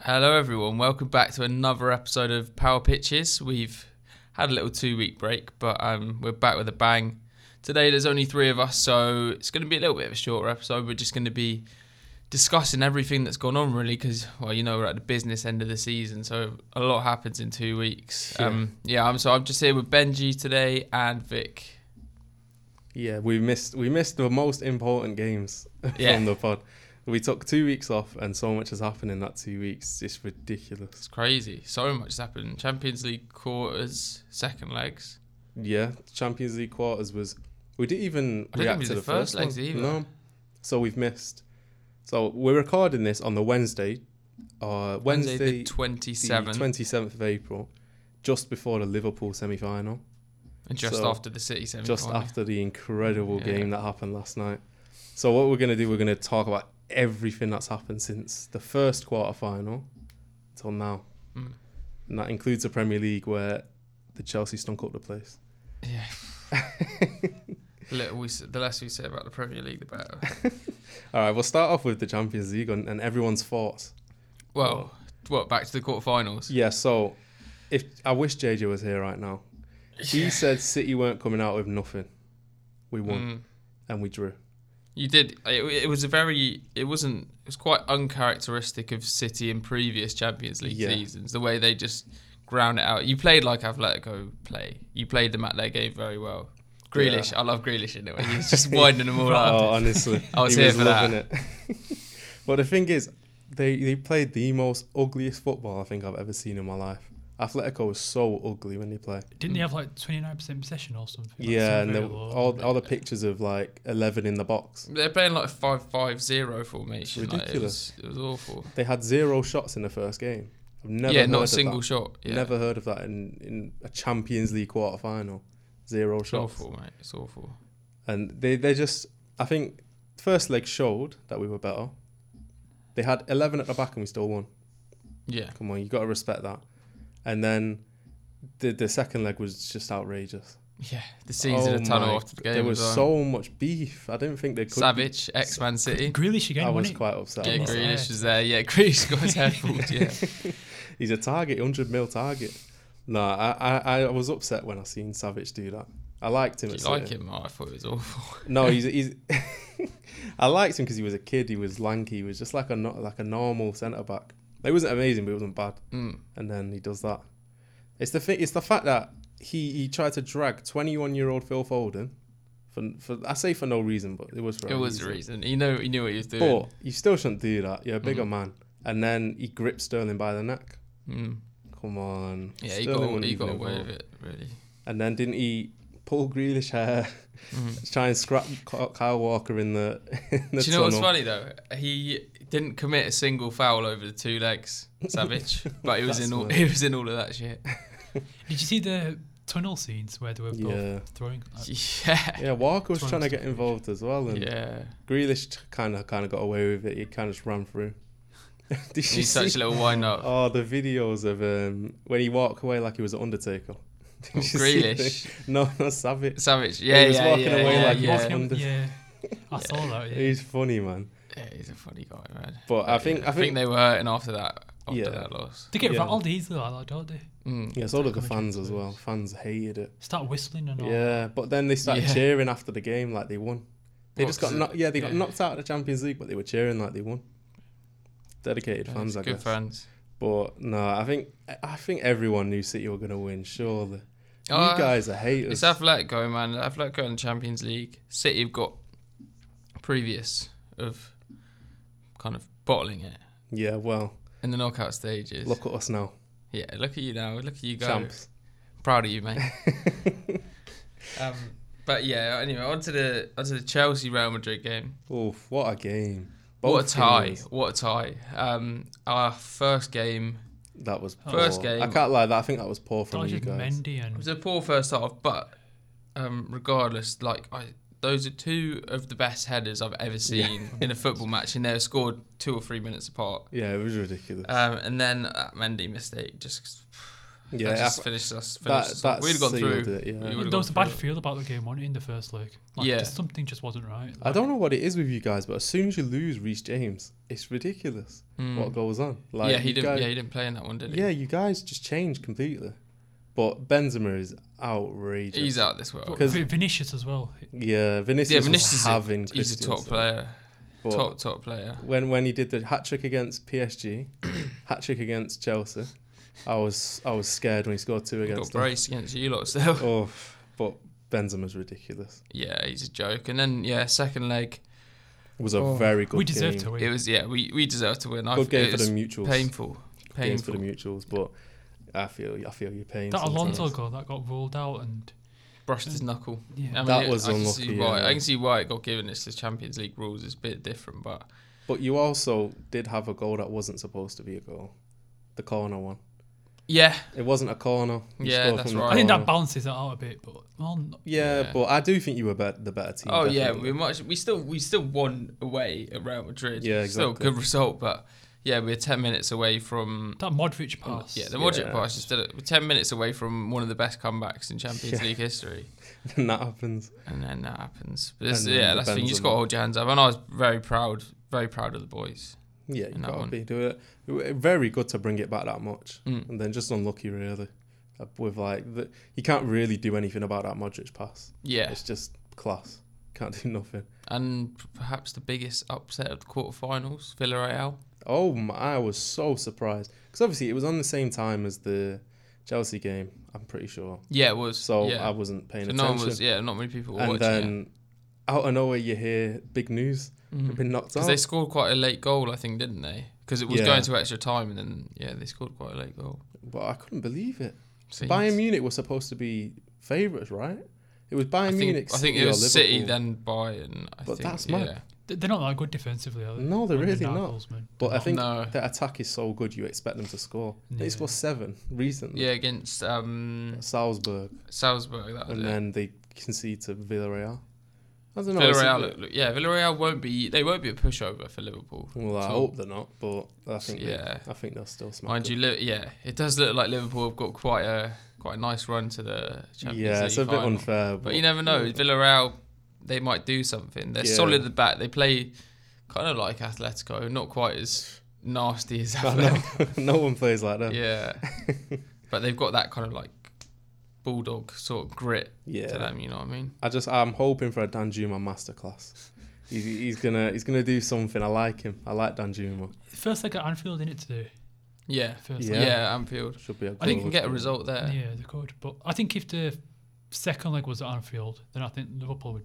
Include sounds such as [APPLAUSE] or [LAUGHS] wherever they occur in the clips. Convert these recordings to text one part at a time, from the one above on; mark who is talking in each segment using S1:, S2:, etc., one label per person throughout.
S1: Hello, everyone. Welcome back to another episode of Power Pitches. We've had a little two week break, but um, we're back with a bang. Today, there's only three of us, so it's going to be a little bit of a shorter episode. We're just going to be discussing everything that's gone on, really, because, well, you know, we're at the business end of the season, so a lot happens in two weeks.
S2: Yeah.
S1: Um, yeah, I'm, so I'm just here with Benji today and Vic.
S2: Yeah, we missed we missed the most important games [LAUGHS]
S1: Yeah.
S2: from the pod. We took two weeks off, and so much has happened in that two weeks. It's ridiculous.
S1: It's crazy. So much has happened. Champions League quarters, second legs.
S2: Yeah, Champions League quarters was we didn't even
S1: I don't think
S2: react
S1: we did
S2: to
S1: the
S2: the
S1: first
S2: first,
S1: legs
S2: one.
S1: either.
S2: No, so we've missed. So we're recording this on the Wednesday, uh, Wednesday,
S1: Wednesday, the
S2: the
S1: 27th,
S2: twenty seventh of April, just before the Liverpool semi final,
S1: and just
S2: so
S1: after the City semi
S2: just after the incredible
S1: Yeah.
S2: game that happened last night. So what we're gonna do, we're gonna talk about everything that's happened since the first quarter final till now,
S1: Mm.
S2: and that includes the Premier League where the Chelsea stunk up the place.
S1: Yeah.
S2: [LAUGHS]
S1: Little we, s- the less we say about the Premier League, the
S2: [LAUGHS]
S1: better.
S2: All right, we'll start off with the Champions League and, and everyone's thoughts.
S1: Well, what back to the quarterfinals?
S2: Yeah, so if I wish JJ was here right now. He said City weren't coming out with nothing. We won
S1: Mm,
S2: and we drew.
S1: you did. It, it was a very. It wasn't. It was quite uncharacteristic of City in previous Champions League
S2: Yeah.
S1: seasons. The way they just ground it out. You played like Atletico play. You played them at their game very well. Grealish, I love Grealish
S2: [LAUGHS]
S1: in it. when He's just winding them all
S2: Oh,
S1: up.
S2: honestly,
S1: [LAUGHS] I was here for that.
S2: it. [LAUGHS] but the thing is, they they played the most ugliest football I think I've ever seen in my life. Atletico is so ugly when they play.
S3: Didn't they have like 29% possession or something? Like
S2: Mm. yeah,
S3: some
S2: and they,
S3: very low
S2: all all the
S3: bit.
S2: pictures of like eleven in the box.
S1: They're playing like a five-five-zero formation. like, it, was,
S2: Ridiculous.
S1: it was awful.
S2: They had zero shots in the first game. I've never
S1: yeah,
S2: heard
S1: not a
S2: of that.
S1: single shot. Yeah.
S2: Never heard of that in, in a Champions League quarter final. Zero
S1: It's
S2: shots.
S1: awful, mate. It's awful.
S2: And they, they just, I think, first leg showed that we were better. They had 11 at the back and we still won.
S1: Yeah.
S2: Come on, you got to respect that. And then the, the second leg was just outrageous.
S1: Yeah, the season
S2: Oh
S1: of tunnel
S2: my-
S1: after the game.
S2: there
S1: was
S2: was so much beef. I didn't think they could.
S1: Savage, X Man City.
S2: I
S3: Grealish again,
S2: was
S3: wasn't it?
S2: quite upset.
S1: Yeah,
S2: about that.
S1: Grealish was there. Yeah, [LAUGHS] Grealish got his head pulled. Yeah,
S2: He's a target, 100 mil target. No, I, I, I was upset when I seen Savage do that. I liked him.
S1: Did
S2: at
S1: you like
S2: City.
S1: him? Oh, I thought it was
S2: [LAUGHS]
S1: awful. [LAUGHS]
S2: No, he's he's. I liked him because he was a kid. He was lanky. He was just like a no- like a normal centre back. He wasn't amazing, but he wasn't bad.
S1: Mm.
S2: And then he does that. It's the thing. It's the fact that he he tried to drag twenty one year old Phil Foden, for for I say for no reason, but it was for
S1: It
S2: a
S1: was the reason.
S2: reason.
S1: Mm-hmm. He know he knew what he was doing.
S2: But you still shouldn't do that. You're a bigger man. And then he gripped Sterling by the neck.
S1: Mm.
S2: Come on.
S1: Yeah, he
S2: Sterling
S1: got
S2: wasn't
S1: he
S2: even
S1: got away
S2: involved.
S1: with it. Really.
S2: And then didn't he pull Grealish hair,
S1: Mhm.
S2: [LAUGHS] try and scrap Ky- Kyle Walker in the [LAUGHS] in the
S1: Do you know what's
S2: tunnel.
S1: funny though? He didn't commit a single foul over the two legs,
S2: [LAUGHS]
S1: Savage. but he was
S2: That's
S1: in all [LAUGHS]
S2: mad.
S1: he was in all of that shit.
S3: Did you see the tunnel scenes where they were
S1: [LAUGHS]
S3: both
S2: Yeah.
S3: throwing? Like,
S1: Yeah.
S2: Yeah, Walker was
S3: Trying
S2: trying to
S3: to
S2: get
S3: finish.
S2: involved as well, and [LAUGHS]
S1: Yeah.
S2: Grealish kind of kind of got away with it. He kind of just ran through. [LAUGHS] Did you
S1: He's such
S2: see-
S1: a little wind up.
S2: [LAUGHS] Oh, the videos of um, when he walked away like he was an Undertaker. [LAUGHS] Did
S1: Oh,
S2: you see the-
S1: Grealish.
S2: [LAUGHS] No, no, Savage.
S1: Savage. Yeah,
S2: was
S1: yeah,
S2: walking
S1: yeah,
S2: away
S1: yeah,
S2: like
S1: yeah.
S2: Oscar.
S3: yeah.
S2: Wonder-
S3: yeah. I saw that. Yeah.
S2: He's funny, man.
S1: Yeah, he's a funny guy, man.
S2: But I think I think,
S1: they were hurting after that. After
S2: Yeah. Hmm.
S1: that loss.
S3: They get
S2: yeah.
S3: rattled easily like that, don't they?
S1: Mm.
S2: yeah, it's all of the
S3: Commentary
S2: fans as
S3: was-
S2: well. Fans hated it.
S3: Start whistling and all.
S2: Yeah, but then they started
S1: Oh. Yeah.
S2: cheering after the game like they won. They
S1: What,
S2: just got
S1: 'cause it-
S2: knocked. Yeah, they got
S1: yeah.
S2: knocked out of the Champions League, but they were cheering like they won. Dedicated fans, I
S1: good
S2: guess.
S1: fans.
S2: But no, I think I think everyone knew City were gonna win. Surely,
S1: Uh,
S2: you guys are
S1: It's
S2: haters.
S1: Atletico, man. Atletico in the Champions League. City have got previous of kind of bottling it
S2: yeah, well,
S1: in the knockout stages.
S2: look at us now,
S1: Yeah, look at you now. Look at you go.
S2: champs.
S1: Proud of you,
S2: [LAUGHS]
S1: mate. um, but yeah, anyway, onto the onto the Chelsea Real Madrid game.
S2: Oof, what a game!
S1: what a tie!
S2: teams,
S1: What a tie! Um, our first game
S2: That was poor.
S1: First
S2: I
S1: game.
S2: can't lie, that I think that was poor from
S3: Dodged
S2: you guys.
S3: Mendy
S1: It was
S3: and
S1: a poor first half, but um, regardless, like I, those are two of the best headers I've ever seen in a football match, and they were scored two or three minutes apart. Uh,
S2: Yeah, it was ridiculous.
S1: Um, and then that Mendy mistake just
S2: Yeah,
S1: that just
S2: I-
S1: finished us.
S2: that-
S1: Finished us.
S2: that
S1: We'd gone
S2: sealed
S1: through.
S2: it, yeah.
S1: We would've
S3: There was a
S1: gone
S3: bad
S1: through.
S3: feel about the game, wasn't it, in the first leg? Like,
S1: Yeah.
S3: just something just wasn't right.
S2: I don't know what it is with you guys, but as soon as you lose Reece James, it's ridiculous
S1: Mm.
S2: what goes on. Like
S1: yeah, he
S2: you
S1: didn't.
S2: guys-
S1: yeah, he didn't play in that one, did he?
S2: yeah, you guys just changed completely. But Benzema is outrageous.
S1: he's out this world.
S2: Because-
S3: Because Vinicius as well.
S2: yeah, Vinicius,
S1: Yeah, Vinicius
S2: was
S1: is
S2: having
S1: a, he's a top
S2: Christensen.
S1: player,
S2: But
S1: top top player.
S2: When when he did the hat trick against [COUGHS] PSG, hat trick against Chelsea, I was I was scared when he scored two
S1: He Got
S2: against them.
S1: brace against you lot still.
S2: Oh, but Benzema's ridiculous.
S1: [LAUGHS] Yeah, he's a joke. And then yeah, second leg,
S2: It was a
S1: Oh.
S2: very good
S3: we deserve
S2: game.
S3: to win.
S1: it was yeah, we we deserve to win. I
S2: Good
S1: think
S2: game
S1: it
S2: for the
S1: was
S2: mutuals.
S1: Painful,
S2: Good game for
S1: painful.
S2: the mutuals, but I feel I feel your pain.
S3: that
S2: sometimes.
S3: Alonso goal that got ruled out, and
S1: Brushed his knuckle.
S3: yeah,
S1: I mean,
S2: That
S1: it-
S2: was
S1: I can
S2: unlucky,
S1: See why,
S2: yeah.
S1: I can see why it got given. It's the Champions League rules. It's a bit different, but
S2: But you also did have a goal that wasn't supposed to be a goal. The corner one.
S1: yeah,
S2: It wasn't a corner. You
S1: Yeah,
S2: scored
S1: that's
S2: from the
S1: right.
S3: I think
S2: corner.
S3: that balances it out a bit. But well, n-
S2: yeah,
S1: Yeah.
S2: but I do think you were bet the better team.
S1: Oh yeah,
S2: definitely.
S1: we much we still we still won away at Real Madrid.
S2: Yeah,
S1: Still a
S2: exactly.
S1: good result, but yeah, we're ten minutes away from
S3: that Modric pass.
S1: Oh, yeah the Modric
S2: Yeah.
S1: pass. Just did it. We're ten minutes away from one of the best comebacks in Champions
S2: Yeah.
S1: League history,
S2: [LAUGHS] and that happens.
S1: and then that happens. But this,
S2: And then
S1: yeah,
S2: the
S1: that's the thing. You just
S2: Benzema.
S1: got to hold your hands up, and I was very proud, very proud of the boys.
S2: Yeah, you
S1: And that
S2: gotta
S1: one.
S2: be do it. w- Very good to bring it back that much,
S1: Mm.
S2: and then just unlucky really. Uh, With like the, you can't really do anything about that Modric pass.
S1: Yeah,
S2: It's just class. [LAUGHS] Can't do nothing.
S1: and p- perhaps the biggest upset of the quarterfinals, Villarreal.
S2: Oh my! I was so surprised because obviously it was on the same time as the Chelsea game. I'm pretty sure,
S1: Yeah, it was.
S2: so
S1: yeah.
S2: I wasn't paying
S1: So no
S2: attention.
S1: one was. Yeah, not many people were
S2: and
S1: watching it.
S2: then out of nowhere you hear big news.
S1: Mhm.
S2: They've been knocked
S1: Because
S2: out.
S1: they scored quite a late goal, I think, didn't they? Because it was
S2: Yeah.
S1: going to extra time, and then yeah, they scored quite a late goal.
S2: but I couldn't believe it.
S1: Seems-
S2: Bayern Munich was supposed to be favourites, right? It was Bayern
S1: I think,
S2: Munich.
S1: I think
S2: City
S1: it
S2: or
S1: was City,
S2: Liverpool.
S1: then Bayern. I
S2: But
S1: think,
S2: that's mad.
S1: yeah.
S3: Th- they're not that good defensively. Are they?
S2: No, they're
S3: When
S2: really
S3: down
S2: not.
S3: goals, man.
S2: But I
S3: Not-
S2: think
S1: Oh, No.
S2: their attack is so good, you expect them to score. They
S3: Yeah.
S2: scored seven recently.
S1: Yeah, against um,
S2: at Salzburg,
S1: Salzburg. That was
S2: and
S1: it.
S2: then they concede to Villarreal. I don't know. it's a
S1: Villarreal,
S2: bit-
S1: look, look- yeah, Villarreal won't be. They won't be a pushover for Liverpool.
S2: Well, I
S1: So-
S2: hope they're not, but I think
S1: Yeah.
S2: they, I think they'll still smash.
S1: Mind you, Li- yeah, it does look like Liverpool have got quite a quite a nice run to the Champions League.
S2: yeah, it's a bit
S1: final.
S2: unfair, but,
S1: But you never know. Villarreal, they might do something. They're
S2: Yeah.
S1: solid at the back. They play kind of like Atletico, not quite as nasty as
S2: [LAUGHS] I
S1: Atletico.
S2: know. [LAUGHS] no one plays like that. Yeah,
S1: [LAUGHS] yeah.
S2: [LAUGHS]
S1: but they've got that kind of like bulldog sort of grit to them, you know what I mean?
S2: I just I'm hoping for a Dan Juma masterclass. He's, he's gonna he's gonna do something. I like him. I like Dan Juma.
S3: first leg at Anfield in it today.
S1: Yeah.
S3: First
S2: Yeah.
S1: Yeah, Anfield.
S2: Should be a. Goal
S1: I think you can get a
S2: or something.
S1: result there.
S3: leg. yeah, they could. But I think if the second leg was at Anfield, then I think Liverpool would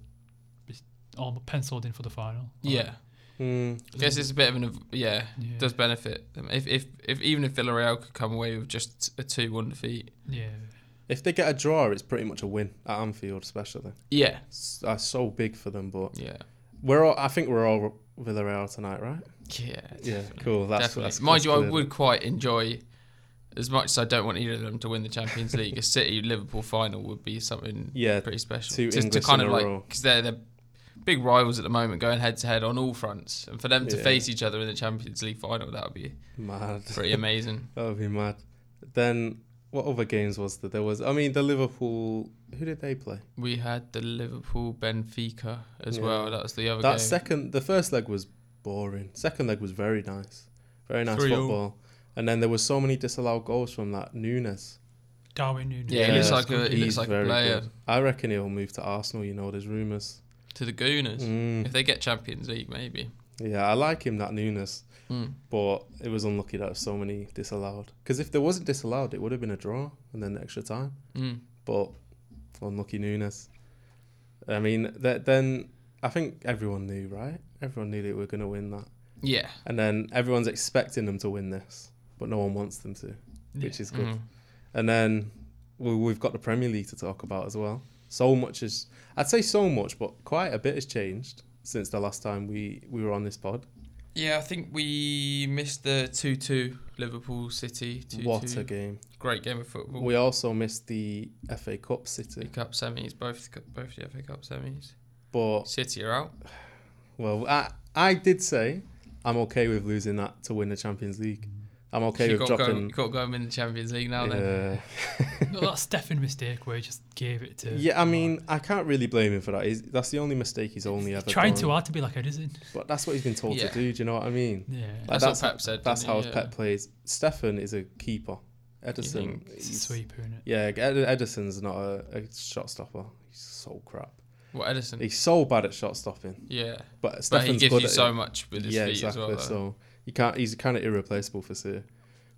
S3: be all penciled in for the final. Like,
S1: Yeah.
S2: Mm,
S1: I guess it's a bit of an, av- yeah,
S3: Yeah.
S1: does benefit them. If, if, if even if Villarreal could come away with just a 2 1 defeat.
S3: yeah.
S2: if they get a draw, it's pretty much a win at Anfield, especially.
S1: Yeah.
S2: It's, that's so big for them. But
S1: Yeah.
S2: we're all. I think we're all Villarreal tonight, right?
S1: Yeah.
S2: Yeah, [LAUGHS] cool. That's,
S1: Definitely.
S2: that's
S1: Mind
S2: that's
S1: you, I
S2: clear.
S1: would quite enjoy, as much as I don't want either of them to win the Champions League, a City Liverpool final would be something
S2: Yeah,
S1: pretty special.
S2: two
S1: Just to
S2: English
S1: kind
S2: in
S1: of
S2: a
S1: like,
S2: row.
S1: because they're, they're big rivals at the moment going head to head on all fronts. And for them to
S2: Yeah.
S1: face each other in the Champions League final, that would be
S2: mad. [LAUGHS]
S1: pretty amazing.
S2: That would be mad. Then what other games was there? There was I mean the Liverpool who did they play?
S1: we had the Liverpool Benfica as
S2: Yeah.
S1: well. That was the other
S2: That
S1: game.
S2: second the first leg was boring. Second leg was very nice. Very nice
S1: 3-0.
S2: football. And then there was so many disallowed goals from that Nunes.
S3: Darwin Nunes.
S1: Yeah, he looks
S2: Yeah.
S1: like a, he looks
S2: He's
S1: like a
S2: very
S1: player
S2: good. I reckon he'll move to Arsenal, you know, there's rumours.
S1: to the Gooners. If
S2: Mm.
S1: they get Champions League, maybe.
S2: Yeah, I like him that Nunes.
S1: Mm.
S2: But it was unlucky that so many disallowed. Because if there wasn't disallowed, it would have been a draw and then extra time.
S1: Mm.
S2: but unlucky Nunes. I mean, that then I think everyone knew, right? Everyone knew that we were going to win that,
S1: Yeah.
S2: and then everyone's expecting them to win this, but no one wants them to, which
S3: Yeah.
S2: is good.
S1: Mm.
S2: And then we, we've got the Premier League to talk about as well. So much is, I'd say so much, but quite a bit has changed since the last time we we were on this pod.
S1: Yeah, I think we missed the 2 2 Liverpool City. 2
S2: What a game!
S1: Great game of football.
S2: We also missed the FA Cup
S1: the
S2: City,
S1: Cup semis, both both the FA Cup semis.
S2: but
S1: City are out.
S2: Well, I I did say I'm okay with losing that to win the Champions League, I'm okay
S1: you got
S2: with
S1: to go,
S2: dropping.
S1: you got to go and win the Champions League now. Then
S2: Yeah.
S3: No, that Stefan mistake where he just gave it to.
S2: yeah, I
S3: Mark.
S2: mean, I can't really blame him for that. He's, that's the only mistake he's only ever
S3: trying
S2: done.
S3: too hard to be like that, isn't?
S2: But that's what he's been told
S1: Yeah.
S2: to do. Do you know what I mean?
S3: Yeah.
S2: Like,
S1: that's, what Pep said.
S2: That's
S1: didn't
S2: how
S1: he?
S2: his Pep plays. Stefan is a keeper. Edison,
S1: think
S3: It's a
S2: he's-
S3: sweeper, isn't it?
S2: yeah, Ed- Edison's not a, a shot stopper. He's so crap.
S1: Yeah. What Edison?
S2: He's so bad at shot stopping.
S1: Yeah,
S2: But
S1: but
S2: Stefan's
S1: he gives
S2: good
S1: you
S2: at
S1: so
S2: it.
S1: much with his
S2: yeah,
S1: feet
S2: exactly.
S1: as well. though.
S2: so you can't. He's kind of irreplaceable for City.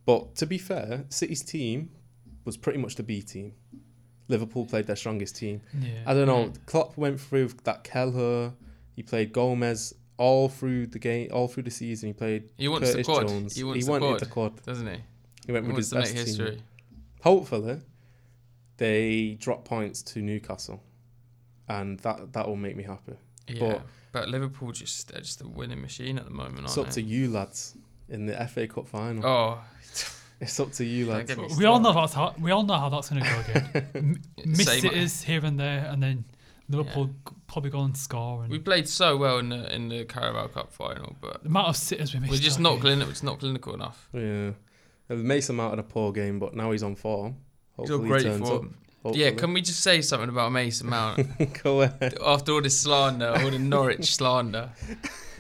S2: But to be fair, City's team was pretty much the B team. Liverpool played their strongest team.
S3: Yeah.
S2: I don't know.
S1: Mm.
S2: Klopp went through that Kelleher. He played Gomez all through the game, all through the season. He played
S1: he wants
S2: Curtis
S1: the quad.
S2: Jones.
S1: He wants
S2: he
S1: the
S2: wanted
S1: quad,
S2: the quad.
S1: doesn't he?
S2: He went
S1: He
S2: with
S1: wants
S2: his
S1: to make
S2: best team.
S1: history.
S2: Hopefully, they drop points to Newcastle, and that that will make me happy.
S1: Yeah, but, Liverpool just they're just a winning machine at the moment, aren't
S2: it's up
S1: they?
S2: to you lads in the FA Cup final.
S1: Oh, [LAUGHS]
S2: It's up to you
S1: Don't
S2: lads.
S1: get me
S3: We all know
S1: started.
S3: that's how we all know how that's going to go
S1: [LAUGHS]
S3: again. M- Missed
S1: Same-
S3: it is here and there, and then Liverpool g- probably go and score. And
S1: We played so well in the in the Carabao Cup final, but
S2: [LAUGHS]
S3: the amount of sitters we missed.
S1: we're just
S3: out
S1: not
S3: here.
S1: clinical. It's not clinical enough.
S2: Yeah, it makes him out of a poor game, but now he's on form.
S1: He's got
S2: Hopefully,
S1: great
S2: he turns
S1: form.
S2: up.
S1: Yeah, can we just say something about Mason
S2: [LAUGHS]
S1: Mount
S2: we [LAUGHS] go
S1: [LAUGHS]
S2: ahead?
S1: after all this slander, all the
S2: [LAUGHS]
S1: Norwich slander?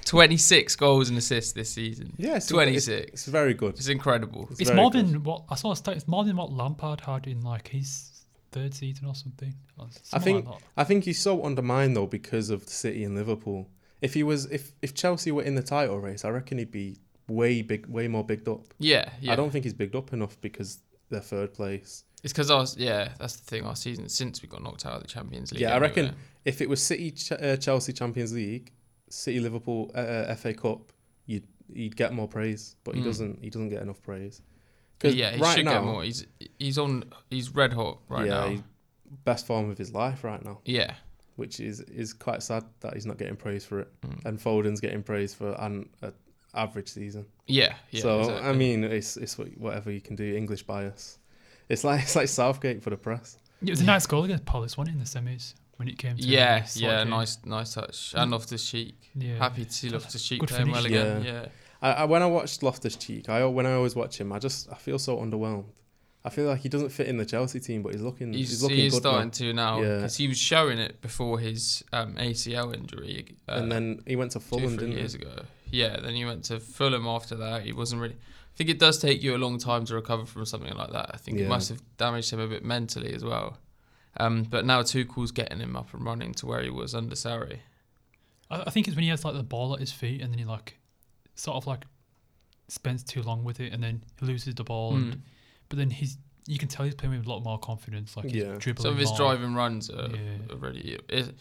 S1: Twenty-six goals and assists this season.
S2: Yeah, it's-
S1: Twenty-six.
S2: It's, it's very good.
S1: It's incredible.
S3: It's
S2: very
S3: more
S2: good.
S3: than what I saw. a stat, It's more than what Lampard had in like his third season or something. Or
S2: I
S3: something
S2: think
S3: like that.
S2: I think he's so undermined though because of City and Liverpool. If he was, if if Chelsea were in the title race, I reckon he'd be way big, way more bigged up.
S1: Yeah, yeah.
S2: I don't think he's bigged up enough because they're third place.
S1: It's because our yeah, that's the thing. Our season since we got knocked out of the Champions League.
S2: Yeah, I
S1: anyway.
S2: reckon if it was City, Ch- uh, Chelsea, Champions League, City, Liverpool, uh, uh, FA Cup, you'd he'd get more praise, but he
S1: Mm.
S2: doesn't. He doesn't get enough praise.
S1: But yeah, he should get more. He's he's on he's red hot right
S2: yeah,
S1: now.
S2: he's best form of his life right now,
S1: yeah,
S2: which is is quite sad that he's not getting praise for it,
S1: Mm.
S2: and Foden's getting praise for an a average season.
S1: yeah, yeah.
S2: so uh,
S1: exactly.
S2: I mean, it's it's what- whatever you can do. English bias. It's like [LAUGHS] it's like Southgate for the press.
S3: it was a nice goal against Palace, wasn't it, in the semis when it came to
S1: yeah,
S3: Slot
S1: yeah.
S3: game?
S1: Nice, nice touch. And off the cheek.
S3: Yeah.
S1: Happy to see Loftus Cheek
S3: Good
S1: playing well
S3: finish.
S1: again. Yeah.
S2: Yeah. I, I when I watched Loftus Cheek, I al- when I always watch him, I just I feel so underwhelmed. I feel like he doesn't fit in the Chelsea team, but he's looking he's,
S1: He's,
S2: looking
S1: he is
S2: good now.
S1: starting to now
S2: Yeah.
S1: because he was showing it before his um, ACL injury. Uh,
S2: and then he went to
S1: two,
S2: Fulham,
S1: three
S2: didn't
S1: years
S2: he?
S1: ago. Yeah, then he went to Fulham after that. He wasn't really. I think it does take you a long time to recover from something like that. I think it
S2: Yeah.
S1: must have damaged him a bit mentally as well. Um, but now Tuchel's getting him up and running to where he was under Sarri.
S3: I, I think it's when he has like the ball at his feet and then he like sort of like spends too long with it and then he loses the ball.
S1: Mm.
S3: And, but then he's you can tell he's playing with a lot more confidence. Like he's
S2: Yeah.
S3: dribbling.
S1: Some of his
S3: more.
S1: driving runs are,
S3: Yeah.
S1: are really. It,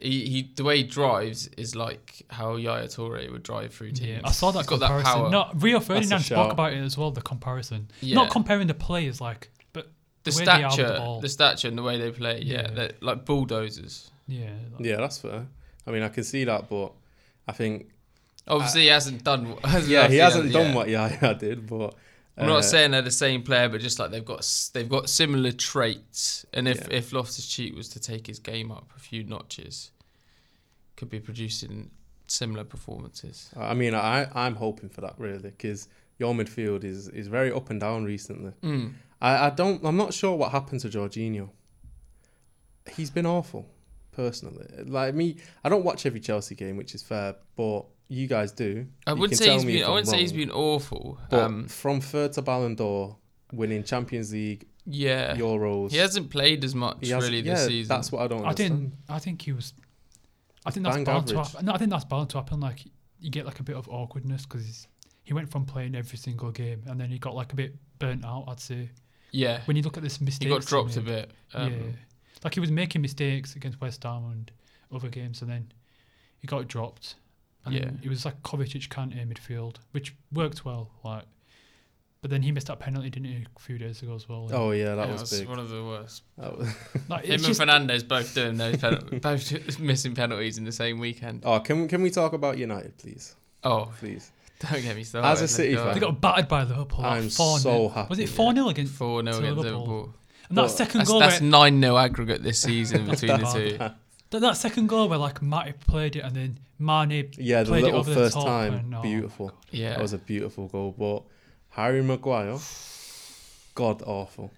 S1: he, he, the way he drives is like how Yaya Toure would drive through teams.
S3: Yeah, Mm. I saw that
S1: He's
S3: comparison. No, Rio Ferdinand spoke
S2: shout.
S3: about it as well. The comparison,
S1: Yeah.
S3: not comparing the players, like, but
S1: the
S3: the way they are with the
S1: stature,
S3: ball.
S1: the stature, and the way they play. Yeah,
S3: Yeah.
S1: they're like bulldozers.
S3: yeah, like-
S2: Yeah, that's fair. I mean, I can see that, but I think
S1: Obviously, he
S3: Uh,
S1: hasn't done. [LAUGHS] Hasn't
S2: yeah, he
S1: obviously
S2: hasn't done
S1: yeah.
S2: what [LAUGHS] Yaya did, but
S1: I'm
S2: uh,
S1: not saying they're the same player, but just like they've got s- they've got similar traits. And if
S2: Yeah.
S1: if Loftus Cheek was to take his game up a few notches, could be producing similar performances.
S2: I mean, I I'm hoping for that really because your midfield is is very up and down recently.
S1: Mm.
S2: I, I don't. I'm not sure what happened to Jorginho. He's been awful, personally. Like me, I don't watch every Chelsea game, which is fair, but you guys do.
S1: I
S2: You
S1: wouldn't
S2: can
S1: say
S2: tell
S1: he's
S2: me
S1: been.
S2: if
S1: I
S2: I'm
S1: wouldn't say he's
S2: wrong.
S1: been awful.
S2: But
S1: Um,
S2: from third to Ballon d'Or, winning Champions League,
S1: yeah,
S2: Euros,
S1: he hasn't played as much
S2: he hasn't-
S1: really
S2: yeah,
S1: this season.
S2: That's what I don't
S3: I
S2: understand.
S3: didn't. I think he was. I think that's
S2: Bang
S3: bound to
S2: average.
S3: happen. No, I think that's bound to happen. Like you get like a bit of awkwardness because he went from playing every single game and then he got like a bit burnt out. I'd say
S1: yeah,
S3: when you look at this mistake,
S1: he got dropped a bit. Um,
S3: yeah, like he was making mistakes against West Ham and other games, and then he got dropped. And
S1: Yeah.
S3: then it was like Kovacic Kante midfield, which worked well. Like, but then he missed that penalty, didn't he, a few days ago as well? and-
S2: Oh yeah, that
S1: yeah,
S2: was
S1: it
S2: big.
S1: one of the worst.
S2: That was-
S3: like,
S1: Him
S3: it's
S1: and
S3: just,
S1: Fernandez both doing those penal- [LAUGHS] both missing penalties in the same weekend.
S2: oh, can we- can we talk about United, please?
S1: Oh,
S2: Please.
S1: don't get me started.
S2: As a City fan,
S3: they got battered by Liverpool. like
S2: I'm
S3: 4-0.
S2: so
S3: Was
S2: happy.
S3: it four 0 against?
S1: four 0
S3: to
S1: against
S3: Liverpool.
S1: Liverpool.
S3: And that
S2: Well,
S3: second
S1: That's,
S3: goal,
S1: that's
S3: where,
S1: nine 0 aggregate this
S2: [LAUGHS]
S1: season between the
S2: Oh,
S3: That's
S1: two.
S3: that, that second goal where like Matip played it, and then Mane
S2: Yeah, the
S3: played it
S2: little
S3: over
S2: first
S3: the top.
S2: time,
S3: and, oh,
S2: beautiful.
S1: Yeah,
S2: That was a beautiful goal, but Harry Maguire, god awful.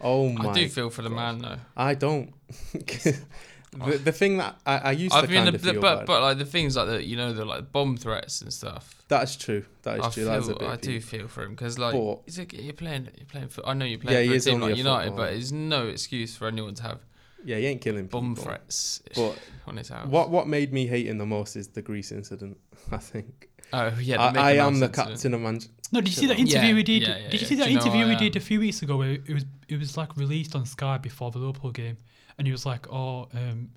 S2: Oh my!
S1: I do feel for the man though.
S2: I don't. [LAUGHS] the, the thing that I, I used
S1: I
S2: to
S1: mean,
S2: kind
S1: the,
S2: of feel
S1: the,
S2: bad.
S1: but but like the things like the you know the like bomb threats and stuff.
S2: That's true. That is
S1: I
S2: true.
S1: feel,
S2: That is a bit.
S1: I do
S2: peeved.
S1: feel for him because like
S2: But-
S1: it's like you're playing you're playing for I know you're
S2: Yeah,
S1: playing
S2: he
S1: for a
S2: is
S1: team
S2: only
S1: like
S2: a
S1: United, but
S2: footballer.
S1: it's no excuse for anyone to have
S2: Yeah, he ain't killing
S1: bomb
S2: people.
S1: threats
S2: But
S1: on his house.
S2: what what made me hate him the most is the Greece incident. [LAUGHS] I think
S1: Oh yeah, the
S2: I, I
S1: Mickey Mouse
S2: am the
S1: incident.
S2: captain of Manchester.
S3: No, did you see that
S2: Yeah,
S3: interview we did?
S1: yeah, yeah,
S3: did you
S1: yeah.
S3: see that
S1: Do you know um,
S3: interview
S1: I
S3: we
S1: am?
S3: did a few weeks ago where it was it was like released on Sky before the Liverpool game, and he was like, "Oh, um,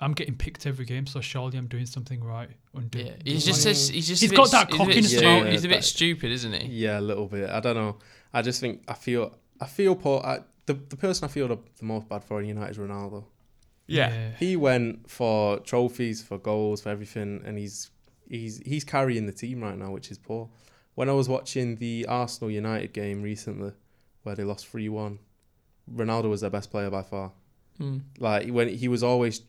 S3: I'm getting picked every game, so surely I'm doing something right." Undo.
S1: Yeah, he's just
S2: Like-
S1: he's just
S3: He's
S1: a bit,
S3: got that
S1: he's a bit
S3: cockiness
S1: stu-
S2: about him.
S1: He's a
S2: Yeah,
S1: bit
S2: that-
S1: stupid, isn't he?
S2: Yeah, a little bit. I don't know. I just think I feel I feel poor. I, the the person I feel the, the most bad for in United is Ronaldo. He went for trophies, for goals, for everything, and he's he's he's carrying the team right now, which is poor. When I was watching the Arsenal United game recently, where they lost three one, Ronaldo was their best player by far.
S1: Mm.
S2: Like when he was always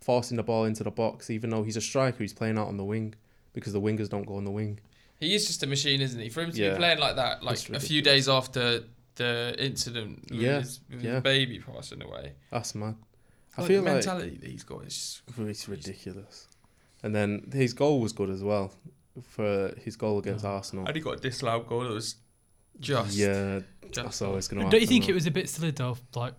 S2: forcing the ball into the box, even though he's a striker, he's playing out on the wing because the wingers don't go on the wing.
S1: He is just a machine, isn't he? For him to
S2: Yeah.
S1: be playing like that, like
S2: It's
S1: a few
S2: ridiculous.
S1: days after the incident with,
S2: Yeah,
S1: his, with
S2: yeah.
S1: his baby passing away,
S2: That's mad. I
S1: like,
S2: feel
S1: the
S2: like
S1: mentality that he's got is
S2: It's ridiculous. And then his goal was good as well for his goal against
S3: Yeah.
S2: Arsenal.
S1: and he got a disallowed goal that was just
S2: yeah,
S1: just
S2: that's always going to happen.
S3: Don't you think
S2: though.
S3: it was a bit silly though? Like,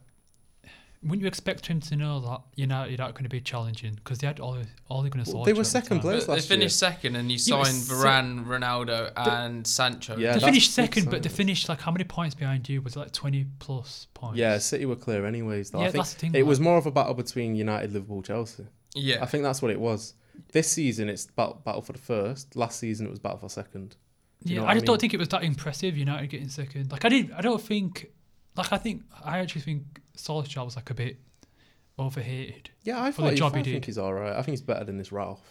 S3: wouldn't you expect him to know that United are going to be challenging because they had all all they're going to
S2: Well,
S3: sort.
S2: they were second
S1: But
S2: place
S1: they
S2: last
S1: finished second, and you
S3: Yeah, but
S1: signed
S3: se-
S1: Varane, Ronaldo, and Sancho.
S2: Yeah,
S3: They
S2: that's
S3: finished
S2: big
S3: second, but they
S2: signings.
S3: finished like how many points behind you? Was it like twenty plus points?
S2: Yeah, City were clear anyways. Though.
S3: Oh, Yeah,
S2: I think
S3: that's the thing,
S2: it was
S3: like-
S2: more of a battle between United, Liverpool, Chelsea.
S1: yeah.
S2: I think that's what it was. This season it's battle, battle for the first. Last season it was battle for second. Do you
S3: Yeah,
S2: know
S3: I
S2: what I
S3: just
S2: mean?
S3: don't think it was that impressive. United getting second. Like I didn't. I don't think. Like I think I actually think Solskjaer was like a bit overhated.
S2: Yeah, I,
S3: For
S2: thought
S3: the
S2: he-
S3: job
S2: I
S3: he
S2: think
S3: did.
S2: he's all right. I think he's better than this Ralph.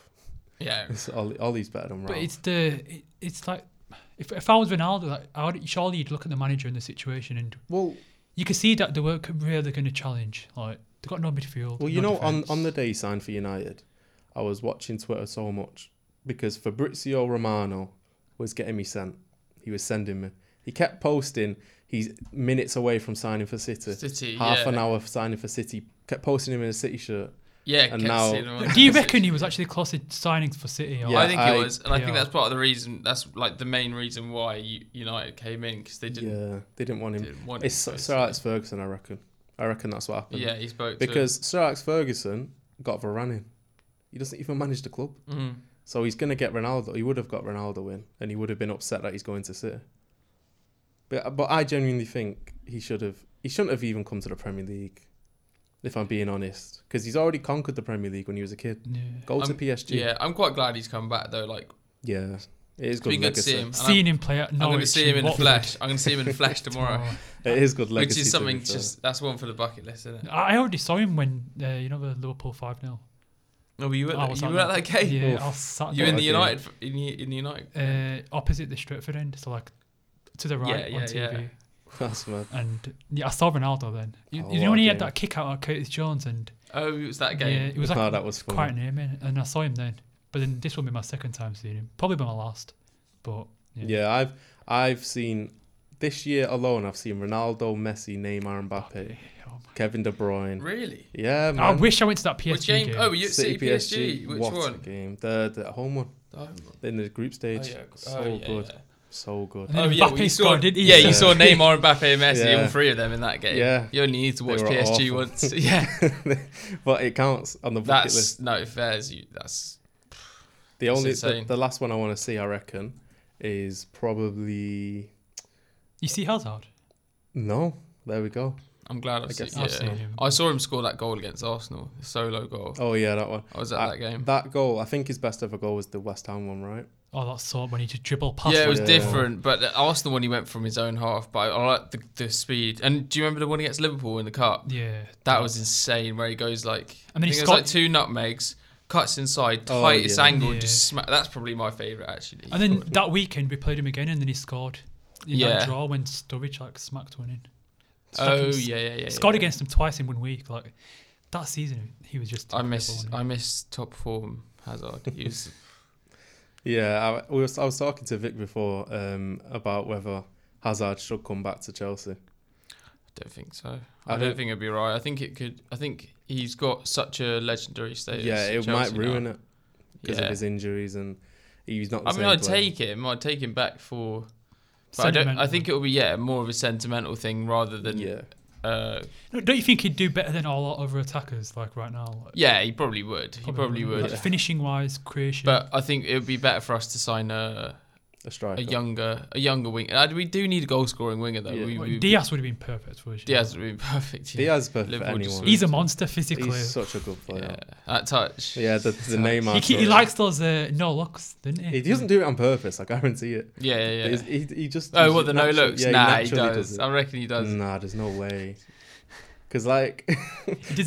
S1: yeah.
S2: It's Ollie, Ollie's better than Ralph.
S3: But it's the. It, it's like. If, if I was Ronaldo, like, I would, surely you'd look at the manager and the situation, and
S2: well,
S3: you can see that they were really going to challenge. Like they got no midfield.
S2: Well, you
S3: no
S2: know, on,
S3: defence.
S2: on the day he signed for United, I was watching Twitter so much because Fabrizio Romano was getting me sent. He was sending me. He kept posting he's minutes away from signing for City.
S1: City,
S2: half
S1: yeah.
S2: an hour for signing for City. Kept posting him in a City shirt.
S1: Yeah,
S2: and
S1: kept
S2: now-
S1: seeing him on
S2: [LAUGHS]
S3: Do you
S1: the-
S3: reckon he was actually close to signing for City? Or
S2: Yeah,
S1: I think
S2: I-
S1: it was, and I think
S3: yeah.
S1: that's part of the reason. That's like the main reason why U- United came in because they didn't,
S2: yeah, they didn't want him.
S1: didn't want.
S2: It's
S1: him to go
S2: Sir
S1: to-
S2: Alex Ferguson, I reckon. I reckon that's what happened.
S1: Yeah, he spoke
S2: Because Sir Alex Ferguson got Varane in. He doesn't even manage the club.
S1: to. Mm.
S2: So he's going to get Ronaldo. He would have got Ronaldo in, and he would have been upset that he's going to City. But but I genuinely think he should have. He shouldn't have even come to the Premier League, if I'm being honest, because he's already conquered the Premier League when he was a kid.
S3: Yeah.
S2: Go to
S1: I'm-
S2: PSG.
S1: Um, Yeah, I'm quite glad he's come back though. Like,
S2: yeah. It is
S1: it's been
S2: good
S1: good to
S2: legacy.
S1: see him. and I'm,
S3: Seeing him play at
S1: I'm going to
S3: Norwich
S1: see him
S3: and
S1: in the
S3: Watford
S1: flesh. I'm going to see him in the
S2: [LAUGHS]
S1: flesh tomorrow,
S2: It is good legacy.
S1: which is
S2: to be
S1: something
S2: fair.
S1: just that's one for the bucket list, isn't it?
S3: Oh, I I already saw him when uh, you know the Liverpool five 0
S1: No, Oh, were you at
S3: I
S1: that,
S3: was
S1: you
S3: at
S1: were at that game?
S3: Yeah,
S2: Oof.
S3: I was sat
S1: You
S3: there,
S1: in the
S2: Yeah.
S1: United in the, in the United?
S3: uh, opposite the Stretford end, so like to the right
S1: Yeah,
S3: on
S1: yeah,
S3: TV.
S2: [LAUGHS] That's mad.
S3: And yeah, I saw Ronaldo then. You,
S2: Oh,
S3: you
S2: what
S3: know when
S2: a
S3: he had
S2: game.
S3: that kick out at Curtis Jones and
S1: Oh, it was that
S3: yeah,
S1: game.
S2: [LAUGHS]
S3: it was like
S2: Oh, that was funny.
S3: quite near me, and I saw him then. But then this will be my second time seeing him, probably be my last. But yeah,
S2: Yeah, I've I've seen this year alone. I've seen Ronaldo, Messi, Neymar, Mbappe,
S3: Oh
S2: Kevin De Bruyne.
S1: Oh, Really?
S2: Yeah,
S3: my- I
S2: man.
S3: wish I went to that PSG
S1: Which game?
S3: game.
S1: Oh, were you at City, PSG? Which
S2: what A
S1: one?
S2: game. The the home one.
S1: Oh,
S2: in the group stage.
S1: yeah.
S2: So
S1: Oh, yeah,
S2: good.
S1: yeah.
S2: So good.
S3: And then
S1: Oh, yeah,
S3: Mbappe
S1: well, you saw,
S3: scored, didn't he?
S1: yeah,
S2: Yeah.
S1: you saw Neymar, Mbappe, and Messi,
S2: [LAUGHS] Yeah.
S1: all three of them in that game.
S2: Yeah.
S1: you only need to
S2: They
S1: watch
S2: were
S1: PSG
S2: awful. [LAUGHS]
S1: once. Yeah,
S2: But it counts on the bucket list.
S1: Uh, that's no fairs. You that's
S2: The only the,
S1: insane.
S2: the last one I want to see, I reckon, is probably
S3: You see Hazard?
S2: no. There we go.
S1: I'm glad I've,
S2: I
S1: seen,
S2: guess
S1: yeah.
S3: I've seen him.
S1: I saw him score that goal against Arsenal, the solo goal.
S2: Oh yeah, that one.
S1: I was at
S2: Uh,
S1: that game.
S2: That goal, I think his best ever goal was the West Ham one, right?
S3: Oh, that's sort when he just dribble past.
S1: yeah, it
S3: like
S1: was
S2: Yeah.
S1: different, but the Arsenal one he went from his own half. But I, I like the, the speed. And do you remember the one against Liverpool in the cup?
S3: Yeah,
S1: That was insane. Where he goes like,
S3: And then
S1: I
S3: he
S1: think it was
S3: scored-
S1: like two nutmegs, cuts inside,
S2: Oh,
S1: tightest
S2: yeah.
S1: angle, and
S3: Yeah.
S1: just smack. That's probably my favorite actually.
S3: And then that weekend we played him again, and then he scored in
S1: Yeah.
S3: that draw when Sturridge like smacked one in. It's like
S1: oh
S3: he s-
S1: yeah, yeah, yeah.
S3: scored
S1: yeah.
S3: against him twice in one week. Like that season, he was just.
S1: I
S3: incredible,
S1: miss
S3: wasn't
S2: [LAUGHS]
S3: he?
S1: I miss top form Hazard. He was
S2: Yeah, I, we was, I was talking to Vic before um, about whether Hazard should come back to Chelsea.
S1: I don't think so. I, I don't think it'd be right. I think it could. I think he's got such a legendary status.
S2: Yeah, it might ruin now. it because yeah. of his injuries and he's not. I mean,
S1: I'd
S2: player.
S1: take him. I'd take him back for. But I don't. I think it will be yeah more of a sentimental thing rather than yeah. Uh,
S3: no, don't you think he'd do better than all other attackers like right now? Like,
S1: yeah, he probably would. He probably, probably would.
S3: Like, finishing wise, creation.
S1: But I think it would be better for us to sign a
S2: a striker,
S1: a younger, a younger winger. We do need a goal scoring winger though. Yeah. We,
S3: well, we, Diaz would have been perfect for us.
S1: Diaz would have been [LAUGHS] perfect.
S2: Yeah. Diaz perfect Liverpool for anyone.
S3: He's a monster physically.
S2: He's such a good player.
S1: Yeah. That touch.
S2: Yeah, the, the name.
S3: He, he, likes those uh, no looks, doesn't
S2: He
S3: he?
S2: doesn't do it on purpose. I guarantee it.
S1: Yeah, yeah. yeah. He,
S2: he just.
S1: Oh,
S2: he
S1: what the no looks? Yeah, nah, he, he does. does I reckon he does.
S2: Nah, there's no way. Because like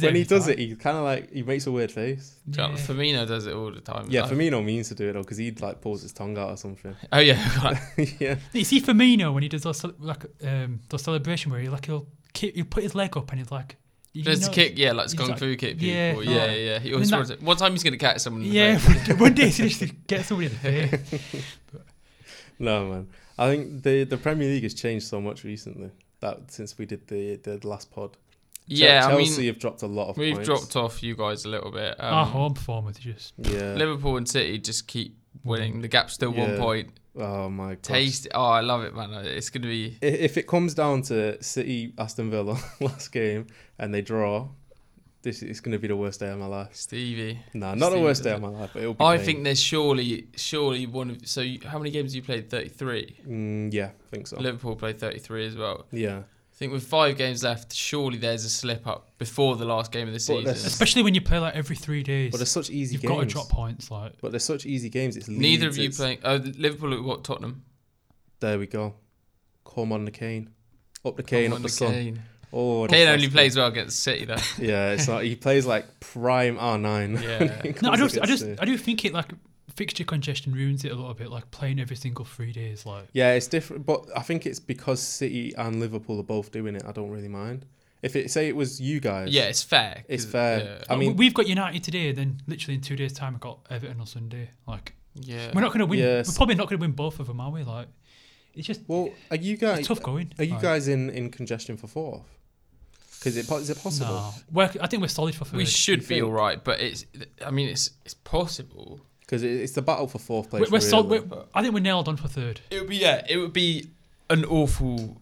S2: when he does time. it, he kind of like he makes a weird face.
S1: Yeah. Firmino does it all the time.
S2: Yeah, like. Firmino means to do it all because he like pulls his tongue out
S1: [LAUGHS]
S2: or something. [LAUGHS]
S1: Oh yeah,
S2: yeah.
S3: You see Firmino when he does those like um those celebration where he like he'll kick, he'll put his leg up and he's like.
S1: There's a kick, yeah, like it's kung like, fu kick people. Yeah, yeah, yeah. yeah. He always throws it. One time he's gonna catch someone. In the
S3: yeah, [LAUGHS]
S1: face.
S3: one day he's gonna get somebody
S1: [LAUGHS]
S3: in the face.
S2: But. no man, I think the the Premier League has changed so much recently that since we did the the last pod.
S1: Yeah,
S2: Chelsea
S1: I mean,
S2: have dropped a lot of.
S1: We've
S2: points.
S1: dropped off you guys a little bit.
S3: Um, Our home performance just.
S2: Yeah.
S1: Liverpool and City just keep winning. The gap's still yeah. one point.
S2: Oh my god.
S1: Taste. Oh, I love it, man. It's gonna be.
S2: If it comes down to City Aston Villa [LAUGHS] last game and they draw, this is going to be the worst day of my life.
S1: Stevie.
S2: No, nah, not
S1: Stevie
S2: the worst day of my life, but it'll be.
S1: I
S2: pain.
S1: think there's surely, surely one of. So you, how many games you played? Thirty three.
S2: Mm, yeah, I think so.
S1: Liverpool played thirty three as well.
S2: Yeah.
S1: I think with five games left, surely there's a slip up before the last game of the season.
S3: Especially when you play like every three days.
S2: But they're such easy
S3: You've
S2: games.
S3: got to drop points, like.
S2: But they're such easy games. It's Leeds,
S1: neither of you
S2: it's...
S1: playing. Oh, Liverpool at what? Tottenham.
S2: There we go. Come on the cane, up the cane, up the, the sun. Cane. Oh,
S1: Kane only plays well against City though.
S2: [LAUGHS] yeah, it's not. He plays like prime
S1: R
S2: nine. [LAUGHS]
S1: Yeah.
S3: no, I just, I just, I do think it like fixture congestion ruins it a little bit. Like playing every single three days, like.
S2: Yeah, it's different, but I think it's because City and Liverpool are both doing it. I don't really mind. If it say it was you guys,
S1: yeah, it's fair.
S2: It's fair. Yeah. I mean,
S3: we've got United today. Then literally in two days' time, I've got Everton on Sunday. Like,
S1: yeah,
S3: we're not gonna win. Yes. We're probably not gonna win both of them, are we? Like, it's just.
S2: Well, are you guys
S3: tough going?
S2: Are you like, guys in in congestion for fourth? Because it is it possible? No.
S3: We're, I think we're solid for third.
S1: We should be all right, but it's. I mean, it's it's possible.
S2: Because it, it's the battle for fourth place.
S3: We're, we're, sol- we're, I think we're nailed on for third.
S1: It would be yeah. It would be an awful,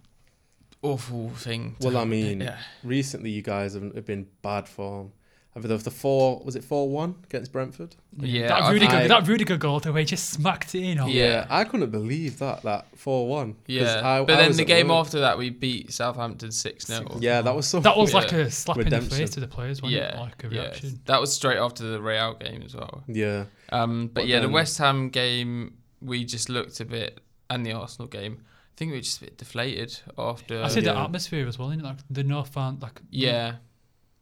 S1: awful thing.
S2: well, I mean,
S1: yeah.
S2: recently you guys have, have been bad form. I mean, the four was it four one against Brentford?
S1: Yeah,
S3: that Rudiger, I, that Rudiger goal the way just smacked it in.
S2: Yeah, yeah, I couldn't believe that that four one.
S1: Yeah, I, but I then the game work. after that we beat Southampton six 0
S2: Yeah, that was so.
S3: That was yeah. like a slap Redemption. in the face to the players. yeah, it? like a reaction. Yeah.
S1: That was straight after the Real game as well.
S2: [LAUGHS] Yeah.
S1: Um, but, but yeah, then, the West Ham game we just looked a bit, and the Arsenal game. I think we were just a bit deflated after.
S3: I said the atmosphere as well, is Like the North fan, like
S1: yeah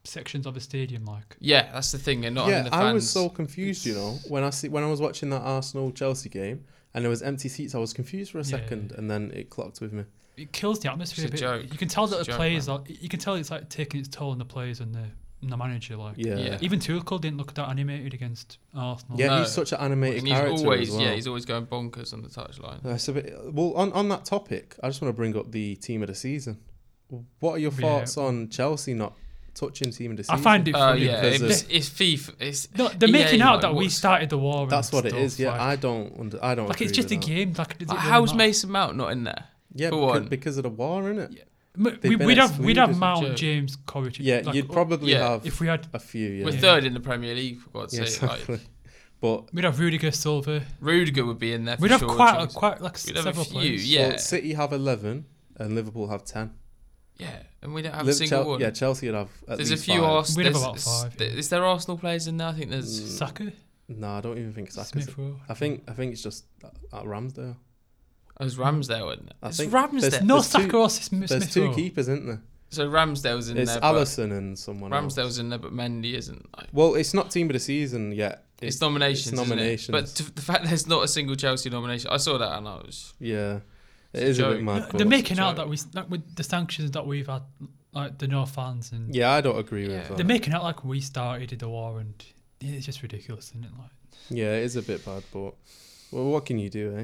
S3: sections of a stadium like
S1: yeah that's the thing and not
S2: yeah
S1: i
S2: was so confused you know when i see when i was watching that arsenal chelsea game and there was empty seats i was confused for a yeah, second yeah. and then it clocked with me
S3: it kills the atmosphere it's a, a bit. you can tell it's that the joke, players man. are you can tell it's like taking its toll on the players and the and the manager like
S2: yeah, yeah.
S3: even Tuchel didn't look that animated against Arsenal
S2: yeah no. he's such an animated and
S1: Oh, he's
S2: character
S1: always
S2: well.
S1: yeah he's always going bonkers on the touchline
S2: that's a bit uh, well on, on that topic I just want to bring up the team of the season what are your thoughts on Chelsea not touching team of the season.
S3: I find it funny.
S1: Uh, yeah, it's, it's FIFA. It's
S3: no, they're making EA, out like, that we started the war.
S2: That's what
S3: stuff,
S2: it is. Yeah,
S3: like,
S2: I don't. Under, I don't.
S3: Like it's just a
S2: that.
S3: game. Like, like
S1: how's
S3: really
S1: Mason Mount not in there?
S2: Yeah, because, because, of the war, isn't it? Yeah.
S3: We, would have we'd have Mount, Joe. James, Corridge.
S2: Yeah, like, you'd probably yeah, have
S3: oh, if we had
S2: a few. Yeah.
S1: We're
S2: [LAUGHS]
S1: third in the Premier League for God's yeah, sake. Exactly.
S2: But
S3: we'd have Rudiger, Silva.
S1: Rudiger would be in there.
S3: we'd have
S1: sure,
S3: quite quite like several
S1: players. Yeah,
S2: City have eleven and Liverpool have ten.
S1: Yeah, and we don't have Live a single Chel- one.
S2: Yeah, Chelsea would have.
S1: there's
S2: a
S1: few
S2: Arsenal.
S3: We'd have about five. Yeah.
S1: Is there Arsenal players in there? I think there's
S3: mm. Saka.
S2: No, I don't even think Saka. I think I think it's just at Ramsdale.
S1: Oh, it's Ramsdale in there.
S2: I
S1: it's
S2: think
S1: Ramsdale.
S3: There's, no there's Saka two, or Smith
S2: There's two keepers, isn't there?
S1: So Ramsdale's in
S2: it's
S1: there.
S2: It's Allison and someone.
S1: Ramsdale's
S2: else.
S1: in there, but Mendy isn't. Like,
S2: well, it's not team of the season yet.
S1: It's, it's nominations.
S2: It's nominations.
S1: It? But to, the fact there's not a single Chelsea nomination, I saw that and I was.
S2: Yeah. It is a bit mad.
S3: They're making out that we like with the sanctions that we've had, like the North fans and
S2: yeah, I don't agree yeah. with that.
S3: They're making out like we started the war, and it's just ridiculous, isn't it? Like
S2: yeah, it is a bit bad, but Well, what can you do,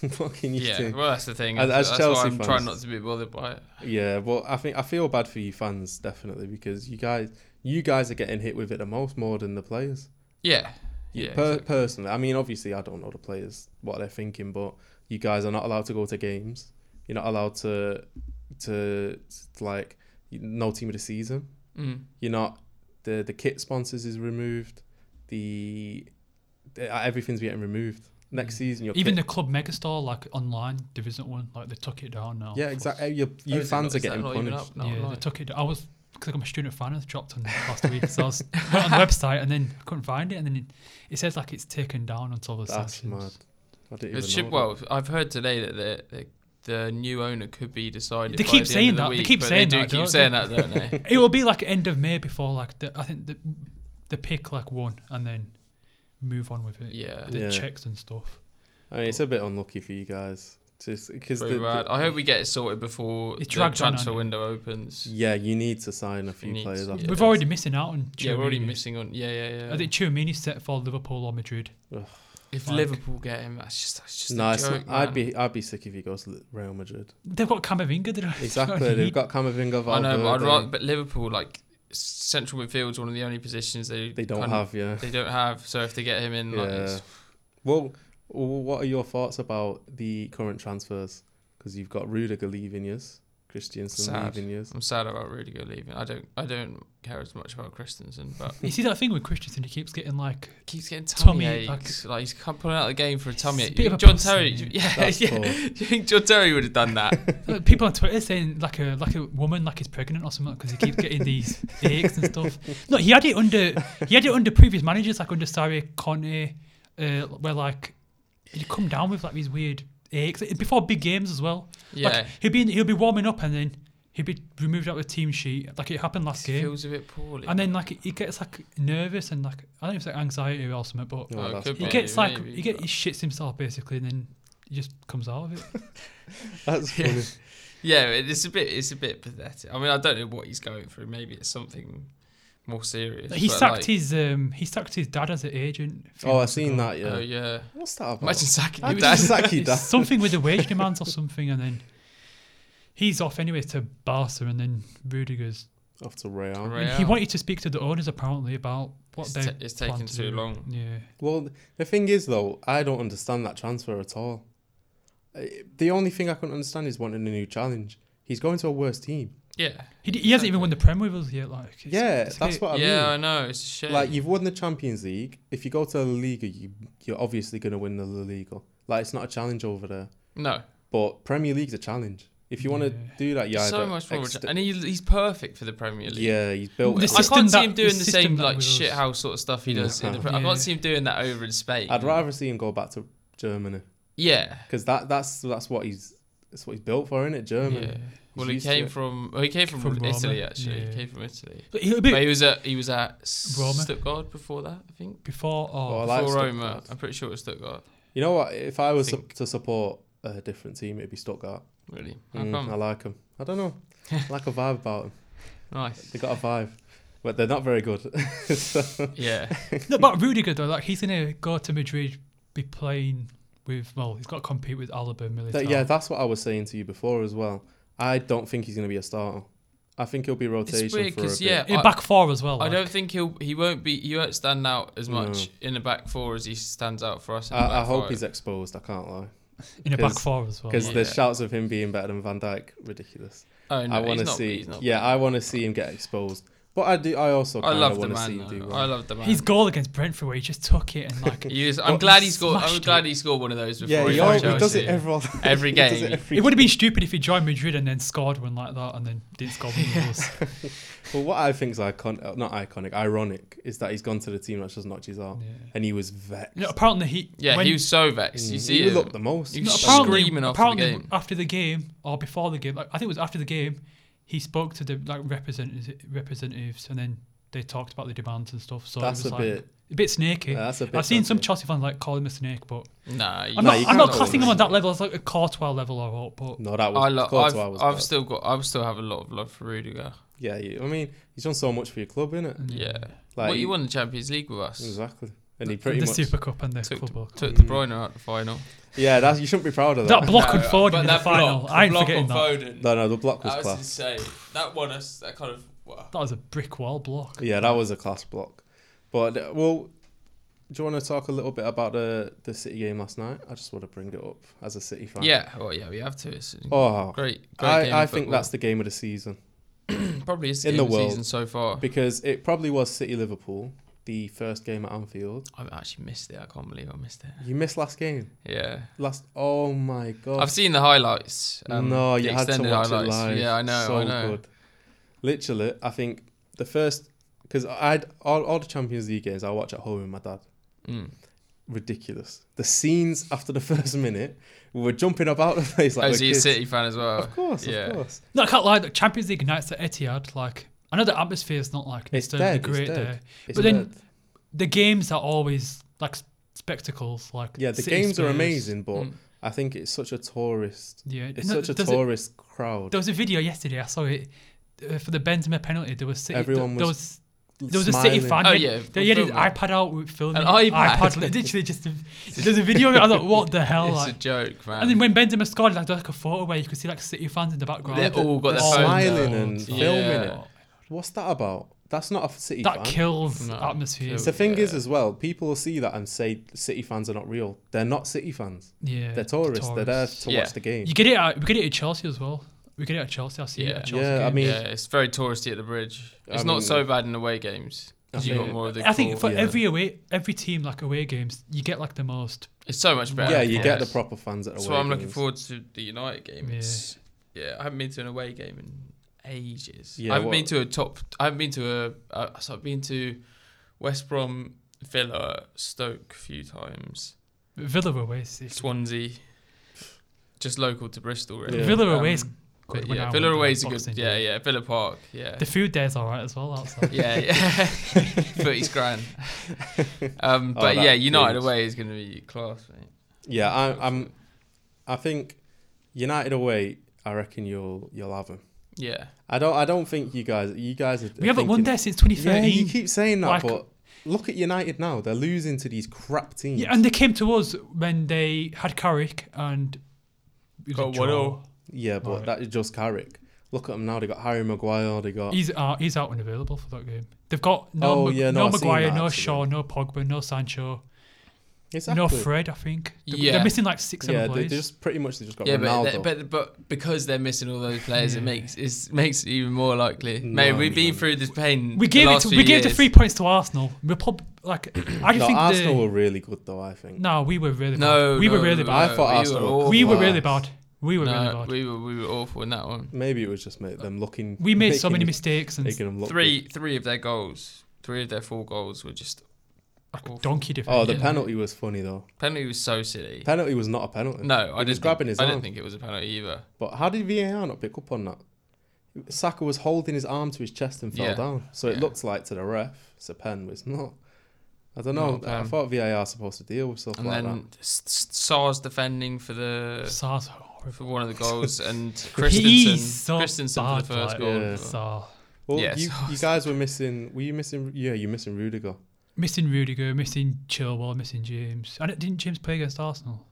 S2: eh? [LAUGHS] what can you
S1: yeah,
S2: do?
S1: well, that's the thing.
S2: As- as
S1: that's
S2: Chelsea
S1: why I'm
S2: fans-
S1: trying not to be bothered by it.
S2: Yeah, well, I think I feel bad for you fans definitely because you guys, you guys are getting hit with it the most more than the players.
S1: Yeah,
S2: Yeah,
S1: yeah,
S2: per-
S1: exactly.
S2: personally, I mean, obviously, I don't know the players what they're thinking, but you guys are not allowed to go to games. You're not allowed to, to like, no team of the season.
S1: Mm.
S2: You're not the the kit sponsors is removed. The, the uh, everything's getting removed next
S1: Mm.
S2: season. Your
S3: Even
S2: kit-
S3: the club megastore, like online division one, like they took it down now.
S2: yeah,
S3: Fuck.
S2: exactly. Your, you
S1: Oh, is it
S2: fans
S1: not-
S2: are
S1: is that
S2: getting
S1: not even
S2: punished.
S1: up now
S3: yeah, they
S1: online?
S3: took it. I was because I'm a student finance dropped
S2: [LAUGHS]
S3: on last week, so I was went on the website and then I couldn't find it, and then it, it says like it's taken down until the
S2: That's
S3: sanctions.
S2: mad. I didn't even
S1: It should,
S2: know that.
S1: well, I've heard today that the, the the new owner could be decided.
S3: They
S1: by
S3: keep
S1: the
S3: saying
S1: end of
S3: that,
S1: The
S3: they
S1: week,
S3: keep
S1: but
S3: saying
S1: they do
S3: that,
S1: Keep
S3: don't
S1: saying
S3: they?
S1: that, don't
S3: [LAUGHS]
S1: they?
S3: It will be like end of May before like the, I think the the pick like one and then move on with it.
S1: yeah,
S3: The
S2: Yeah.
S3: checks and stuff.
S2: I mean, it's a bit unlucky for you guys, just because
S1: very bad. I hope we get it sorted before
S3: It
S1: the
S3: drags on,
S1: transfer
S3: hasn't it?
S1: window opens.
S2: yeah, you need to sign a few
S1: need
S2: players.
S1: to-
S2: After
S1: Yeah.
S3: We've
S2: this.
S3: already missing out on.
S1: Yeah, we're already
S3: Tchouameni.
S1: missing on. Yeah, yeah,
S3: I
S1: yeah.
S3: think Chumini's set for Liverpool or Madrid.
S1: If
S3: Fuck.
S1: Liverpool get him, that's just that's just
S2: No,
S1: a
S2: it's
S1: joke.
S2: not- I'd
S1: man.
S2: be I'd be sick if he goes to Real Madrid.
S3: They've got Camavinga. they [LAUGHS]
S1: [LAUGHS]
S3: don't-
S2: Exactly, they've got Camavinga.
S1: I know, but I'd
S2: Valverde.
S1: rather. But Liverpool, like central midfield's one of the only positions they
S2: They don't
S1: kind of-
S2: have yeah.
S1: They don't have. So if they get him in, like, it's-
S2: Well, w- what are your thoughts about the current transfers? Because you've got Rudiger leaving yours, Christiansen
S1: Sad. [LAUGHS]
S2: leaving yours.
S1: I'm sad about Rudiger leaving. I don't. I don't care as much about Christensen,
S3: [LAUGHS]
S1: but
S3: You see that thing with Christensen? He keeps getting like
S1: keeps getting tummy,
S3: Tummy,
S1: aches. Like, he's come pulling out of the game for a tummy
S3: It's a
S1: ache.
S3: bit
S1: You
S3: of
S1: think
S3: a
S1: John
S3: pussy,
S1: Terry, [LAUGHS]
S3: isn't
S1: yeah,
S2: That's
S1: yeah.
S2: poor.
S1: Do you think John Terry would have done that?
S3: [LAUGHS] Like, people on Twitter saying like a like a woman like he's pregnant or something because he keeps getting these aches and stuff.
S1: [LAUGHS]
S3: No, he had it under he had it under previous managers like under Sarri, Conte, uh, where like he'd come down with like these weird aches Like, before big games as well.
S1: yeah,
S3: like, he'd be in, he'll be warming up and then he'd be removed out of the team sheet like it happened last
S1: he
S3: game.
S1: feels a bit poorly.
S3: And then like he gets like nervous and like I don't know if it's like anxiety or something, but
S2: Oh,
S1: it
S2: that's
S1: could be,
S3: he
S2: poor.
S3: gets like
S1: maybe,
S3: he get
S1: but-
S3: he shits himself basically and then he just comes out of it.
S2: That's
S1: Yeah.
S2: funny.
S1: [LAUGHS] yeah, it- it's a bit. It's a bit pathetic. I mean, I don't know what he's going through. Maybe it's something more serious.
S3: He
S1: but,
S3: sacked
S1: like,
S3: his um, he sacked his dad as an agent. a few
S2: Oh, I've
S3: months
S2: seen [LAUGHS]
S3: ago.
S2: that. Yeah.
S1: Oh yeah.
S2: What's that about?
S1: Imagine sacking
S2: How
S1: your
S2: did
S1: dad. [LAUGHS]
S2: you sack your
S3: It's
S2: dad?
S3: something with the wage demands or something, and then he's off anyway to Barca, and then Rudiger's.
S2: Off to Real.
S1: Real.
S3: I mean, he
S1: Real.
S3: wanted to speak to the owners apparently about what
S1: It's,
S3: they.
S1: ta- it's taking
S3: plan to
S1: too
S3: do.
S1: long.
S3: Yeah,
S2: Well, the thing is though, I don't understand that transfer at all. Uh, The only thing I couldn't understand is wanting a new challenge. He's going to a worse team.
S1: Yeah.
S3: he, d- he hasn't even won the Prem with us yet. Like, it's-
S2: yeah,
S3: it's
S2: that's
S3: a-
S2: what I
S1: yeah,
S2: mean.
S1: I know. It's a shame.
S2: Like you've won the Champions League. If you go to La Liga, you you're obviously going to win the La Liga. Like it's not a challenge over there,
S1: no,
S2: but Premier League's a challenge. If you want to
S3: Yeah.
S2: do that, yeah,
S1: so much more.
S2: ext-
S1: and he, he's perfect for the Premier League.
S2: yeah, he's built.
S3: The
S2: it.
S1: I
S3: system
S1: can't see
S3: that-
S1: him doing
S3: the
S1: the
S3: system
S1: same
S3: that
S1: like
S3: was-
S1: shit house sort of stuff he does.
S3: [LAUGHS]
S1: In the, pre- I
S3: Yeah.
S1: can't see him doing that over in Spain.
S2: I'd rather see him go back to Germany
S1: Yeah.
S2: because that that's that's what he's that's what he's built for, isn't it? Germany.
S1: Yeah. Well, he
S2: used to
S1: came
S2: it.
S1: from. Well, he came from,
S3: From Roma,
S1: Italy actually.
S3: yeah.
S1: He came from Italy.
S3: But he'll
S1: But
S3: be
S1: he was at he was at S-
S3: Roma.
S1: Stuttgart before that, I think.
S3: before
S2: Well, I
S3: or
S2: like
S1: before
S2: Stuttgart.
S1: Roma, I'm pretty sure it was Stuttgart.
S2: You know what? If I was su-
S1: Think.
S2: to support a different team, it'd be Stuttgart.
S1: Really, how
S2: Mm,
S1: come?
S2: I like him. I
S1: [LAUGHS]
S2: don't know. I like a vibe about him.
S1: Nice.
S2: They got a vibe, but they're not very good.
S1: [LAUGHS] Yeah.
S3: no, but Rudiger though, like he's gonna go to Madrid, be playing with well, he's got to compete with Alaba, Militao.
S2: That- yeah, that's what I was saying to you before as well. I don't think he's going to be a starter. I think he'll be rotation
S1: It's weird
S2: for a bit.
S1: because yeah,
S3: In
S1: I-
S3: back four as well.
S1: I
S3: like.
S1: don't think he'll he won't be he won't stand out as much
S2: No.
S1: in the back four as he stands out for us. in the
S2: Mm. I, I
S1: back
S2: hope
S1: five.
S2: he's exposed. I can't lie
S3: in a back
S2: 'cause-
S3: four as well.
S2: because
S1: Oh, yeah.
S2: the shouts of him being better than Van Dijk ridiculous.
S1: Oh, no,
S2: I
S1: he's
S2: want to
S1: not-
S2: see.
S1: he's not
S2: yeah,
S1: big.
S2: I want to see him get exposed. But I do. I also
S1: I
S2: kind of
S1: love the
S2: want to see
S1: man.
S2: him do
S1: though.
S2: well.
S1: I love the man.
S3: His goal against Brentford, where he just took it and
S2: [LAUGHS]
S3: like
S1: He was,
S3: Well,
S1: I'm
S3: he
S1: glad he scored. I'm
S3: smashed
S1: glad
S3: it.
S1: he scored one of those before.
S2: yeah,
S1: he,
S2: he,
S3: got
S1: left
S2: always,
S3: Chelsea.
S2: he does it
S1: Chelsea. [LAUGHS]
S2: every
S1: Every
S2: [LAUGHS] he does
S1: game.
S2: it every
S3: it would have been stupid if he joined Madrid and then scored one like that and then didn't score one
S2: [LAUGHS]
S3: of us.
S2: Well, what I think is iconic, not iconic, ironic, is that he's gone to the team that's just knocked his out,
S3: Yeah.
S2: and he was vexed.
S3: No, apparently he
S1: Yeah,
S3: when-
S1: he was so vexed. You
S2: Mm,
S1: see
S2: he
S1: him.
S2: looked the most.
S1: He
S3: no,
S1: was
S3: apparently,
S1: screaming after the
S3: apparently
S1: game.
S3: after the game or before the game. Like I think it was after the game, he spoke to the like representatives, representatives, and then they talked about the demands and stuff. So
S2: That's
S3: it was
S2: a
S3: like,
S2: bit-
S3: a bit snaky.
S2: Yeah, that's a bit
S3: I've seen some
S2: snaky.
S3: Chelsea fans like call him a snake, but
S1: Nah,
S3: I'm
S2: No, you
S3: not. I'm not
S2: can't call
S3: classing
S2: him
S3: him
S2: a
S3: on that level. It's like a Courtois level or what, but
S2: No, that was.
S1: I love.
S2: Courtois
S1: I've,
S2: was
S1: I've
S2: bad.
S1: still got. I still have a lot of love for Rudiger.
S2: Yeah, you, I mean, he's done so much for your club, innit?
S1: Yeah.
S2: Mm. Like,
S1: well,
S2: he-
S1: you won the Champions League with us.
S2: Exactly. and he pretty
S3: the
S2: much
S3: Super Cup and the
S1: Took,
S3: Football Cup.
S1: took De
S2: Mm.
S1: Bruyne out the final.
S2: yeah. That's, you shouldn't be proud of that. [LAUGHS]
S3: That block on
S1: No,
S3: Foden
S1: but
S3: in the
S1: that
S3: final.
S1: block-
S3: I ain't
S1: block
S3: forgetting
S1: on
S3: that.
S1: Foden,
S2: no, no, the block was
S1: that was
S2: class.
S1: insane. That won us. That kind of. Wow.
S3: That was a brick wall block.
S2: Yeah, that was a class block. But uh, well, do you want to talk a little bit about the the City game last night? I just want to bring it up as a City fan.
S1: Yeah. Well, yeah, we have to. It's
S2: Oh,
S1: great. great game
S2: I, I
S1: of
S2: think
S1: football.
S2: that's the game of the season
S1: [CLEARS THROAT] probably is the
S2: in
S1: game
S2: the
S1: of
S2: world.
S1: season so far.
S2: because it probably was City Liverpool, the first game at Anfield.
S1: I've actually missed it. I can't believe I missed it.
S2: You missed last game.
S1: Yeah.
S2: Last. Oh my god.
S1: I've seen the highlights. um,
S2: no,
S1: the
S2: you had to
S1: extended
S2: watch it
S1: highlights.
S2: live.
S1: Yeah, I know.
S2: So
S1: I know.
S2: good. Literally, I think the first because I all all the Champions League games I watch at home with my dad.
S1: Mm.
S2: Ridiculous. The scenes after the [LAUGHS] first minute, we were jumping about the place like
S1: oh,
S2: we're
S1: so you're a
S2: kids.
S1: City fan as well.
S2: Of course,
S1: Yeah.
S2: of course.
S3: No, I can't lie. The Champions League nights at Etihad, like I know the atmosphere is not like
S2: It's
S3: necessarily
S2: dead, it's
S3: great
S2: dead.
S3: there.
S2: It's
S3: But then-
S2: mad.
S3: The games are always like s- spectacles. Like
S2: yeah, the
S3: City
S2: games are
S3: Spurs.
S2: amazing, but
S1: Mm.
S2: I think it's such a tourist.
S3: Yeah,
S2: It's
S3: no,
S2: such a
S3: there's
S2: tourist crowd.
S3: There was a video yesterday. I saw it uh, for the Benzema penalty. There was City,
S2: Everyone
S3: there
S2: was
S3: was There was a City fan.
S1: Oh,
S3: he
S1: yeah,
S3: had- They had his
S1: filming.
S3: iPad out with filming.
S1: An iPad? [LAUGHS]
S3: literally just. A, there's a video of it. I thought, what the hell?
S1: It's a
S3: Like.
S1: joke, man.
S3: And then when Benzema scored, like, there was like a photo where you could see like City fans in the background.
S1: They're all got
S2: They're
S1: their
S3: Oh,
S1: phones
S2: smiling
S1: out.
S2: and
S1: Yeah.
S2: filming it. What's that about? That's not a City
S3: That
S2: fan.
S3: kills
S1: No,
S3: atmosphere.
S1: kills.
S2: The thing is,
S1: Yeah.
S2: as well, people will see that and say City fans are not real. They're not City fans.
S3: yeah,
S2: They're tourists. They're there
S3: tourists.
S2: to
S1: Yeah.
S2: watch the game.
S3: You get it. At, we get it at Chelsea as well. We get it at Chelsea. I see it
S1: Yeah.
S3: at Chelsea.
S2: Yeah, I
S3: games.
S2: mean-
S1: yeah, it's very touristy at the bridge.
S2: I
S1: It's not
S2: mean-
S1: so bad in away games. 'cause
S2: I
S1: you got
S2: think-
S1: more of the.
S3: I think for
S1: core.
S2: Yeah.
S3: every away, every team like away games, you get like the most.
S1: it's so much better.
S2: yeah,
S1: of
S2: you
S1: course.
S2: get the proper fans at away.
S1: So I'm looking
S2: games.
S1: forward to the United game.
S3: Yeah.
S1: It's, yeah, I haven't been to an away game in ages.
S2: Yeah,
S1: I haven't been
S2: what-
S1: to a top. I haven't been to a. Uh, so I've been to West Brom, Villa, Stoke a few times,
S3: Villa away. is-
S1: Swansea, just local to Bristol really. Um,
S2: Yeah.
S3: Villa away's
S1: but
S3: good when
S1: Yeah,
S3: I
S1: Villa
S3: went
S1: away's a
S3: on
S1: good.
S3: Boxing
S1: Yeah,
S3: Day.
S1: yeah, Villa Park. Yeah.
S3: [LAUGHS] The food there's all right as well outside.
S1: yeah, [LAUGHS] yeah, thirty's
S2: [LAUGHS]
S1: grand. Um,
S2: Oh,
S1: but
S2: that
S1: yeah, United
S2: means-
S1: away is going to be class, mate.
S2: Yeah, I, I'm. I think United away. I reckon you'll you'll have them.
S1: Yeah,
S2: I don't. I don't think you guys. You guys. Are
S3: we haven't won
S2: thinking-
S3: there since
S2: Yeah,
S3: 2013.
S2: you keep saying that,
S3: Like-
S2: but look at United now. They're losing to these crap teams.
S3: Yeah, and they came to us when they had Carrick and it was a
S1: Got
S3: draw.
S1: Waddle.
S2: Yeah, but
S3: Alright.
S2: that is just Carrick. Look at them now. They got Harry Maguire. They got.
S3: He's out. He's out and available for that game. They've got no,
S2: Oh,
S3: Mag-
S2: yeah, no,
S3: no,
S2: I've seen
S3: Maguire,
S2: that,
S3: no
S2: actually.
S3: Shaw, no Pogba, no Sancho,
S2: Exactly.
S3: no Fred. I think they're,
S1: Yeah.
S3: they're missing like six
S2: Yeah,
S3: seven
S2: they they
S3: players.
S2: just pretty much they just got
S1: yeah, but,
S2: Ronaldo.
S1: th- but but because they're missing all those players, it
S3: Yeah.
S1: makes it makes it even more likely.
S2: No,
S1: Mate, we've been
S2: man.
S1: through this pain.
S3: we
S1: the
S3: gave it.
S1: last
S3: To,
S1: few
S3: we gave the
S1: years.
S3: three points to Arsenal. We're prob- like
S2: [CLEARS THROAT]
S3: I just
S2: no,
S3: think
S2: Arsenal
S3: the,
S2: were really good though. I think.
S3: no, we were really
S1: No,
S3: bad. we were
S1: no,
S3: really
S1: no,
S3: bad.
S2: I thought
S1: we were
S2: Arsenal
S1: awful.
S3: we were really
S2: class.
S3: bad. We were
S1: no,
S3: really bad. We,
S1: we were we were awful in that one.
S2: Maybe it was just make them looking.
S3: made so many
S2: making-
S3: mistakes and
S2: Making them look
S1: Three
S2: good.
S1: three of their goals, three of their four goals were just awful.
S3: like, donkey defense.
S2: Oh, the
S1: Yeah.
S2: penalty was funny though.
S1: penalty was so silly.
S2: Penalty was not a penalty.
S1: no, I
S2: was
S1: didn't.
S2: grabbing
S1: think,
S2: his
S1: I
S2: arm.
S1: didn't think it was a penalty either.
S2: But how did VAR not pick up on that? Saka was holding his arm to his chest and fell
S1: Yeah,
S2: down. So it
S1: yeah.
S2: looks like to the ref, it's a pen, but it's not. I don't
S1: Not
S2: know.
S1: a
S2: I
S1: pen.
S2: thought VAR was supposed to deal with stuff
S1: And
S2: like
S1: then S- S- Sars defending for the
S3: Sar's horrible.
S1: for one of the goals
S2: [LAUGHS]
S1: and
S3: He
S1: Christensen,
S3: is so
S1: Christensen for
S3: bad,
S1: the first
S3: like,
S1: goal.
S2: Yeah.
S1: as well.
S3: Sar.
S2: that. Well,
S1: yes.
S2: you, you guys were missing. Were you missing? Yeah, you missing Rudiger.
S3: Missing Rudiger, missing Chilwell, missing James. And it- didn't James play against Arsenal?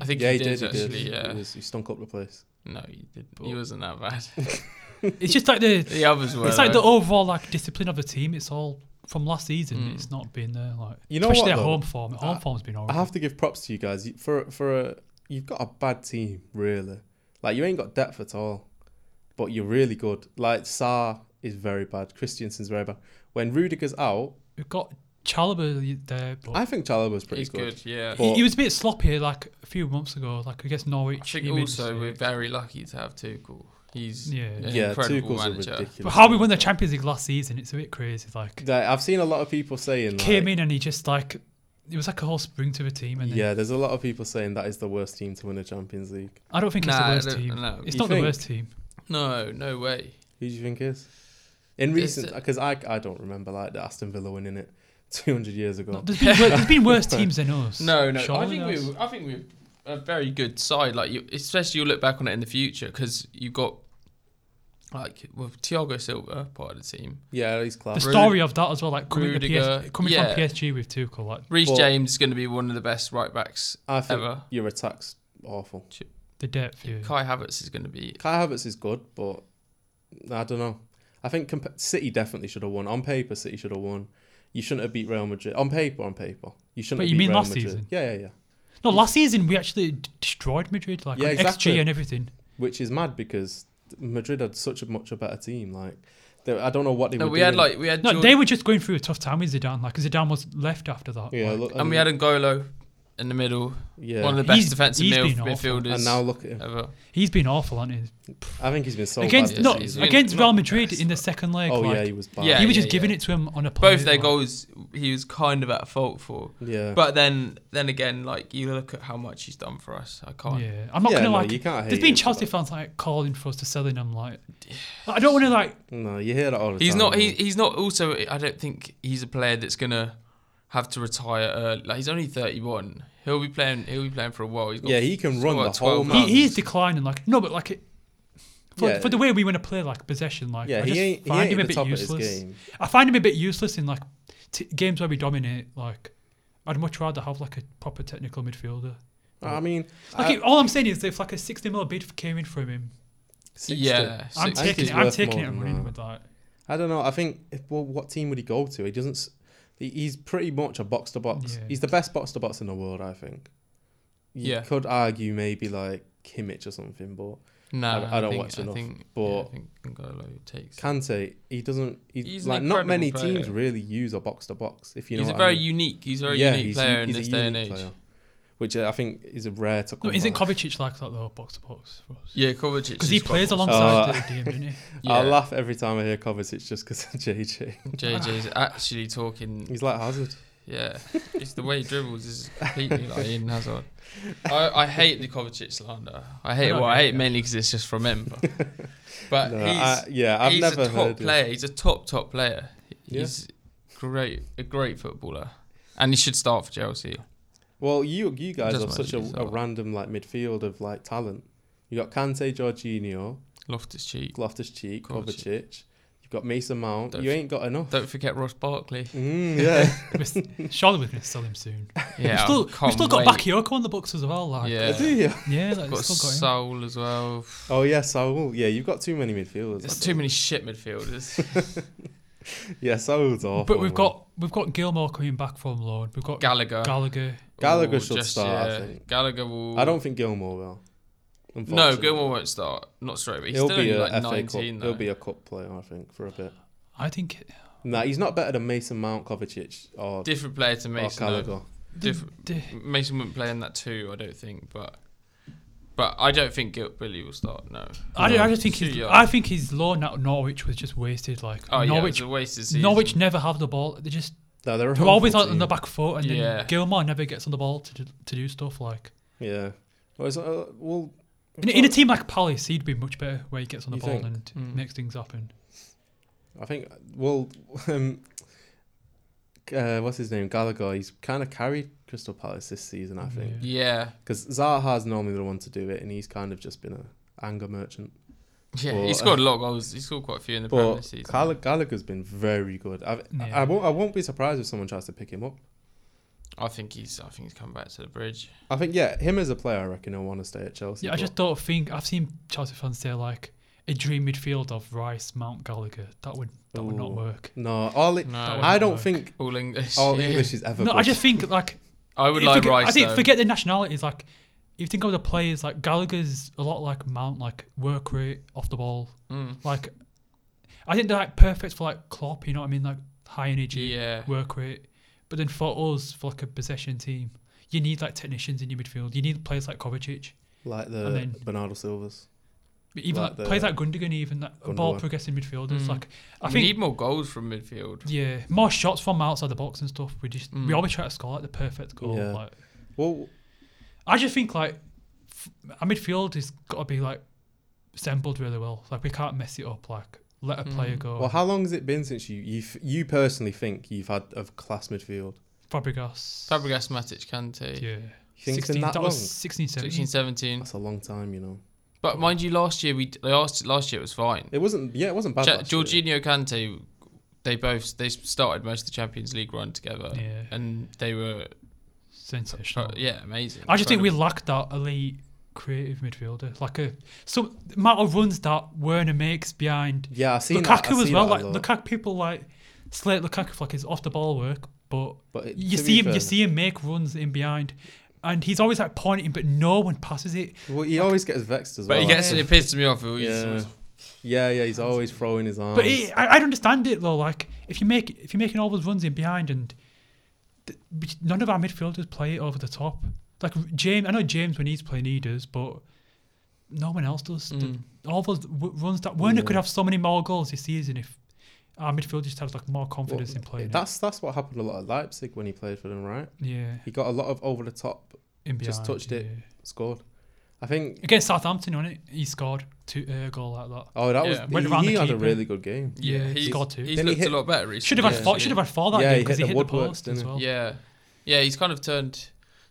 S1: I think
S2: yeah,
S1: he, did, actually.
S2: He,
S1: Yeah,
S2: was, he stunk up the place.
S1: no, he did. He
S3: But-
S1: wasn't that [LAUGHS] bad.
S3: It's just
S1: [LAUGHS]
S3: like the
S1: the others were.
S3: it's like the
S1: though.
S3: overall like discipline of the team. It's all from last season.
S1: Mm.
S3: It's not been there. Like
S2: You know
S3: especially
S2: what,
S3: their
S2: though?
S3: home form. Home
S2: I-
S3: form's been
S2: I
S3: horrible.
S2: have to give props to you guys You- for for a. You've got a bad team, really. Like you ain't got depth at all, but you're really good. Like Saar is very bad. Christiansen's very bad. When Rudiger's out,
S3: We've got Chalobah there, but
S2: I think Chalobah's pretty
S1: He's
S2: good.
S1: good. Yeah.
S2: But-
S3: he, he was a bit sloppy like a few months ago. Like against Norwich.
S1: I think
S3: he made
S1: also we're
S3: mistakes.
S1: very lucky to have Tuchel. He's
S3: Yeah.
S1: an
S2: Yeah,
S1: incredible
S2: Tuchel's a
S1: manager.
S2: ridiculous.
S3: But how we won the
S2: manager.
S3: Champions League last season? It's a bit crazy. Like
S2: Like, I've seen a lot of people saying like,
S3: came in and he just like it was like a whole spring to the team. And then,
S2: Yeah, there's a lot of people saying that is the worst team to win a Champions League.
S3: I don't think
S1: Nah, I
S3: it's the worst
S1: don't-
S3: team.
S1: no.
S3: It's
S2: You
S3: not
S2: think?
S3: the worst team.
S1: No, no way.
S2: Who do you think is? In
S1: It's-
S2: recent, because I, I don't remember like the Aston Villa winning it [LAUGHS] 200 years ago.
S3: No, there's been wor- there's
S2: [LAUGHS]
S3: been worse teams than us.
S1: No, no. I
S3: Surely
S1: think
S3: us.
S1: we. I think we're a very good side. Like you, especially you'll look back on it in the future because you've got like with Thiago Silva part of the team.
S2: Yeah, he's class.
S3: The story of that as well, like coming, to
S1: Rudiger,
S3: PS- coming
S1: yeah.
S3: from PSG with Tuchel, like
S1: Reece
S2: But-
S1: James is going to be one of the best right backs
S2: I think
S1: ever.
S2: your attack's awful.
S3: the depth. Yeah.
S1: Kai Havertz is going to be.
S2: Kai Havertz is good, but I don't know. I think comp- City definitely should have won. On paper, City should have won. You shouldn't have beat Real Madrid. On paper, on paper, you shouldn't.
S3: But
S2: have
S3: you
S2: beat
S3: mean
S2: Real
S3: last
S2: Madrid.
S3: season?
S2: Yeah, yeah, yeah.
S3: No, last season we actually d- destroyed Madrid, like
S2: Yeah,
S3: on
S2: exactly.
S3: XG and everything.
S2: Which is mad because Madrid had such a much a better team. Like, they, I don't know what they
S1: No,
S2: were.
S1: we had
S2: doing.
S1: like we had
S3: No,
S1: Jordan-
S3: they were just going through a tough time with Zidane, like 'cause Zidane was left after that.
S2: yeah,
S3: like,
S2: look,
S1: and we had N'Golo in the middle,
S2: yeah.
S1: one of the best
S3: He's-
S1: defensive
S3: he's
S1: mil-
S3: been awful.
S1: midfielders
S2: and now look at him.
S1: ever.
S3: he's been awful, hasn't he?
S2: I think he's been so
S3: against
S2: bad
S1: this
S3: no,
S2: this season.
S1: again-
S3: against
S1: Not the
S3: Real Madrid
S1: best,
S3: in the
S1: like-
S3: second leg.
S2: oh
S3: like,
S2: yeah, he was bad.
S1: Yeah,
S3: he was
S1: yeah,
S3: just giving
S1: yeah.
S3: it to him on a plate.
S1: Both their
S3: like,
S1: goals, he was kind of at fault for.
S2: yeah.
S1: But then, then again, like you look at how much he's done for us. I can't.
S3: Yeah, I'm not
S2: yeah,
S3: gonna
S2: no,
S3: like.
S2: you can't hate
S3: There's been
S2: him for
S3: Chelsea
S2: that.
S3: fans like calling for us to sell him. I'm like, I don't want to like.
S2: No, you hear that all the
S1: He's
S2: time.
S1: not.
S2: man.
S1: He, he's not. Also, I don't think he's a player that's gonna have to retire. Early. Like he's only 31. He'll be playing. He'll be playing for a while. He's got,
S2: Yeah, he can
S1: he's
S2: run
S1: got
S2: the whole
S1: 12
S2: match.
S3: He,
S1: months.
S3: he is declining. Like no, but like it. For,
S2: Um, Yeah.
S3: for the way we want to play, like possession, like
S2: yeah,
S3: I just
S2: he ain't. He
S3: find
S2: ain't
S3: him
S2: at
S3: a
S2: the
S3: bit
S2: top
S3: useless.
S2: of his game.
S3: I find him a bit useless in like t- games where we dominate. Like, I'd much rather have like a proper technical midfielder.
S2: I mean,
S3: Like, all I'm saying is if like a 60 mil bid came in from him,
S2: I,
S1: Yeah, 60.
S3: I'm
S2: think
S3: taking
S2: he's
S3: it. I'm
S2: worth
S3: taking
S2: more
S3: it and
S2: than uh,
S3: running
S2: that.
S3: with that.
S2: I don't know. I think if, well, what team would he go to? He doesn't. s- he- He's pretty much a box to box.
S3: Yeah.
S2: He's the best box to box in the world. I think. You
S1: Yeah.
S2: could argue maybe like Kimmich or something, but
S1: No,
S2: I- I
S1: I,
S2: don't
S1: think,
S2: watch
S1: I
S2: enough,
S1: think,
S2: but-
S1: yeah, I think N'Golo takes. it.
S2: Kante, he doesn't. He,
S1: He's an
S2: like not many
S1: incredible
S2: teams
S1: player.
S2: really use a box to box. If you know,
S1: he's a
S2: what
S1: very
S2: I mean.
S1: unique. He's a very
S2: Yeah,
S1: unique
S2: he's-
S1: player in
S2: he's a
S1: this day and age.
S2: unique player, which uh, I think is a rare to
S3: No,
S2: come.
S3: isn't
S2: by.
S3: Kovacic like that though, box to box for us?
S1: Yeah, Kovacic.
S3: Because he
S1: is quite
S3: plays
S1: awesome.
S3: alongside
S2: Oh.
S3: the
S2: [LAUGHS]
S3: DM, doesn't he?
S2: I
S1: Yeah.
S2: laugh every time I hear Kovacic just because of [LAUGHS] JJ.
S1: JJ's actually talking.
S2: He's like Hazard.
S1: Yeah, it's the way he dribbles is completely like Eden Hazard. I, I hate the Kovacic slander. I hate.
S3: I don't
S1: Well, I
S3: hate
S1: hate
S3: it.
S1: mainly because it's just from him. But, but
S2: No,
S1: Uh, he's
S2: I, yeah, I've
S1: he's
S2: never
S1: a
S2: heard.
S1: top
S2: him.
S1: player. He's a top top player.
S2: Yeah.
S1: He's great, a great footballer, and he should start for Chelsea.
S2: Well, you you guys
S1: Doesn't
S2: have
S1: matter
S2: such a,
S1: if he's
S2: a
S1: out.
S2: random like midfield of like talent. You got Kante, Jorginho,
S1: Loftus cheek.
S2: Loftus Cheek,
S1: Kovacic.
S2: Kovacic. You've got Mason Mount.
S1: Don't
S2: you
S1: f-
S2: ain't got
S1: [LAUGHS]
S2: enough.
S1: Don't forget Ross Barkley.
S2: Mm, yeah,
S3: We're s- Surely we're going to sell him soon.
S1: Yeah,
S3: we've
S1: I
S3: still, we've
S1: can't
S3: still got
S1: wait.
S3: Bakayoko on the books as well. Like,
S1: Yeah.
S2: [LAUGHS] do you?
S3: yeah, like,
S1: Got
S3: we've still got him.
S1: Soul as well.
S2: Oh yeah, Saul. Yeah, you've got too many midfielders.
S1: There's
S2: I
S1: too
S2: think.
S1: many shit midfielders.
S2: Yeah, Saul's awful.
S3: but we've
S2: man.
S3: got we've got Gilmore coming back from Lord. We've got
S1: Gallagher.
S3: Gallagher.
S2: Gallagher should start, I think.
S1: Gallagher will.
S2: I don't think Gilmore will.
S1: No,
S2: unfortunately.
S1: Gilmore won't start. Not straight away. He's
S2: He'll
S1: still
S2: be
S1: only
S2: a
S1: like
S2: FA
S1: 19
S2: Cup.
S1: though.
S2: He'll be a cup player, I think, for a bit.
S3: I think
S2: Nah, he's not better than Mason Mount, Kovacic, or,
S1: different player to
S2: or
S1: Mason. though.
S2: Gallagher.
S1: Diff-
S3: the-
S1: Mason wouldn't play in that too. I don't think, but. But I don't think Gil- Billy will start. No.
S3: I, don't- I just think
S1: Too
S3: his,
S1: young.
S3: I think his loan at Norwich was just wasted. Like
S1: Oh yeah,
S3: Norwich,
S1: it's a wasted season.
S3: Norwich never have the ball. They just
S2: No, they're a
S3: they're always
S2: awful
S3: on the
S2: team.
S3: back foot, and
S1: Yeah.
S3: then Gilmore never gets on the ball to do, to do stuff like.
S2: Yeah. Well, it's, uh, well
S3: In, in a team like Palace, he'd be much better where he gets on the
S2: You
S3: ball
S2: think?
S3: and
S1: Mm.
S3: makes things happen.
S2: I think well, [LAUGHS] um, uh, what's his name? Gallagher. He's kind of carried Crystal Palace this season, I think,
S3: Yeah.
S1: Yeah.
S2: because Zaha's normally the one to do it, and he's kind of just been a anger merchant.
S1: Yeah,
S2: But-
S1: he scored a lot of goals. He scored quite a few in the Premier
S2: uh, But
S1: League season.
S2: Gall- Gallagher's been very good. I've, I,
S3: Yeah.
S2: I won't. I won't be surprised if someone tries to pick him up.
S1: I think he's. I think he's come back to the bridge.
S2: I think yeah, him as a player, I reckon he'll want to stay at Chelsea.
S3: Yeah, I
S2: but-
S3: just don't think I've seen Chelsea fans say like a dream midfield of Rice, Mount, Gallagher. That would that would not
S2: Ooh.
S3: work.
S2: no. All it,
S1: No.
S2: I don't
S3: work.
S2: think
S1: All English. [LAUGHS]
S2: all
S1: yeah.
S2: Oh, English is ever.
S3: No,
S2: good.
S3: I just think like
S1: I would
S3: if
S1: like
S3: you,
S1: Rice.
S3: I think
S1: though.
S3: forget the nationalities. Like if you think of the players, like Gallagher's a lot like Mount, like work rate off the ball.
S1: Mm.
S3: Like I think they're like perfect for like Klopp. You know what I mean? Like high energy
S1: Yeah.
S3: work rate. But then for us, for like a possession team, you need like technicians in your midfield. You need players like Kovacic.
S2: like
S3: and
S2: the
S3: then-
S2: Bernardo Silvers.
S3: Even
S2: Like
S3: like,
S2: the-
S3: players like Gundogan, even like
S2: Gundogan.
S3: ball progressing midfielders.
S1: Mm.
S3: Like I
S1: we
S3: think
S1: need more goals from midfield.
S3: yeah, more shots from outside the box and stuff. We just we
S1: Mm.
S3: always try to score like the perfect goal.
S2: Yeah.
S3: Like
S2: Well,
S3: I just think like f- our midfield has got to be like assembled really well. Like we can't mess it up. Like let a player
S1: Mm.
S3: go.
S2: well, how long has it been since you you f- you personally think you've had a class midfield?
S3: Fabregas.
S1: Fabregas, Matic, Kante,
S3: Yeah.
S2: You think it's been
S3: 16
S2: that
S3: that
S2: long?
S3: was 16, 17.
S1: 16, 17.
S2: That's a long time, you know.
S1: But mind you, last year we d- they asked last year it was fine.
S2: It wasn't. Yeah, it wasn't bad.
S1: Ja-
S2: last year.
S1: Jorginho Kante, they both they started most of the Champions League run together,
S3: Yeah.
S1: and they were
S3: Sensational.
S1: pro- Uh, yeah amazing.
S3: I just think we
S1: Incredible.
S3: lacked that elite creative midfielder, like a some the amount of runs that Werner makes behind
S2: Yeah, I seen that. I
S3: Lukaku as
S2: seen
S3: well.
S2: that
S3: Like
S2: a lot.
S3: Lukaku, people like slate Lukaku for like his off the ball work, but
S2: But it-
S3: you
S2: to be
S3: see him,
S2: fair-
S3: you see him make runs in behind, and he's always like pointing, but no one passes it.
S2: Well, he always gets vexed as
S1: But
S2: well.
S1: he gets
S3: Yeah.
S1: it pisses me off. He's-
S2: yeah. yeah, yeah, he's always throwing his arms.
S3: But it, I, I understand it though. Like if you make if you're making all those runs in behind, and th- but none of our midfielders play it over the top. Like James, I know James when he's playing, he does, but no one else does. The-
S1: Mm.
S3: all those w- runs that Werner
S2: Yeah.
S3: could have so many more goals this season if our midfield just has like more
S2: Well,
S3: confidence in playing. it.
S2: that's that's what happened a lot at Leipzig when he played for them, right?
S3: yeah,
S2: He got a lot of over the top
S3: in
S2: just
S3: behind,
S2: touched it.
S3: yeah.
S2: scored. I think.
S3: against Southampton. On it, he scored two uh, a goal like that.
S2: Oh, that
S1: Yeah.
S2: was
S3: Went
S2: he,
S3: around
S2: he
S3: the
S2: had a
S3: keeper.
S2: really good game.
S1: Yeah,
S3: he
S1: he's
S3: scored two.
S1: He's
S2: Didn't he
S1: looked
S2: hit-
S1: a lot better recently.
S3: Should have had
S2: Yeah.
S3: four. Should have had four that
S2: Yeah,
S3: game
S2: he
S3: because he
S2: hit
S3: hit,
S2: the
S3: the
S2: woodworks,
S3: post
S2: didn't
S3: as
S2: he?
S3: well.
S1: Yeah, yeah. He's kind of turned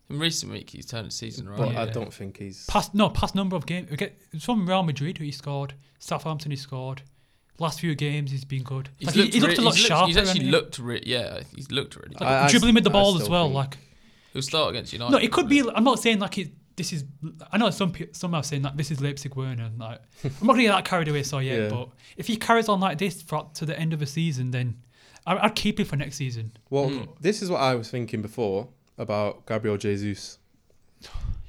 S1: in recent week. He's turned the season around.
S2: But I
S3: Yeah.
S2: don't think he's.
S3: Past no past number of games. Again, it's from Real Madrid who he scored. Southampton he scored. Last few games he's been good.
S1: He's
S3: Like, he, he looked
S1: re-
S3: a lot
S1: he's
S3: sharper.
S1: He's actually
S3: hasn't he?
S1: looked. Re- yeah, he's looked really.
S3: Like,
S1: Good.
S2: I- I
S3: dribbling with the
S2: s- I
S3: ball as
S2: still
S3: well.
S2: think-
S3: Like
S1: He'll start against United.
S3: no, it could be.
S1: probably.
S3: I'm not saying like it. This is. I know some pe- some are saying that this is Leipzig Werner. And, like I'm not gonna get that carried away. So yeah,
S2: Yeah.
S3: but if he carries on like this for, to the end of the season, then I, I'd keep it for next season.
S2: Well,
S1: Mm.
S2: this is what I was thinking before about Gabriel Jesus.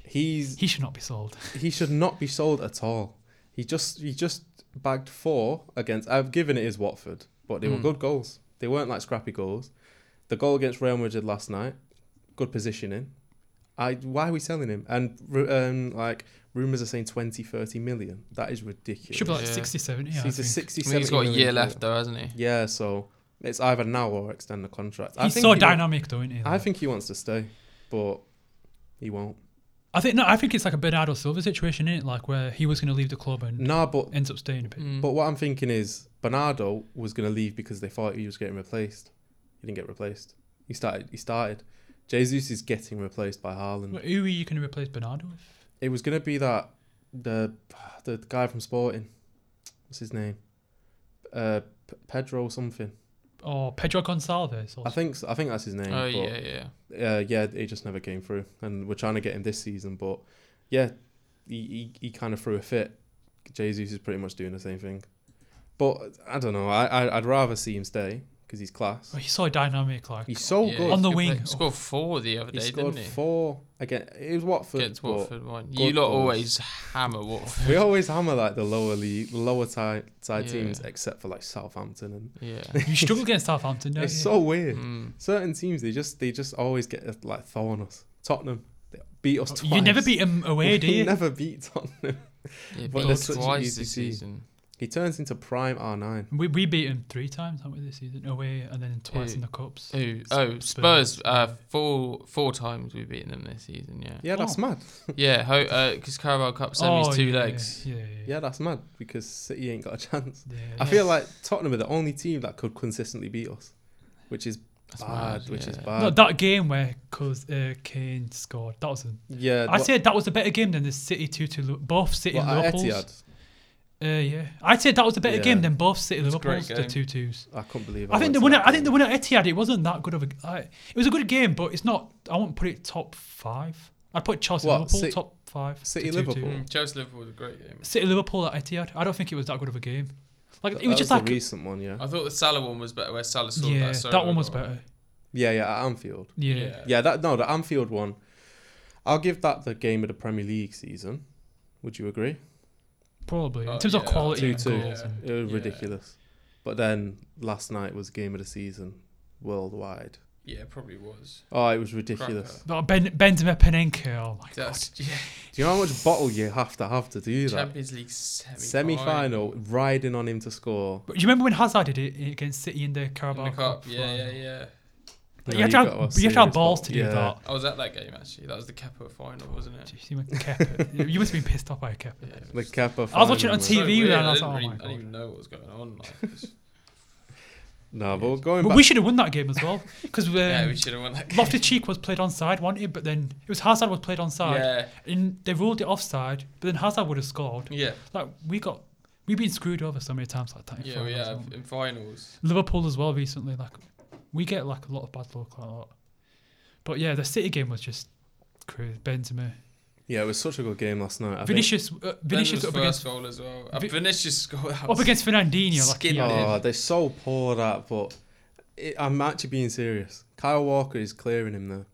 S2: He's
S3: He should not be sold.
S2: he should not be sold at all. He just he just bagged four against. I've given it is Watford, but they
S3: Hmm.
S2: were
S1: Mm.
S2: good goals. They weren't like scrappy goals. The goal against Real Madrid last night, good positioning. I why are we selling him? And ru- um, like rumors are saying 20, 30 million. That is ridiculous.
S3: Should be like
S1: Yeah.
S3: 60, 70. Yeah, I
S2: he's a
S3: think.
S2: 60,
S1: I think he's
S2: 70
S1: got a
S2: million
S1: year
S2: player.
S1: left though, hasn't he?
S2: Yeah, so it's either now or extend the contract. I
S3: He's
S2: think
S3: so
S2: he wa-
S3: dynamic, though, isn't he?
S2: I
S3: Like,
S2: think he wants to stay, but he won't.
S3: I think no, I think it's like a Bernardo Silva situation, isn't it? Like where he was going to leave the club and
S2: Nah, but
S3: ends up staying a bit.
S1: Mm.
S2: But what I'm thinking is Bernardo was going to leave because they thought he was getting replaced. He didn't get replaced. He started. He started. Jesus is getting replaced by Haaland.
S3: But Who are you going to replace Bernardo with?
S2: It was going to be that the the guy from Sporting. What's his name? Uh, P- Pedro something.
S3: Or Oh, Pedro Gonçalves? Or
S2: I think so- I think that's his name.
S1: Oh
S2: but,
S1: yeah, yeah.
S2: Uh, yeah, it just never came through, and we're trying to get him this season. But yeah, he he, he kind of threw a fit. Jesus is pretty much doing the same thing. But I don't know. I, I I'd rather see him stay because he's class.
S3: Oh, he's so dynamic. Like
S2: He's so
S1: yeah,
S2: Oh, good.
S3: On the
S1: he
S3: wing.
S1: played- scored four the other
S2: he
S1: day,
S2: scored
S1: didn't he?
S2: four again. It was Watford.
S1: Against
S2: but
S1: Watford, one.
S2: good
S1: You lot
S2: goals.
S1: always hammer Watford.
S2: We always hammer like the lower league, lower side side
S1: Yeah.
S2: teams, except for like Southampton, and [LAUGHS]
S1: Yeah.
S3: you struggle against Southampton, don't
S2: it's
S3: you?
S2: so weird.
S1: Mm.
S2: Certain teams they just they just always get like thorn us. Tottenham they beat us twice.
S3: You never beat him
S2: [LAUGHS]
S3: away, do
S2: We
S3: you?
S2: never beat Tottenham.
S1: yeah
S2: But
S1: but
S2: they're such an
S1: twice
S2: easy
S1: this
S2: team.
S1: season.
S2: He turns into prime R nine.
S3: We, we beat him three times, haven't we, this season? Away and then twice
S1: Who?
S3: in the cups.
S1: Who? Oh,
S3: Spurs.
S1: Spurs. Uh, four four times we've beaten them this season. Yeah.
S2: Yeah, that's
S3: Oh.
S2: mad.
S1: Yeah. Ho- uh 'cause Carabao Cup semis
S3: Oh,
S1: two
S3: yeah,
S1: legs.
S3: Yeah, yeah. yeah.
S2: Yeah, that's mad because City ain't got a chance.
S3: Yeah,
S2: I
S3: yeah.
S2: feel like Tottenham are the only team that could consistently beat us, which is
S1: That's
S2: bad.
S1: mad,
S2: which is
S1: yeah.
S2: bad.
S3: no, that game where cause uh, Kane scored, that was. A,
S2: yeah,
S3: I'd
S2: Uh, what-
S3: say that was a better game than the City two two. Both City
S2: what,
S3: and
S2: at
S3: Liverpool's.
S2: Etihad.
S3: Uh, yeah, I'd say that was a better
S2: Yeah.
S3: game than both City
S1: was a
S3: Liverpool's
S1: great
S3: the
S1: game.
S3: two twos.
S2: I couldn't believe.
S3: I think
S2: went
S3: the
S2: to
S3: winner.
S2: that
S3: I think the
S2: game.
S3: winner Etihad. It wasn't that good of a. I, it was a good game, but it's not. I wouldn't put it top five. I'd put Chelsea
S2: What,
S3: Liverpool
S2: Ci-
S3: top five.
S2: City
S3: to 2-2.
S2: Liverpool?
S1: Mm. Chelsea Liverpool was a great game.
S3: City Liverpool at Etihad. I don't think it was that good of a game. Like
S2: That-
S3: it was
S2: that
S3: just
S2: the
S3: like
S2: recent one, yeah,
S1: I thought the Salah one was better, where Salah scored
S3: yeah,
S1: that.
S3: that,
S1: solo
S3: one was
S1: goal.
S3: better.
S2: yeah, yeah, at Anfield.
S3: Yeah.
S2: Yeah, that no, the Anfield one. I'll give that the game of the Premier League season. Would you agree?
S3: probably in
S1: Oh,
S3: terms of
S1: yeah,
S3: quality and
S2: 2-2.
S3: goals.
S1: Yeah.
S3: and-
S2: It was
S1: Yeah.
S2: ridiculous. But then last night was game of the season worldwide.
S1: Yeah, probably was.
S2: Oh, it was ridiculous.
S1: Cracker.
S3: But Ben Benzema Penenka, oh my god,
S1: That's yeah,
S2: Do you know how much bottle you have to have to do that?
S1: Champions League semi
S2: Semi final, riding on him to score.
S3: But do you remember when Hazard did it against City in the Carabao
S1: In the cup.
S3: final?
S1: Yeah, yeah, yeah.
S3: But
S2: No,
S3: you have
S2: you've
S3: to
S2: got a
S3: have, you have to
S2: serious
S3: have balls
S2: ball.
S3: to do
S2: Yeah.
S3: that.
S1: I was at that game actually. That was the Kepa final, wasn't it?
S3: Jeez, you, went Kepa. you must have been pissed off by a Kepa.
S1: Yeah, it
S2: The
S1: was
S2: Kepa
S3: I was watching it
S2: final, man.
S3: on TV
S1: weird.
S3: then, I
S1: I
S3: was
S1: didn't
S3: like, oh
S1: really-
S3: my [LAUGHS]
S1: I didn't
S3: God.
S1: even know what was going on. Like, it was-
S2: No, [LAUGHS] but going
S3: But
S2: back.
S3: we should have won that game as well
S2: [LAUGHS]
S3: because um,
S1: Yeah, we should have won that game. [LAUGHS]
S3: Loftus Cheek was played onside, wasn't it? But then it was Hazard was played onside,
S1: Yeah,
S3: and they ruled it offside. But then Hazard would have scored.
S1: yeah,
S3: Like we got, we've been screwed over so many times like that. in
S1: yeah.
S3: football,
S1: We have
S3: so-
S1: in finals.
S3: Liverpool as well recently. Like we get like a lot of bad luck, like that. But yeah, the City game was just crazy. Benzema,
S2: yeah, it was such a good game last night. I think-
S3: Vinicius, uh, Vinicius
S1: Benzema's
S3: up
S1: first
S3: against
S1: goal as well. Uh,
S3: Vi-
S1: Vinicius scored. that
S3: up
S1: was-
S3: against Fernandinho. Like
S1: Skin
S3: yeah.
S1: off.
S2: Oh, they're so poor that, but it, I'm actually being serious. Kyle Walker is clearing him there.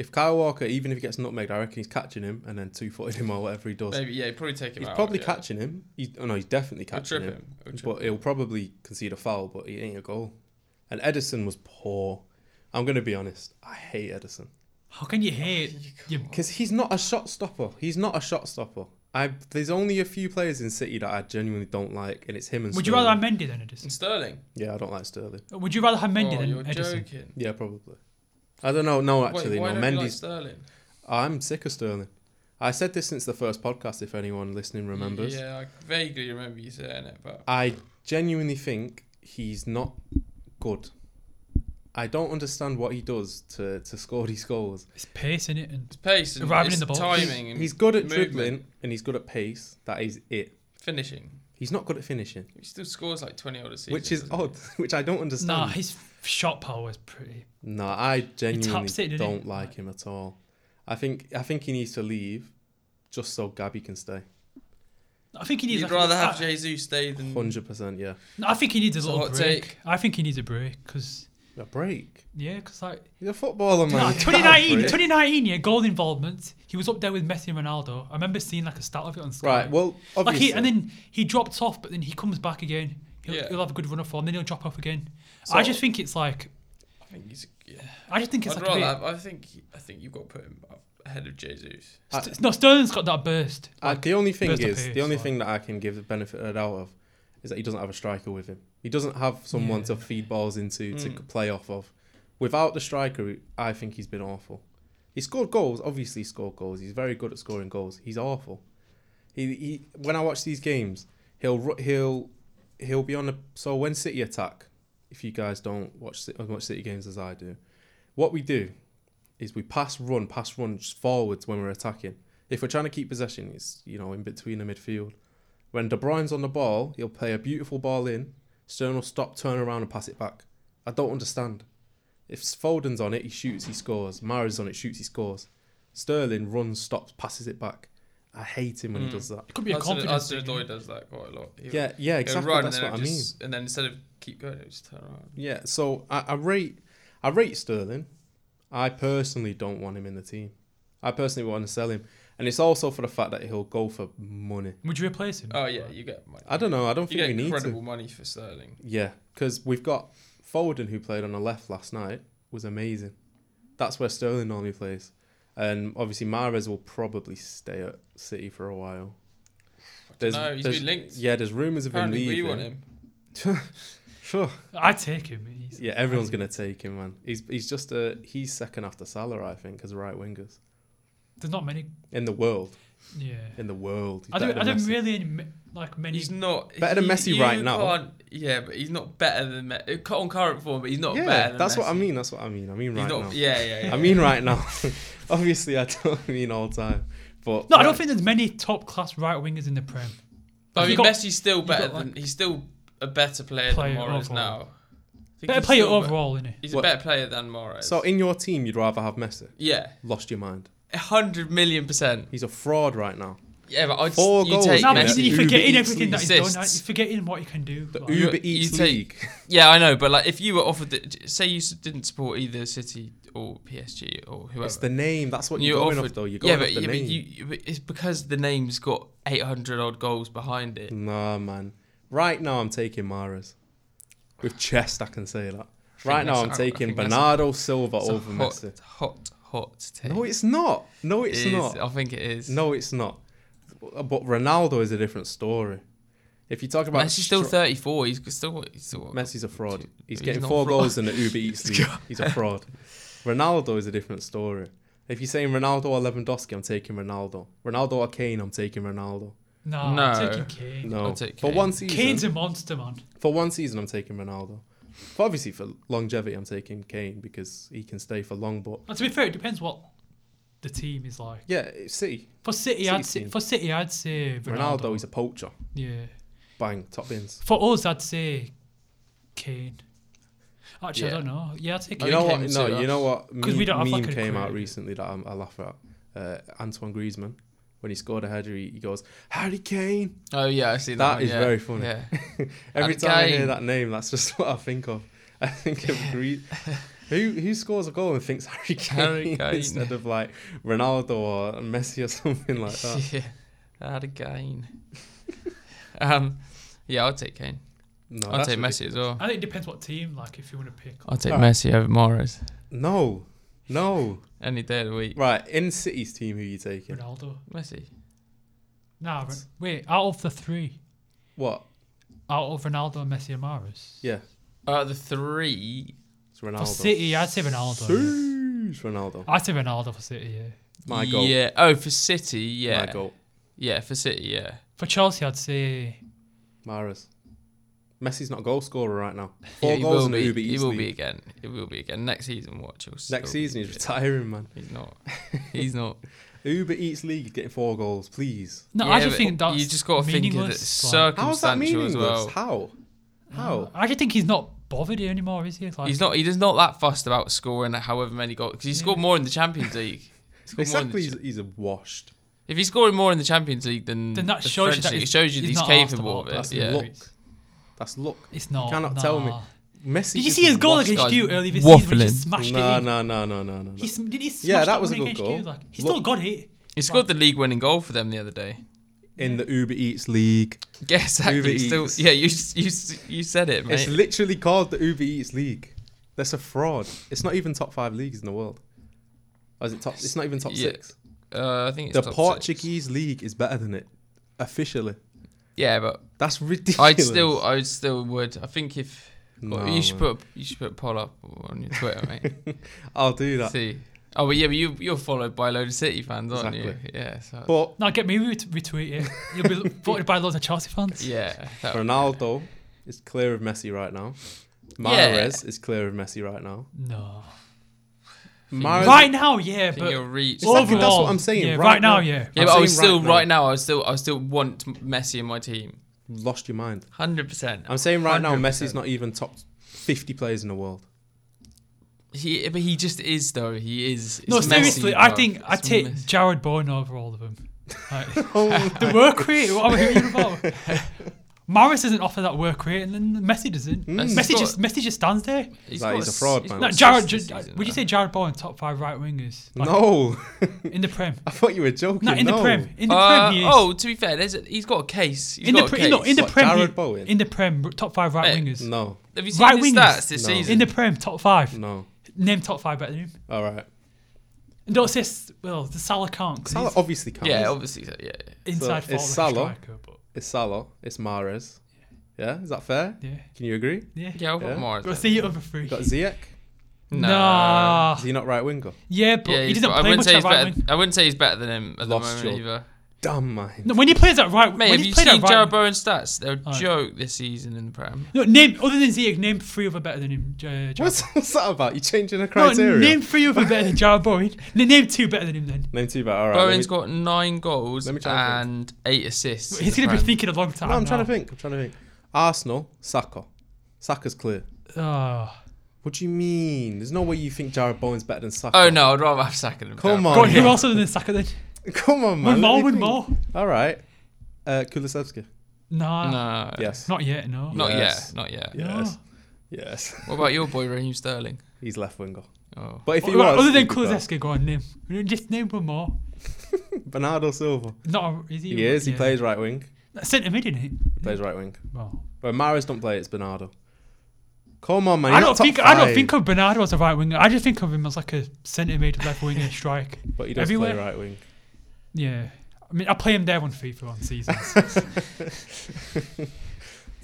S2: If Kyle Walker, even if he gets nutmegged, I reckon he's catching him and then two footed him or whatever he
S1: [LAUGHS]
S2: does.
S1: Maybe yeah, he'd probably take him
S2: he's
S1: out.
S2: probably
S1: yeah.
S2: catching him. He's, oh no, he's definitely
S1: He'll
S2: catching
S1: trip
S2: him.
S1: him. He'll trip
S2: But he'll probably concede a foul, but he ain't a goal. And Edison was poor. I'm going to be honest. I hate Edison.
S3: How can you hate? You,
S2: Because he's not a shot stopper. He's not a shot stopper. I, there's only a few players in City that I genuinely don't like, and it's him and
S3: would you
S2: Sterling.
S3: rather have Mendy than Edison?
S1: And Sterling.
S2: Yeah, I don't like Sterling.
S3: Would you rather have Mendy
S1: oh, you're
S3: than Edison?
S1: joking.
S2: Yeah, probably. I don't know. No, actually,
S1: Wait, why
S2: no.
S1: don't you like
S2: Mendy's.
S1: Sterling.
S2: I'm sick of Sterling. I said this since the first podcast. If anyone listening remembers,
S1: Yeah, I vaguely remember you saying it, but
S2: I genuinely think he's not good. I don't understand what he does to to score these goals.
S3: It's pace in it, and
S1: it's pace and
S3: Arriving
S1: it's
S3: in the box.
S1: timing. and
S2: He's good at
S1: movement,
S2: dribbling and he's good at pace. That is it.
S1: finishing.
S2: He's not good at finishing,
S1: He still scores like 20 odd a season.
S2: which is
S1: doesn't he? [LAUGHS]
S2: odd. Which I don't understand.
S3: nah, his shot power is pretty.
S2: No, I genuinely
S3: it, didn't
S2: don't
S3: he?
S2: like him at all. I think I think he needs to leave, just so Gabby can stay.
S3: I think he needs.
S1: You'd
S3: like, a- ah.
S1: rather have
S3: I-
S1: Jesus stay
S3: Hmm.
S1: than
S2: Hundred percent, yeah.
S3: No, I think he needs a
S1: It's a
S3: little
S1: hot
S3: break.
S1: take.
S3: I think he needs a break because
S2: A break.
S3: yeah, because like
S2: He's a footballer, man.
S3: nah,
S2: You can't
S3: 2019,
S2: [LAUGHS] break.
S3: 2019, yeah, goal involvement. He was up there with Messi and Ronaldo. I remember seeing like a stat of it on Sky.
S2: Right. Well,
S3: like
S2: obviously,
S3: he and then he dropped off, but then he comes back again. He'll,
S1: Yeah.
S3: he'll have a good run off, and then he'll drop off again.
S2: So-
S3: I just think it's like
S1: I think he's. Yeah.
S3: I just think it's
S1: I'd
S3: like
S1: rather.
S3: a bit,
S1: Have, I think. I think you've got to put him up ahead of Jesus.
S3: St- no Sterling's got that burst.
S2: I, the only thing
S3: burst of
S2: is,
S3: pace,
S2: the only
S3: like-
S2: thing that I can give the benefit of the doubt of is that he doesn't have a striker with him. He doesn't have someone to
S3: Yeah. Hmm.
S2: feed balls into to
S1: Mm.
S2: c- play off of. Without the striker, I think he's been awful. He scored goals. Obviously, he scored goals. He's very good at scoring goals. He's awful. He, he when I watch these games, he'll ru- he'll he'll be on the so when City attack. If you guys don't watch Ci- as much City games as I do, what we do is we pass run pass run just forwards when we're attacking. If we're trying to keep possession, it's you know in between the midfield. When De Bruyne's on the ball, he'll play a beautiful ball in. Stern will stop, turn around, and pass it back. I don't understand. If Foden's on it, he shoots, he scores. Mara's on it, shoots, he scores. Sterling runs, stops, passes it back. I hate him when he
S1: Mm.
S2: does that.
S3: It could be a
S1: Hudson-
S3: confidence.
S1: Hudson
S3: thing,
S1: Odoi
S3: yeah.
S1: does that quite a lot. He'll-
S2: Yeah, yeah,
S1: he'll
S2: exactly.
S1: run
S2: That's
S1: and then
S2: what I
S1: it'll
S2: mean.
S1: just, And then instead of keep going, it'll just turn around.
S2: Yeah, so I, I rate I rate Sterling. I personally don't want him in the team. I personally want to sell him, and it's also for the fact that he'll go for money.
S3: Would you replace him?
S1: Oh yeah, you get money.
S2: I don't know. I don't
S1: You
S2: think
S1: get
S2: we need
S1: incredible
S2: to.
S1: money for Sterling.
S2: Yeah, because we've got Foden who played on the left last night was amazing. That's where Sterling normally plays, and obviously Mares will probably stay at City for a while. There's,
S1: know, he's
S2: there's-
S1: been linked.
S2: Yeah, there's rumours of
S1: Apparently,
S2: him
S1: we
S2: leaving.
S1: want him.
S2: Sure.
S3: I'd take him. He's,
S2: Yeah, everyone's gonna take him, man. He's he's just a he's second after Salah, I think, as right wingers
S3: There's not many.
S2: in the world.
S3: Yeah.
S2: In the world, he's
S3: I
S2: better
S3: don't. I
S2: than
S3: don't
S2: Messi.
S3: really any m- like many.
S1: He's not
S2: Better than
S1: he-
S2: Messi
S1: you
S2: right now.
S1: can't- Yeah, but he's not better than Me- uh, on current form. But he's not
S2: yeah,
S1: better. Than
S2: that's what I
S1: Messi.
S2: mean. That's what I mean. I mean
S1: He's
S2: right
S1: not.
S2: now.
S1: Yeah, yeah, yeah.
S2: I mean right now. [LAUGHS] Obviously, I don't [LAUGHS] mean all time, but
S3: no, I don't think there's many top class right wingers in the Prem.
S1: But I
S3: You
S1: mean,
S3: got-
S1: Messi's still
S3: got,
S1: better than
S3: like-
S1: he's still a better player,
S3: Player
S1: than Morris
S3: overall.
S1: now. I think
S3: Better
S1: he's
S3: player
S1: still be-
S3: overall, innit?
S1: He's
S2: What-
S1: a better player than Morris.
S2: So in your team, you'd rather have Messi.
S1: yeah,
S2: Lost your mind.
S1: a hundred million percent.
S2: He's a fraud right now.
S1: Yeah, but I'd
S2: Four
S1: you
S2: goals,
S1: take
S3: No,
S2: Yeah.
S1: Messi.
S3: but
S2: he's-
S3: you're
S2: Uber
S3: forgetting
S2: Eats
S3: everything that he's done.
S1: assists.
S3: Like, You're forgetting what he can do.
S2: The
S3: Like,
S1: You-
S2: Uber
S1: you
S2: Eats
S1: take-
S2: league.
S1: Yeah, I know, but like if you were offered, the, say you s- didn't support either City or PSG or whoever,
S2: It's the name. That's what
S1: You
S2: you're, going
S1: offered-
S2: off, though. You're going
S1: yeah, but,
S2: off the
S1: yeah, but
S2: name.
S1: you, you- but it's because the name's got eight hundred odd goals behind it.
S2: Nah, man. Right now, I'm taking Mares. With chest, I can say that.
S1: think
S2: Right now,
S1: that's-
S2: I'm
S1: I- I
S2: taking
S1: think that's-
S2: Bernardo Silva
S1: It's a
S2: over
S1: hot,
S2: Messi.
S1: hot, hot take.
S2: No, it's not. No, it's
S1: It is.
S2: not.
S1: I think it is.
S2: No, it's not. But Ronaldo is a different story. If you talk about
S1: Messi's still
S2: stro-
S1: thirty four. He's got- still he's still got-
S2: Messi's a fraud. He's,
S1: He's
S2: getting
S1: not a
S2: four
S1: fraud.
S2: goals in the Uber
S3: [LAUGHS]
S2: Eats league. He's a fraud. Ronaldo is a different story. If you're saying Ronaldo or Lewandowski, I'm taking Ronaldo. Ronaldo or Kane, I'm taking Ronaldo.
S3: no,
S1: No.
S3: I'm taking Kane.
S2: No,
S1: I'll take
S2: for
S1: Kane.
S2: one season,
S3: Kane's a monster, man.
S2: for one season, I'm taking Ronaldo. For obviously, for longevity, I'm taking Kane because he can stay for long. But
S3: And to be fair, it depends what the team is like.
S2: yeah, City
S3: For City, I'd say,
S2: team.
S3: for City, I'd say Ronaldo.
S2: Ronaldo, he's a poacher.
S3: yeah.
S2: Bang, top bins.
S3: For us, I'd say Kane.
S1: Yeah.
S3: Actually, I don't know. Yeah, I'd say
S1: Oh,
S2: You
S1: he
S3: Kane.
S2: know what?
S1: came
S2: No,
S1: to
S2: you
S1: us.
S2: know what?
S3: 'Cause
S2: Meme,
S3: we don't have,
S2: meme
S3: like, a
S2: came out
S3: career.
S2: recently that I'm, I laugh at. Uh, Antoine Griezmann when he scored a header, he, he goes Harry Kane.
S1: Oh yeah, I see that.
S2: That
S1: one,
S2: is
S1: yeah.
S2: very funny.
S1: Yeah.
S2: Every
S1: Harry
S2: time I hear
S1: Kane.
S2: that name, that's just [LAUGHS] what I think of. I think of Gre-
S1: [LAUGHS]
S2: who who scores a goal and thinks Harry Kane, [LAUGHS]
S1: Harry Kane.
S2: instead of like Ronaldo or Messi or [LAUGHS] something like
S1: [LAUGHS]
S2: that.
S1: yeah. That again. [LAUGHS] um, yeah, I'll take Kane.
S2: No,
S1: I'll
S2: Oh, that's
S1: take
S2: ridiculous.
S1: Messi as well.
S3: I think it depends what team. Like, if you want to pick.
S1: I'll take
S2: Alright.
S1: Messi over Morris
S2: No, no.
S1: any day of the week.
S2: Right, in City's team, who you taking?
S3: Ronaldo.
S1: Messi.
S3: Nah, Ron- wait. Out of the three,
S2: What?
S3: out of Ronaldo, Messi, and Mahrez.
S2: Yeah,
S1: Uh, the three.
S2: it's
S3: For
S2: Ronaldo.
S3: City, I'd say Ronaldo. yeah.
S2: Jeez, Ronaldo.
S3: I'd say Ronaldo for City. Yeah.
S2: My goal.
S1: Yeah. Oh, for City. Yeah.
S2: My goal.
S1: Yeah, for City. Yeah.
S3: For Chelsea, I'd say
S2: Mahrez. Messi's not a goal scorer right now.
S1: Yeah,
S2: Four
S1: he
S2: goals
S1: will
S2: in the
S1: be.
S2: Uber
S1: he
S2: Eats
S1: will
S2: League.
S1: be again. He will be again next season. Watch. He'll still
S2: Next season,
S1: be
S2: he's
S1: shit.
S2: retiring, man.
S1: He's
S2: [LAUGHS]
S1: not. He's not.
S2: Uber Eats League is getting four goals, please.
S3: no.
S1: Yeah,
S3: I just
S1: but
S3: think that's
S1: you just got to think that it's
S3: meaningless, like-
S2: How's that
S1: circumstantial
S2: meaningless?
S1: as well. Ah,
S2: How? How?
S3: I just think he's not bothered anymore, is he? Like,
S1: He's not. He is not that fussed about scoring however many goals because he scored more in the Champions League. He scored more in the
S2: Exactly,
S1: Ch-
S2: he's, he's a washed.
S1: If he's scoring more in the Champions League than
S3: Then that
S1: the
S3: shows you
S1: French
S3: that
S1: League,
S3: he's-
S1: it shows you that
S3: he's
S1: he's
S3: not asked
S1: capable
S3: about
S1: of
S2: That's
S1: it.
S2: the
S1: Yeah.
S2: look. That's luck.
S3: It's not.
S2: cannot tell me.
S3: nah.
S2: Messi.
S3: Did you
S2: just
S3: see his goal
S2: washed.
S1: guys
S3: against you earlier this
S1: waffling.
S3: season? He just smashed
S2: No,
S3: it. in?
S2: no, no, no, no, no.
S3: He, sm- did he smash
S2: Yeah, that
S3: that
S2: was a
S3: one
S2: good
S3: against
S2: goal.
S3: You? Like, he
S2: Look.
S3: still got it.
S1: He scored the league-winning goal for them the other day.
S2: In the Uber Eats League.
S1: Yeah, exactly.
S2: Uber
S1: Still,
S2: Eats.
S1: yeah, you s- you s- you said it, mate.
S2: It's literally called the Uber Eats League. That's a fraud. It's not even top five leagues in the world. Or is it top? It's not even top
S1: Yeah,
S2: six.
S1: Uh, I think it's
S2: The
S1: top six.
S2: Portuguese league is better than it, officially.
S1: Yeah, but
S2: That's ridiculous.
S1: I'd still, I would still would. I think if
S2: No,
S1: you should
S2: man.
S1: put, you should put a poll up on your Twitter,
S2: [LAUGHS]
S1: mate.
S2: I'll do that.
S1: See. Oh, but yeah, but you you're followed by a load of City fans, aren't
S2: Exactly.
S1: you? Yeah. So
S2: But
S3: Now get me re- retweet
S2: [LAUGHS]
S3: it. You'll be voted by loads of Chelsea fans.
S1: yeah, that-
S2: Ronaldo is clear of Messi right now.
S1: Yeah.
S2: Mahrez is clear of Messi right now.
S3: No.
S2: Mahrez,
S3: Right now, yeah,
S1: I think you'll
S3: but
S1: reach.
S2: Exactly, that's what
S3: overall,
S2: I'm saying,
S3: Yeah,
S2: right
S3: right, now,
S2: now.
S3: yeah.
S1: Yeah,
S2: I'm
S1: but I was
S2: saying
S1: still
S2: right
S1: right,
S2: now.
S1: now. I was still, I was still want Messi in my team.
S2: lost your mind.
S1: Hundred percent.
S2: I'm saying right now,
S1: 100%.
S2: Messi's not even top 50 players in the world.
S1: He, but he just is though. He is.
S3: No,
S1: It's Messi,
S3: seriously, I
S1: bruv.
S3: think I
S1: It's
S3: take
S1: Messi.
S3: Jared Bowen over all of them. Like,
S2: [LAUGHS] Oh,
S3: [LAUGHS] the work rate, what are we hearing about? [LAUGHS] Morris doesn't offer that work rate, and then Messi doesn't.
S1: Mm.
S3: Messi just Messi just stands there.
S1: He's,
S2: Like,
S1: got
S2: he's a
S1: s-
S2: fraud,
S1: he's
S2: man.
S1: got
S3: No,
S1: assists
S3: Jared.
S1: this
S3: Ju-
S1: season,
S3: would you
S1: though.
S3: say Jared Bowen top five right wingers? Like,
S2: no. [LAUGHS]
S3: in the Prem.
S2: I thought you were joking.
S3: No, in the
S2: no.
S3: Prem. In the
S1: Uh,
S3: Prem, he is.
S1: oh, to be fair, there's a, he's got a case. He's
S3: in the
S1: got a
S3: Prem,
S1: case. Eh,
S3: no, in the
S2: What,
S3: Prem,
S2: Jared
S3: he-
S2: Bowen?
S3: in the Prem, top five right
S1: Mate,
S3: wingers.
S2: No,
S1: Have you seen
S3: Right
S1: his
S3: wingers.
S1: stats this
S2: No.
S1: season?
S3: In the Prem, top five.
S2: no.
S3: Name top five better than him.
S2: All right.
S3: And don't say s- well, the Salah can't. 'cause
S2: Salah
S3: he's
S2: obviously can't.
S1: yeah, obviously. so- Yeah, yeah.
S2: So
S3: inside forward,
S2: it's
S3: like a
S2: Salah.
S3: striker, but
S2: It's Salah. It's Mares. Yeah, is that fair?
S3: yeah,
S2: Can you agree?
S3: yeah.
S1: yeah. I've got
S2: Yeah.
S1: Morris.
S3: Got to see your other
S1: [LAUGHS]
S3: three. [LAUGHS]
S2: Got Ziyech.
S3: Nah.
S2: Is he not right winger?
S3: Yeah, but
S1: Yeah,
S3: he
S1: he's
S3: doesn't
S1: got- I
S3: play
S1: wouldn't
S3: much
S1: say
S3: at
S1: he's
S3: right
S1: better.
S3: wing.
S1: I wouldn't say he's better than him at
S2: Lost
S1: the moment
S2: your-
S1: either.
S2: Damn mind.
S3: No, when he plays at right,
S1: Mate,
S3: when
S1: have
S3: he
S1: you
S3: played
S1: seen
S3: at
S1: Jared
S3: right,
S1: Bowen's stats? They're a
S3: Alright.
S1: joke this season in the Prem.
S3: no name other than Ziyech, name three other better than him. Uh,
S2: [LAUGHS]
S3: Jared.
S2: What's, what's that about? You changing the
S3: no,
S2: criteria?
S3: name three other better than Jared Bowen. N- Name two better than him then.
S2: Name two better. All right. let
S1: Bowen's
S2: me-
S1: got nine goals
S2: Let me try
S1: and eight assists.
S3: He's
S1: in
S3: gonna
S1: the
S3: be
S1: Prem.
S3: thinking a long time.
S2: No, I'm trying to
S3: now.
S2: think. I'm trying to think. Arsenal. Saka. Saka's clear.
S3: Oh.
S2: What do you mean? There's no way you think Jared Bowen's better than Saka.
S1: Oh no, I'd rather have Saka than
S2: Come
S1: Bowen.
S2: on.
S3: God, who
S2: yeah.
S3: else other than Saka then?
S2: [LAUGHS] Come on, man.
S3: With
S2: let
S3: more,
S2: me
S3: with
S2: think.
S3: more.
S2: All right. Uh, Kulisevsky.
S3: Nah,
S1: No.
S2: Yes.
S3: not yet. No.
S1: Not
S2: Yes.
S1: yet. Not yet.
S2: Yes. Yes. [LAUGHS]
S1: What about your boy Raheem Sterling?
S2: He's left winger.
S1: Oh.
S2: But if he
S3: Oh, right,
S2: was,
S3: other than
S2: he'd be better.
S3: Kulusevski, go on, name. Just name one more.
S2: Bernardo Silva.
S3: Not a, is he?
S2: He is. He
S3: yeah.
S2: plays right wing.
S3: That's centre mid, isn't it?
S2: He plays right wing.
S3: Well,
S2: When Maris don't play, it's Bernardo. Come on, man.
S3: I
S2: he's
S3: don't
S2: not top
S3: think I don't
S2: five,
S3: think of Bernardo as a right winger. I just think of him as like a centre mid, left winger, strike.
S2: But he does play
S3: everywhere.
S2: right wing. [LAUGHS]
S3: Yeah. I mean, I play him there on FIFA
S1: [LAUGHS]
S3: on seasons.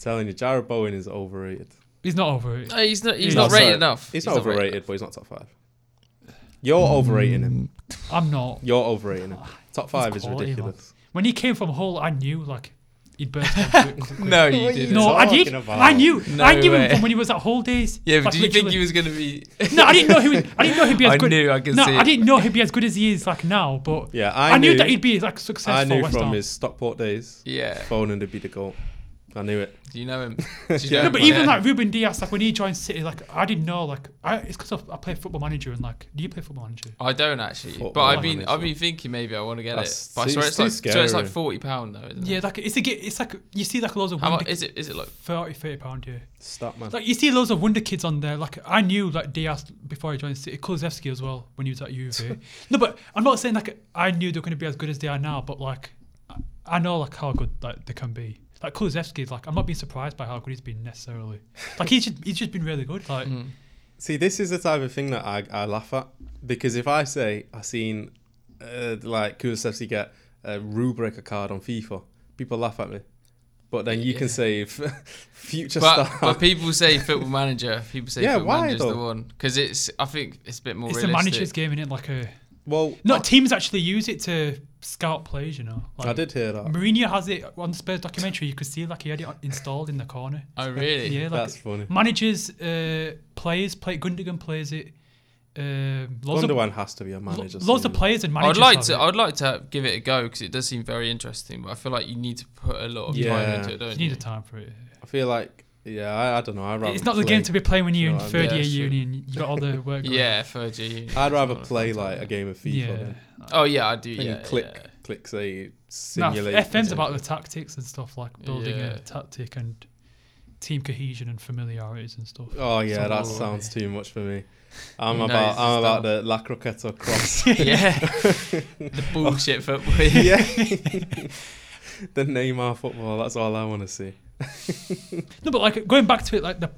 S2: telling you, Jared Bowen is overrated.
S3: He's not over it.
S1: No, he's not. He's,
S3: He's
S1: not
S2: not
S1: rated
S2: sorry.
S1: enough.
S2: He's, not overrated, but he's not top five. You're
S3: Mm.
S2: overrating him.
S3: I'm not.
S2: You're overrating him. Top five is
S3: quality, man.
S2: ridiculous.
S3: When he came from Hull, I knew like he'd burst
S1: [LAUGHS]
S3: out.
S1: No, you
S2: What
S3: [LAUGHS]
S2: are you
S1: didn't.
S3: No, I did.
S2: Talking about-
S3: I knew.
S1: No
S3: I knew
S1: way.
S3: him from when he was at whole days.
S1: Yeah, but
S3: Like,
S1: did you think
S3: literally.
S1: he was going to
S3: [LAUGHS]
S1: be?
S3: No, I didn't know he was. I didn't know he'd be
S1: [LAUGHS]
S3: as
S1: I
S3: good.
S1: knew, I could
S3: no,
S1: see
S3: I
S1: it.
S3: didn't know he'd be as good as he is like now. But
S2: Yeah,
S3: I, knew, that he'd be like successful.
S2: I knew
S3: West
S2: from
S3: Ham.
S2: his Stockport days.
S1: Yeah.
S2: Foden would be the goal. I knew it.
S1: Do you know
S2: [LAUGHS]
S1: him?
S2: Yeah,
S3: No, but even like Ruben Diaz, like when he joined City, like I didn't know. Like I, it's because I play Football Manager and like, do you play Football Manager?
S1: I don't actually, but
S2: Football
S1: I've been
S2: manager.
S1: I've been thinking maybe I want to get
S2: That's-
S1: it. But I
S2: see,
S1: swear
S2: it's
S1: it's like
S2: too
S1: so it's like
S2: scary.
S1: forty pound though, isn't
S3: Yeah,
S1: it?
S3: like it's a ge- it's like you see like loads of
S1: How
S3: wonder
S1: much is it? Is it like
S3: 30, 30 pound here.
S2: Stop, man.
S3: Like you see loads of wonder kids on there. Like I knew like Diaz before he joined City, Kulusevski as well when he was
S1: [LAUGHS]
S3: at Juve. no, but I'm not saying like I knew they're going to be as good as they are now, but like I- I know like how good like they can be. Like Kulusevski, like I'm not being surprised by how good he's been necessarily. Like he's just he's just been really good.
S1: Mm,
S3: Like
S2: See, this is the type of thing that I, I laugh at because if I say I seen uh, like Kulusevski get a rule breaker card on FIFA, people laugh at me. But then you can say [LAUGHS] f- future
S1: But,
S2: star.
S1: but people say football manager. People say
S2: Yeah,
S1: football
S2: why
S1: manager's the
S2: though?
S1: one because it's. I think it's a bit more
S3: it's the
S1: realistic.
S3: manager's game in it. Like a
S2: well,
S3: no
S2: I,
S3: teams actually use it to scout players. You know, like,
S2: I did hear that.
S3: Mourinho has it on the Spurs documentary. You could see like he had it installed in the corner.
S1: Oh really?
S3: Yeah, like
S2: That's funny.
S3: managers, uh, players play. Gundogan plays it. Um, loads of,
S2: Underwan has to be a manager.
S3: lo- loads of
S2: soon.
S3: players and
S1: I'd
S3: managers.
S1: like
S3: have
S1: to.
S3: it.
S1: I'd like to give it a go because it does seem very interesting. But I feel like you need to put a lot of time
S2: Yeah.
S1: into it, don't
S3: you
S1: you?
S3: need a time for it.
S2: I feel like yeah, I, I don't know. I rather
S3: It's not the game to be playing when you're
S2: You
S3: in
S2: know what I
S3: third
S1: mean?
S3: year
S1: Yeah,
S3: uni and you got
S2: [LAUGHS]
S3: all the work. going.
S1: Yeah, third year. uni.
S2: I'd
S3: [LAUGHS]
S2: rather
S1: It's not a
S2: play
S1: fun time.
S2: like a game of FIFA.
S3: yeah.
S2: Then.
S1: Oh yeah, I do.
S2: And
S1: Yeah,
S2: you click,
S1: yeah.
S2: click, say
S3: No,
S2: simulate.
S3: FM's about the tactics and stuff like building
S1: Yeah.
S3: a tactic and team cohesion and familiarities and stuff.
S2: Oh yeah,
S3: Some
S2: that
S3: more.
S2: sounds too much
S1: [LAUGHS]
S2: for me. I'm
S1: No,
S2: about
S1: it's just
S2: I'm about the La
S1: [LAUGHS]
S2: Croqueta cross. [LAUGHS]
S1: yeah. the bullshit football.
S2: yeah. [LAUGHS] the Neymar football. That's all I want to see.
S3: No, but like going back to it, like the.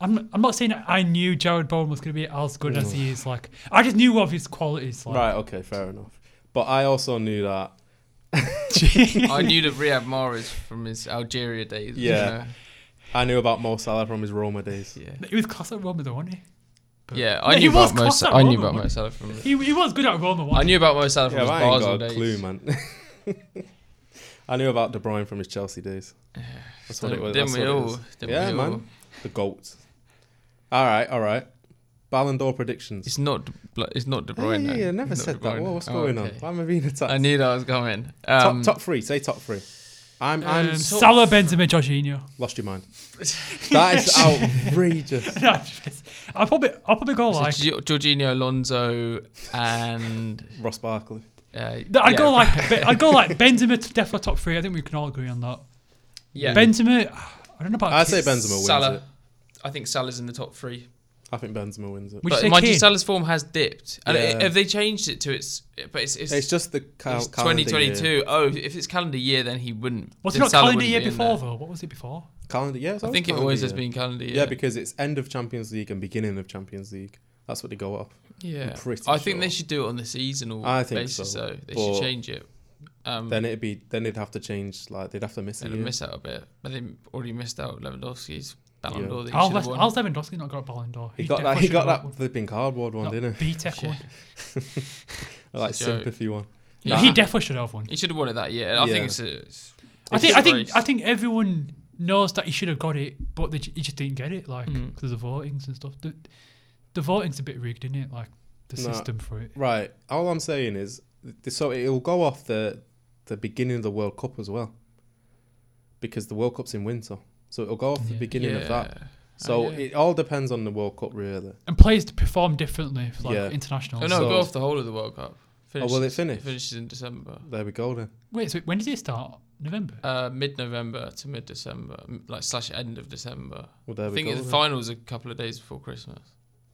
S3: I'm, I'm not saying I knew Jared Bowen was going to be as good as
S2: Mm.
S3: he is. Like I just knew of his qualities. Like,
S2: Right. Okay. Fair enough. But I also knew that.
S1: I knew the Riyad Mahrez from his Algeria days. you
S2: Yeah. I knew about Mo Salah from his Roma days.
S1: know? yeah.
S3: He was class at Roma, though, wasn't he? But-
S1: Yeah,
S3: No,
S1: I
S3: he
S1: knew
S3: was
S1: about Mo
S3: class
S1: Salah.
S3: at
S1: I knew
S3: Roma,
S1: about Mo
S3: wasn't
S1: Salah from.
S3: he? He, he was good at Roma, wasn't
S1: I knew about Mo Salah from
S2: Yeah,
S1: his
S2: I ain't
S1: Basel
S2: got a
S1: days.
S2: clue, man. [LAUGHS] I knew about De Bruyne from his Chelsea days. That's what it was.
S1: Didn't
S2: that's
S1: we
S2: what it
S1: all?
S2: is.
S1: Didn't
S2: yeah,
S1: we
S2: man.
S1: all?
S2: The goat. All right. All right. Ballon d'Or predictions.
S1: It's not. De- It's not De Bruyne.
S2: Hey,
S1: though.
S2: I never
S1: It's not
S2: said
S1: De
S2: that.
S1: Bruyne.
S2: What, what's
S1: Oh,
S2: going
S1: okay.
S2: on? Why am I being attacked?
S1: I knew that was coming.
S2: top,
S1: Um,
S2: top three. Say top three. I'm, I'm
S3: Um,
S2: so-
S3: Salah, Benzema, Jorginho. [LAUGHS]
S2: lost your mind.
S1: [LAUGHS]
S2: That is outrageous.
S3: No, I'm just- I'll probably, I'll probably go
S1: so
S3: like,
S1: Gi- Jorginho, Alonso, and
S2: Ross Barkley.
S1: uh,
S3: No, I'd
S1: yeah,
S3: go like, Be- I'd go like
S2: [LAUGHS]
S3: Benzema to definitely top three. I think we can all agree on that.
S1: yeah.
S3: Benzema, [SIGHS] I don't know about.
S2: I'd say
S3: Kane.
S2: Benzema wins
S1: Salah.
S2: it.
S1: I think Salah's in the top three.
S2: I think Benzema wins it.
S3: Would you
S1: But
S3: say
S1: mind you,
S3: Kane?
S1: Salah's form has dipped. And
S2: Yeah.
S1: have they changed it to its? But it's it's,
S2: It's just the cal-
S1: it's
S2: calendar year.
S1: 2022. Oh, if it's calendar year, then he wouldn't.
S3: Was it
S1: then
S3: not
S1: Salah
S3: calendar
S1: wouldn't
S3: year
S1: be in
S3: before
S1: there.
S3: though? What was it before?
S2: Calendar, yeah. it's
S1: I think it
S2: calendar
S1: always has
S2: year.
S1: been calendar year.
S2: Yeah, because it's end of Champions League and beginning of Champions League. That's what they go off.
S1: yeah.
S2: I'm pretty
S1: I think they
S2: sure.
S1: should do it on the seasonal
S2: I think
S1: basis,
S2: so,
S1: though. They
S2: but
S1: should change it. Um,
S2: Then it'd be. Then they'd have to change. Like they'd have to miss it.
S1: they'd miss out a bit, but they already missed out Lewandowski's Ballon
S2: Yeah.
S1: d'Or. that he
S3: How's
S1: should have
S3: Les-
S1: won.
S3: how's Lewandowski not got a Ballon d'Or?
S2: He got that.
S3: definitely
S2: He
S3: should
S2: got
S3: have
S2: that flipping cardboard one,
S3: one.
S2: didn't he?
S3: B-Tech one.
S1: Shit.
S2: Like
S1: It's a joke.
S2: sympathy one.
S1: Yeah.
S3: He definitely should have one.
S1: He should have won it that year. I
S2: Yeah.
S1: think it's. A, it's
S3: I
S1: it's
S3: think
S1: a
S3: I think
S1: race.
S3: I think everyone knows that he should have got it, but they, ju- he just didn't get it, like
S1: Mm.
S3: because of the votings and stuff. The, the voting's a bit rigged, isn't it? Like the
S2: No.
S3: system for it.
S2: Right. All I'm saying is, th- so it'll go off the the beginning of the World Cup as well, because the World Cup's in winter, so it'll go off the
S3: Yeah.
S2: beginning of that.
S1: Yeah.
S2: So
S1: Oh, yeah.
S2: it all depends on the World Cup, really.
S3: And players perform differently for like
S2: Yeah.
S3: international.
S1: Oh no,
S2: So-
S1: go off the whole of the World Cup.
S2: Oh,
S1: Finishes,
S2: will it finish?
S1: Finishes in December,
S2: There we go then.
S3: Wait, so when did it start? November.
S1: uh, mid-November to mid-December, m- like slash end of December.
S2: Well, there
S1: I
S2: we
S1: think
S2: go.
S1: the
S2: then.
S1: finals a couple of days before Christmas,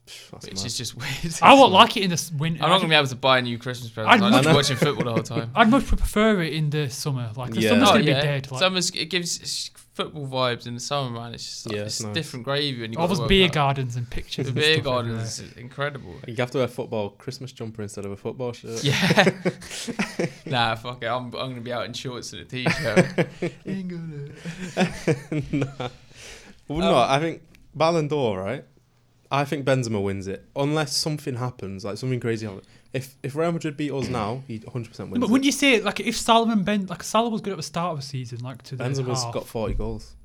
S2: Pff, that's
S1: which
S2: mad.
S1: is just [LAUGHS] weird.
S3: I won't like it in the winter.
S1: I'm not gonna be able to buy a new Christmas present.
S3: I'd
S1: I'm just
S2: much-
S1: watching football the whole
S3: [LAUGHS]
S1: time.
S3: I'd much prefer it in the summer. Like the
S2: Yeah.
S3: summer's
S2: Oh,
S3: gonna be dead. Like,
S1: Summer's, it gives it's football vibes in the summer, man. It's just like,
S2: Yeah,
S1: it's
S2: it's nice.
S1: different gravy. And
S3: all those beer gardens and pictures.
S1: The
S3: and
S1: beer
S3: stuff
S1: garden
S3: everywhere.
S1: is
S2: [LAUGHS]
S1: incredible. [LAUGHS]
S2: You have to wear football Christmas jumper instead of a football shirt. [LAUGHS]
S1: Yeah. nah, fuck it. I'm, I'm gonna be out in shorts and a
S2: [LAUGHS]
S1: t-shirt. Ain't gonna- Um,
S2: nah. Well, no, I think Ballon d'Or, right? I think Benzema wins it unless something happens, like something crazy happens. If if Real Madrid beat us now, he 100 percent wins.
S3: But
S2: it.
S3: wouldn't you say like if Salah and Ben like Salah was good at the start of the season, like to the
S2: Benzema's
S3: half,
S2: got 40 goals.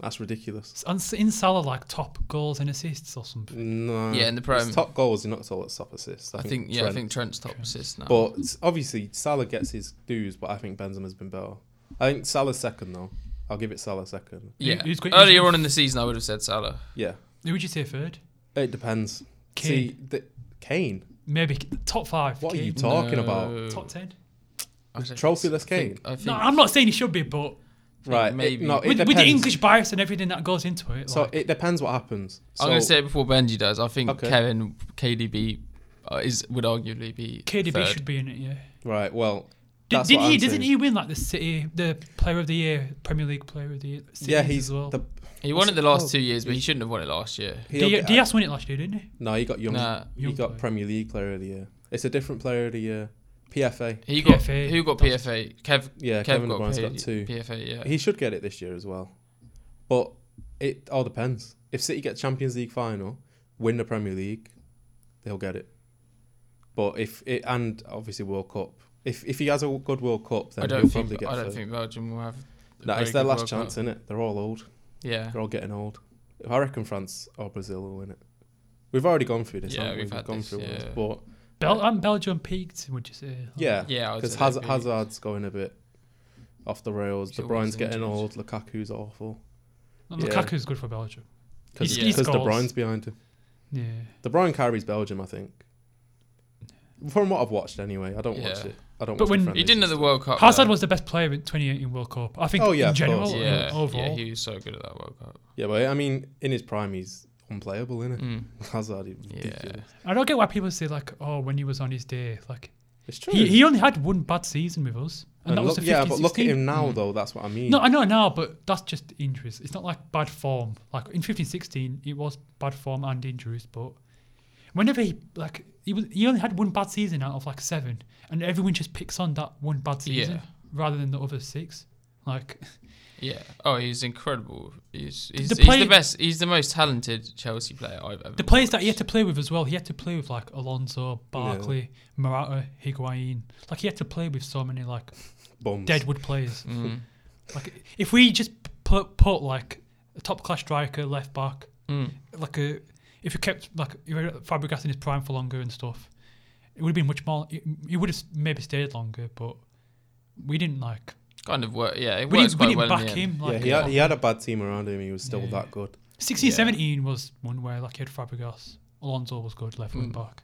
S2: That's ridiculous.
S3: and s- in Salah like top goals and assists or something.
S2: No.
S1: Yeah, in the
S2: His
S1: Prem.
S2: top goals, he's not so at top assists. I,
S1: I think yeah, I
S2: Trent.
S1: think Trent's top assist now.
S2: But s- obviously Salah gets his dues, but I think Benzema's been better. I think Salah's second though. I'll give it Salah second.
S1: yeah,
S3: Who's got-
S1: earlier
S3: who's-
S1: on in the season, I would have said Salah.
S2: Yeah,
S3: Who would you say third?
S2: it depends.
S3: Kane.
S2: See, the, Kane.
S3: Maybe c- top five.
S2: What are
S3: Kane.
S2: you talking about?
S1: No.
S3: Top ten?
S1: I don't
S2: Trophyless
S1: think-
S2: Kane.
S1: I think
S3: No, I'm not saying he should be, but
S2: Right.
S1: maybe.
S2: Maybe. It, no, it
S3: with, with the
S2: depends.
S3: English bias and everything that goes into it.
S2: So
S3: like-
S2: it depends what happens. So,
S1: I'm going to say it before Benji does. I think
S2: Okay.
S1: Kevin KDB uh, is would arguably be
S3: KDB
S1: third.
S3: should be in it, yeah.
S2: Right. Well.
S3: Did,
S2: that's
S3: did
S2: what
S3: he?
S2: I'm
S3: Doesn't
S2: saying.
S3: he win like the City, the Player of the Year, Premier League Player of the Year? City
S2: Yeah,
S3: is
S2: he's
S3: as well.
S2: the.
S1: He won
S2: What's
S1: it the
S2: it
S1: last
S3: Oh.
S2: called?
S1: two years, but he shouldn't have won it last year.
S2: he'll
S3: Di-
S2: get-
S3: Diaz won it last year, didn't he?
S2: no, he got young.
S1: Nah,
S2: he
S3: Young
S2: got
S3: player.
S2: Premier League Player of the Year. It's a different Player of the Year. PFA.
S1: he got
S3: PFA.
S1: who got
S3: That's-
S1: PFA? Kev.
S2: Yeah,
S1: Kev
S2: Kevin De
S1: got,
S2: Bruyne's
S1: P-
S2: got two.
S1: PFA. Yeah.
S2: He should get it this year as well. But it all depends. If City get Champions League final, win the Premier League, they'll get it. But if it and obviously World Cup. If if he has a good World Cup, then
S1: I
S2: he'll
S1: don't
S2: probably
S1: think.
S2: get
S1: I
S2: third.
S1: don't think Belgium will have. a
S2: Nah,
S1: very
S2: it's their
S1: good
S2: last
S1: World Cup.
S2: chance, is it? They're all old.
S1: Yeah.
S2: They're all getting old. If I reckon France or Brazil will win it. We've already gone through this.
S1: Yeah,
S2: haven't we?
S1: we've had
S2: gone
S1: this,
S2: through all
S1: yeah.
S2: But
S3: Bel- and Belgium peaked, would you say? Like-
S2: yeah,
S1: Yeah. I would
S2: because
S1: say they'd
S2: Hazard,
S1: be-
S2: Hazard's going a bit off the rails.
S1: He's
S2: De
S1: always
S2: Bruyne's getting old.
S1: injured.
S2: Lukaku's awful.
S3: No,
S2: Yeah.
S3: Lukaku's Um, good for Belgium.
S2: Because
S1: He's-
S2: De
S1: he
S3: scores.
S2: Bruyne's behind him.
S3: Yeah.
S2: De Bruyne carries Belgium, I think. From what I've watched, anyway. I don't watch
S1: Yeah.
S2: it. I don't.
S3: But
S2: watch
S1: He
S2: the
S3: when- He
S2: friendlies
S1: didn't
S2: and
S1: have the
S2: stuff.
S1: World Cup.
S3: Hazard
S1: though.
S3: was the best player in 2018 World Cup. I think.
S2: Oh, yeah,
S3: In
S2: of
S3: general,
S2: course.
S3: and
S1: Yeah.
S3: overall.
S1: Yeah. He was so good at that World Cup.
S2: Yeah, but I mean, in his prime, he's unplayable, isn't it?
S1: Mm.
S2: Hazard, he's
S1: Yeah.
S2: ridiculous.
S3: I don't get why people say like, "Oh, when he was on his day," like
S2: It's true.
S3: he, he only had one bad season with us, and,
S2: And
S3: that was
S2: look,
S3: the 15,
S2: yeah, but look at
S3: 16.
S2: him now,
S1: Mm.
S2: though. That's what I mean.
S3: No, I know now, but that's just injuries. It's not like bad form. Like in 15, 16, it was bad form and injuries. But whenever he like he was, he only had one bad season out of like seven, and everyone just picks on that one bad season
S1: Yeah.
S3: rather than the other six. Like
S1: Yeah. Oh, he's incredible. He's he's,
S3: The
S1: he's
S3: play-
S1: the best. He's the most talented Chelsea player I've ever.
S3: the players that he had to play with as well. He had to play with like Alonso, Barkley, Morata, Higuain. Like he had to play with so many like
S2: Bums.
S3: deadwood players.
S1: watched. Mm.
S3: Like if we just put put like a top class striker, left back,
S1: Mm.
S3: like a if you kept like you know, Fabregas in his prime for longer and stuff, it would have been much more. It, it would have maybe stayed longer, but we didn't like
S1: Kind of work. Yeah, it
S3: we
S1: works
S3: didn't, we
S1: quite
S3: didn't
S1: well. in
S3: back
S1: the end.
S3: him.
S2: Yeah,
S3: Like,
S2: he had, he had a bad team around him. He was still
S3: Yeah.
S2: that good.
S3: 16,
S1: yeah.
S3: 17 was one where like he had Fabregas, Alonso was good left wing
S1: Mm.
S3: back.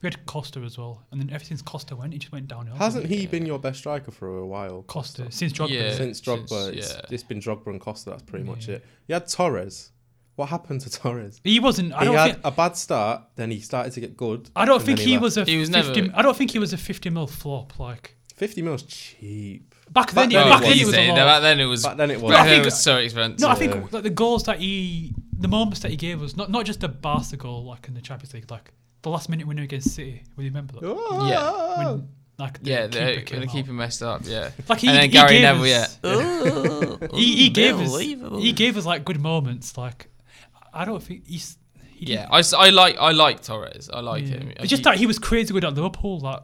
S3: We had Costa as well, and then ever since Costa went, it just went downhill.
S2: Hasn't he
S1: Oh, Yeah.
S2: been your best striker for a while?
S3: Costa since Drogba?
S1: Yeah.
S2: Since Drogba,
S1: Since-
S2: it's,
S1: yeah.
S2: it's been Drogba and Costa. That's pretty much
S3: Yeah.
S2: it. He had Torres. What happened to Torres?
S3: He wasn't. I
S2: he
S3: don't
S2: had
S3: think.
S2: a bad start, then he started to get good.
S3: I don't
S2: and
S3: think
S2: then
S3: he,
S2: left.
S3: was a.
S1: He was
S3: 50,
S1: never-
S3: I don't think he was a fifty mil flop. Like
S2: 50 mil's cheap.
S3: back
S2: then
S3: then, he,
S2: it
S3: back
S2: was.
S3: then he was a
S1: easy.
S3: lot.
S1: Back then it was. [LAUGHS]
S2: Back then it was.
S1: Back
S3: I
S1: then
S3: think-
S1: it was uh, so expensive.
S3: No, I
S2: Yeah.
S3: think like the goals that he, the moments that he gave us, not not just the Barca goal like in the Champions League, like the last minute winner against City. Will you remember that?
S2: Ah!
S3: When, like the
S1: yeah,
S3: keeper
S1: the,
S3: came
S1: the
S3: out.
S1: keeper messed up. Yeah,
S3: Like he,
S1: and then
S3: he
S1: Gary
S3: gave
S1: Neville.
S3: us,
S1: Yeah,
S3: [LAUGHS] He, he gave us. He gave us like good moments. Like I don't think he's. He
S1: Yeah,
S3: didn't-
S1: I, s- I like I like Torres. I like
S3: yeah.
S1: him.
S3: It's just that he was crazy good at Liverpool. Like,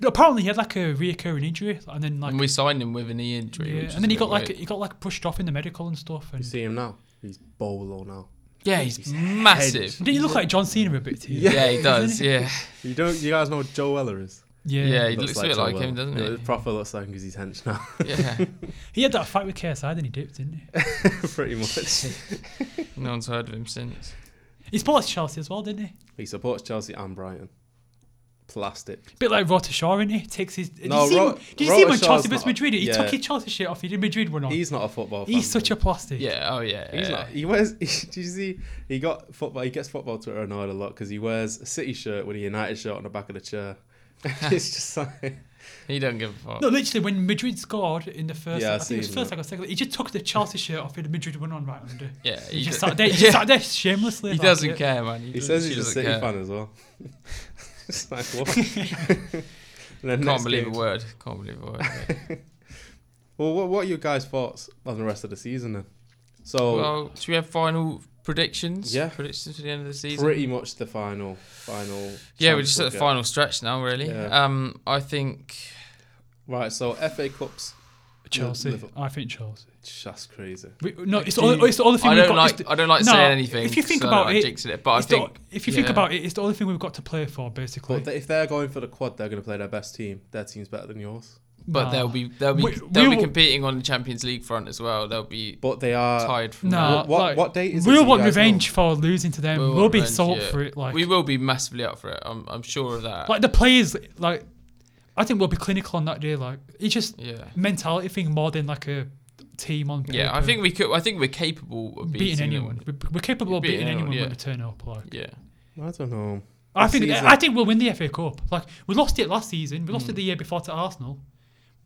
S3: but apparently he had like a reoccurring injury, and then like
S1: and we signed him with a knee injury.
S3: yeah,
S1: which
S3: and then
S1: is
S3: he
S1: a
S3: got
S1: bit
S3: like
S1: weird.
S3: he got like pushed off in the medical and stuff. And
S2: You see him now? He's bolo now.
S1: yeah, he's massive.
S3: [LAUGHS] didn't he look like John Cena a bit too?
S1: Yeah, he does. Yeah,
S2: You don't. You guys know what Joe Weller is?
S3: yeah.
S1: yeah, he
S2: Looks
S1: looks a bit
S2: Joe
S1: like him,
S2: Weller.
S1: doesn't
S2: Yeah,
S1: he?
S2: proper looks like him because he's hench now, [LAUGHS]
S1: Yeah,
S3: He had that fight with KSI, then he dipped, didn't he?
S2: pretty
S3: [LAUGHS]
S2: much.
S1: no one's heard of him since.
S3: He supports Chelsea as well, didn't he?
S2: He supports Chelsea and Brighton. Plastic.
S3: Bit like Rota Shaw, isn't he? Takes his. Did
S2: No,
S3: you see,
S2: Ro-
S3: him- did you see him when
S2: Rotashaw's
S3: Chelsea versus
S2: not-
S3: Madrid? He took
S2: yeah.
S3: his Chelsea shit off. He did Madrid one on. Oh. He's,
S2: He's not a football. fan,
S3: such
S2: though.
S3: a plastic.
S1: Yeah, oh yeah.
S2: He's
S1: yeah.
S2: not. He wears. [LAUGHS] do you see? He got football. He gets football Twitter annoyed a lot because he wears a City shirt with a United shirt on the back of the chair. [LAUGHS]
S1: [LAUGHS]
S2: it's just like
S1: He don't give a fuck.
S3: No, literally, when Madrid scored in the first,
S2: Yeah,
S3: I,
S2: I
S3: think it was
S2: seen
S3: first
S2: that.
S3: leg or second, leg, he just took the Chelsea shirt off and Madrid won on right under.
S1: yeah,
S3: He,
S1: he [LAUGHS]
S3: just
S1: don't-
S3: sat there, he
S1: yeah.
S3: just sat there shamelessly.
S1: He
S3: like,
S1: doesn't
S3: yeah.
S1: care, man. He,
S2: he
S1: doesn't-
S2: says
S1: she
S2: he's a
S1: doesn't
S2: City
S1: care.
S2: fan as well. [LAUGHS] it's like
S1: [LAUGHS]
S2: what? [LAUGHS] And then
S1: Can't
S2: next
S1: believe
S2: game-
S1: a word. Can't believe a word. yeah.
S2: Well, what, what are your guys' thoughts on the rest of the season then? So
S1: well, should we have final predictions.
S2: Yeah.
S1: predictions for the end of the season.
S2: Pretty much the final, final.
S1: yeah,
S2: chance
S1: we're just
S2: we'll
S1: at the
S2: get.
S1: final stretch now, really.
S2: Yeah.
S1: Um, I think
S2: Right, so FA Cups.
S3: Chelsea.
S2: Liverpool.
S3: I think Chelsea.
S2: That's crazy.
S3: We, no, it's,
S2: do
S3: all,
S2: you-
S3: it's the only thing
S1: I
S3: we've
S1: don't
S3: got. it's
S1: like
S3: the-
S1: I don't like
S3: No,
S1: saying anything.
S3: if you think
S1: 'cause I don't
S3: about
S1: like
S3: it,
S1: jinxing it, but I
S3: it's the-
S1: think
S3: if you think
S1: yeah.
S3: about it, it's the only thing we've got to play for, basically.
S2: But they- if they're going for the quad, they're going to play their best team. Their team's better than yours.
S1: But
S3: Nah.
S1: they'll be they'll be
S3: We-
S1: they'll
S3: we
S1: be
S3: will-
S1: competing on the Champions League front as well. They'll be
S2: But they are.
S1: tired from
S3: No,
S1: that.
S2: What- what-
S3: like,
S2: what date is it that
S3: We'll
S2: you
S3: want
S2: guys know?
S3: revenge for losing to them.
S1: We'll
S3: We'll,
S1: want
S3: be
S1: revenge,
S3: salt
S1: yeah.
S3: for it. Like,
S1: we will be massively up for it. I'm I'm sure of that.
S3: like the players, like I think we'll be clinical on that day. Like it's just
S1: yeah,
S3: mentality thing more than like a team on.
S1: yeah. I
S3: paper.
S1: think we could. I think we're capable of
S3: beating anyone. We're, we're capable of
S1: Beating
S3: beating,
S1: anyone,
S3: anyone
S1: yeah.
S3: when we turn up. Like
S1: Yeah,
S2: I don't know.
S3: I
S2: This
S3: think
S2: season-
S3: I think we'll win the FA Cup. Like we lost it last season. We
S1: Hmm.
S3: lost it the year before to Arsenal.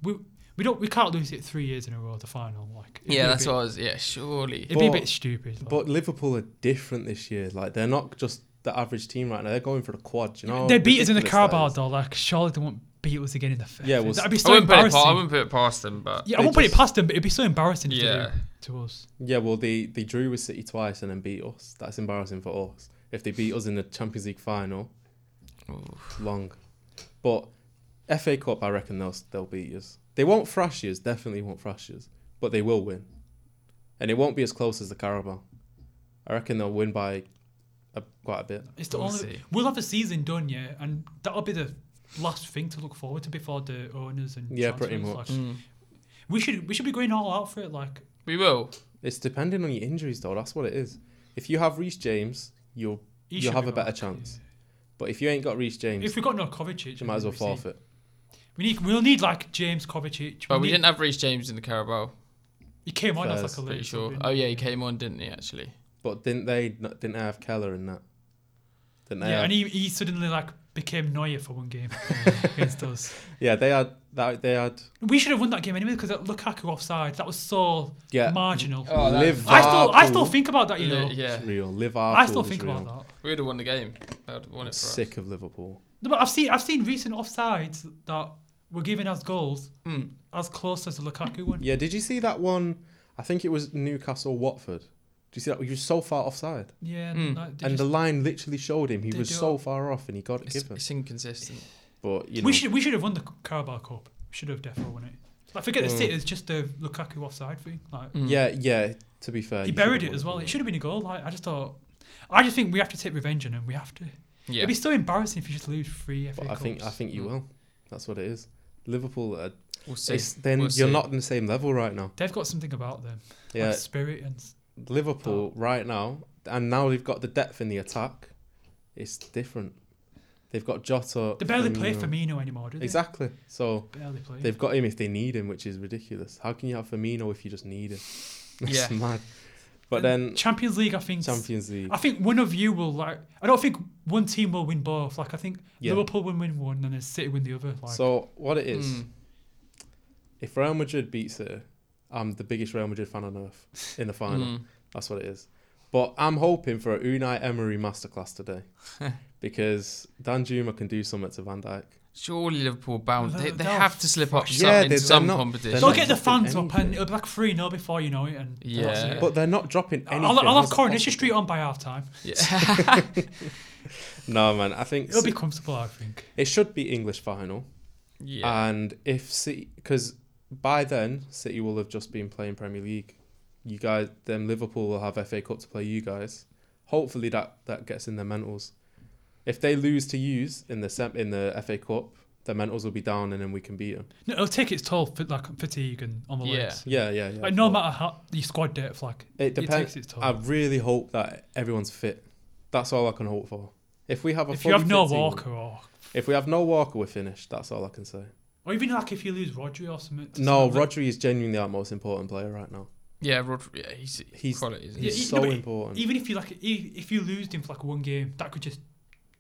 S3: We we don't we can't lose it three years in a row to final. Like it'd be
S1: yeah.
S3: a
S1: That's
S3: bit,
S1: what I was. Yeah, surely.
S3: It'd be a
S2: But-
S3: bit stupid. like.
S2: But Liverpool are different this year. Like they're not just the average team right now. They're going for the quad. do You know.
S3: they beat us in the
S2: Ridiculous
S3: Carabao
S2: that is.
S3: though. Like surely they won't beat us again in the fifth.
S2: Yeah, well,
S3: that'd be
S1: I
S3: so
S1: wouldn't put it.
S3: embarrassing.
S1: pa- I wouldn't put it past them, but
S3: yeah, I
S2: They
S3: won't put it
S2: just-
S3: past them, but it'd be so embarrassing
S1: Yeah.
S3: to, do, to us.
S2: Yeah, well, they they drew with City twice and then beat us. That's embarrassing for us. If they beat us in the Champions League final, long. But FA Cup, I reckon they'll they'll beat us. They won't thrash us. Definitely won't thrash us. But they will win, and it won't be as close as the Carabao. I reckon they'll win by a, quite a bit.
S3: It's the
S1: We'll
S3: only
S1: see.
S3: we'll have a season done, yeah, and that'll be the last thing to look forward to before the owners and
S2: Yeah, pretty
S3: transfers,
S2: much.
S3: like,
S1: Mm.
S3: we should we should be going all out for it. Like
S1: we will.
S2: It's depending on your injuries, though. That's what it is. If you have Reece James, you'll
S3: he
S2: you'll
S3: should
S2: have
S3: be
S2: a better
S3: back,
S2: chance. But if you ain't got Reece
S3: yeah.
S2: James,
S3: If we got no Kovacic,
S2: you might as well
S3: we've seen-
S2: forfeit.
S3: We need we'll need like James Kovacic.
S1: But Oh, we
S3: need-
S1: didn't have Reece James in the Carabao.
S3: He came on as
S2: First,
S3: like a
S1: Pretty
S3: late.
S1: sure.
S3: sub,
S1: Oh
S3: didn't
S1: yeah, he came on, didn't he? Actually,
S2: But didn't they didn't they have Keller in that? Didn't
S3: Yeah,
S2: they? have-
S3: and he, he suddenly like became Neuer for one game [LAUGHS] against us.
S2: Yeah, they had that. They had
S3: We should have won that game anyway because Lukaku offside. That was so
S2: yeah.
S3: marginal.
S1: Oh, that-
S2: Liverpool.
S3: I still I still think about that. You know,
S1: yeah.
S2: real. Liverpool.
S3: I still
S2: was
S3: think
S2: real.
S3: about that.
S1: We'd have won the game. They'd have won it for us.
S2: Sick of Liverpool.
S3: No, but I've seen I've seen recent offsides that were given as goals
S1: Mm.
S3: as close as the Lukaku one.
S2: Yeah, did you see that one? I think it was Newcastle Watford. Do you see that? He was so far offside,
S3: Yeah,
S1: Mm.
S3: like, they
S2: and the
S3: just-
S2: line literally showed him he
S3: they
S2: was
S3: do
S2: so
S3: it.
S2: far off, and he got it
S1: It's,
S2: given.
S1: it's inconsistent.
S2: But you know,
S3: we should we should have won the Carabao Cup. Should have definitely won it. Like forget the
S2: Mm.
S3: sit. It's just the Lukaku offside thing. Like
S1: Mm.
S2: yeah, yeah. To be fair,
S3: he
S2: you
S3: buried
S2: should've
S3: it as
S2: won
S3: well. It should have been a goal. Like I just thought. I just think we have to take revenge on him. We have to.
S1: Yeah.
S3: It'd be so embarrassing if you just lose three FA
S2: But I think I
S3: Cups.
S2: think you
S1: Mm.
S2: will. That's what it is. Liverpool, are,
S1: We'll see.
S2: it's, then
S1: We'll
S2: you're
S1: see.
S2: not on the same level right now.
S3: They've got something about them. Yeah.
S2: Yeah,
S3: spirit and s-
S1: Oh.
S2: Liverpool right now, and now they've got the depth in the attack. It's different. They've got Jota.
S3: they barely play
S2: Firmino.
S3: Firmino anymore, do they?
S2: Exactly. So
S3: Barely play.
S2: they've got him if Mm. they need him, which is ridiculous. How can you have Firmino if you just need him? [LAUGHS]
S1: Yeah.
S2: That's mad. But then
S3: Champions League, I think.
S2: Champions League.
S3: I think one of you will like. I don't think one team will win both. Like I think
S2: Yeah.
S3: Liverpool will win one, and then City win the other. Like
S2: So what it is,
S1: Mm.
S2: if Real Madrid beats it, I'm the biggest Real Madrid fan on earth
S3: [LAUGHS]
S2: in the final.
S1: Mm.
S2: That's what it is. But I'm hoping for a Unai Emery masterclass
S3: [LAUGHS]
S2: today because Dan Juma can do something to Van Dijk.
S1: Surely Liverpool bound. They,
S3: They'll-
S1: they
S3: they'll
S1: have to slip up
S2: thrash
S1: some,
S2: Yeah,
S1: in
S2: they- they're
S1: some
S2: not-
S1: competition.
S2: they're
S3: they'll
S2: not
S3: get the
S2: dropping
S3: fans up, and
S2: anything.
S3: it'll be like three 0 before you know it. And that's
S1: Yeah.
S3: it.
S2: But they're not dropping anything.
S3: I'll, I'll have
S2: That's-
S3: Coronation Street on by half time.
S1: Yeah.
S2: [LAUGHS]
S1: [LAUGHS]
S2: No, man. I think
S3: It'll be comfortable, I think.
S2: it should be English final.
S1: yeah.
S2: And if City, because by then City will have just been playing Premier League. You guys, then Liverpool will have FA Cup to play you guys. Hopefully that that gets in their mentals. If they lose to use in the sem- in the FA Cup, their mentals will be down, and then we can beat them.
S3: No, it'll take its toll for like fatigue and on the
S1: Yeah.
S3: legs.
S2: Yeah, yeah, yeah.
S3: Like no
S2: But
S3: matter how the squad depth, like
S2: It
S3: takes
S2: depends.
S3: its toll.
S2: I really hope that everyone's fit. That's all I can hope for. If we have a
S3: if you
S2: fully
S3: have no
S2: fit team-
S3: Walker or
S2: if we have no Walker, we're finished. That's all I can say.
S3: or even like if you lose Rodri or something. to
S2: No,
S3: someone,
S2: Rodri is genuinely our most important player right now.
S1: yeah, Rod, yeah, he's,
S2: He's-
S1: quality, isn't
S2: He's
S1: he?
S3: Yeah, he-
S2: so
S3: no, but
S2: important.
S3: Even if you like, e- if you lose him for like one game, that could just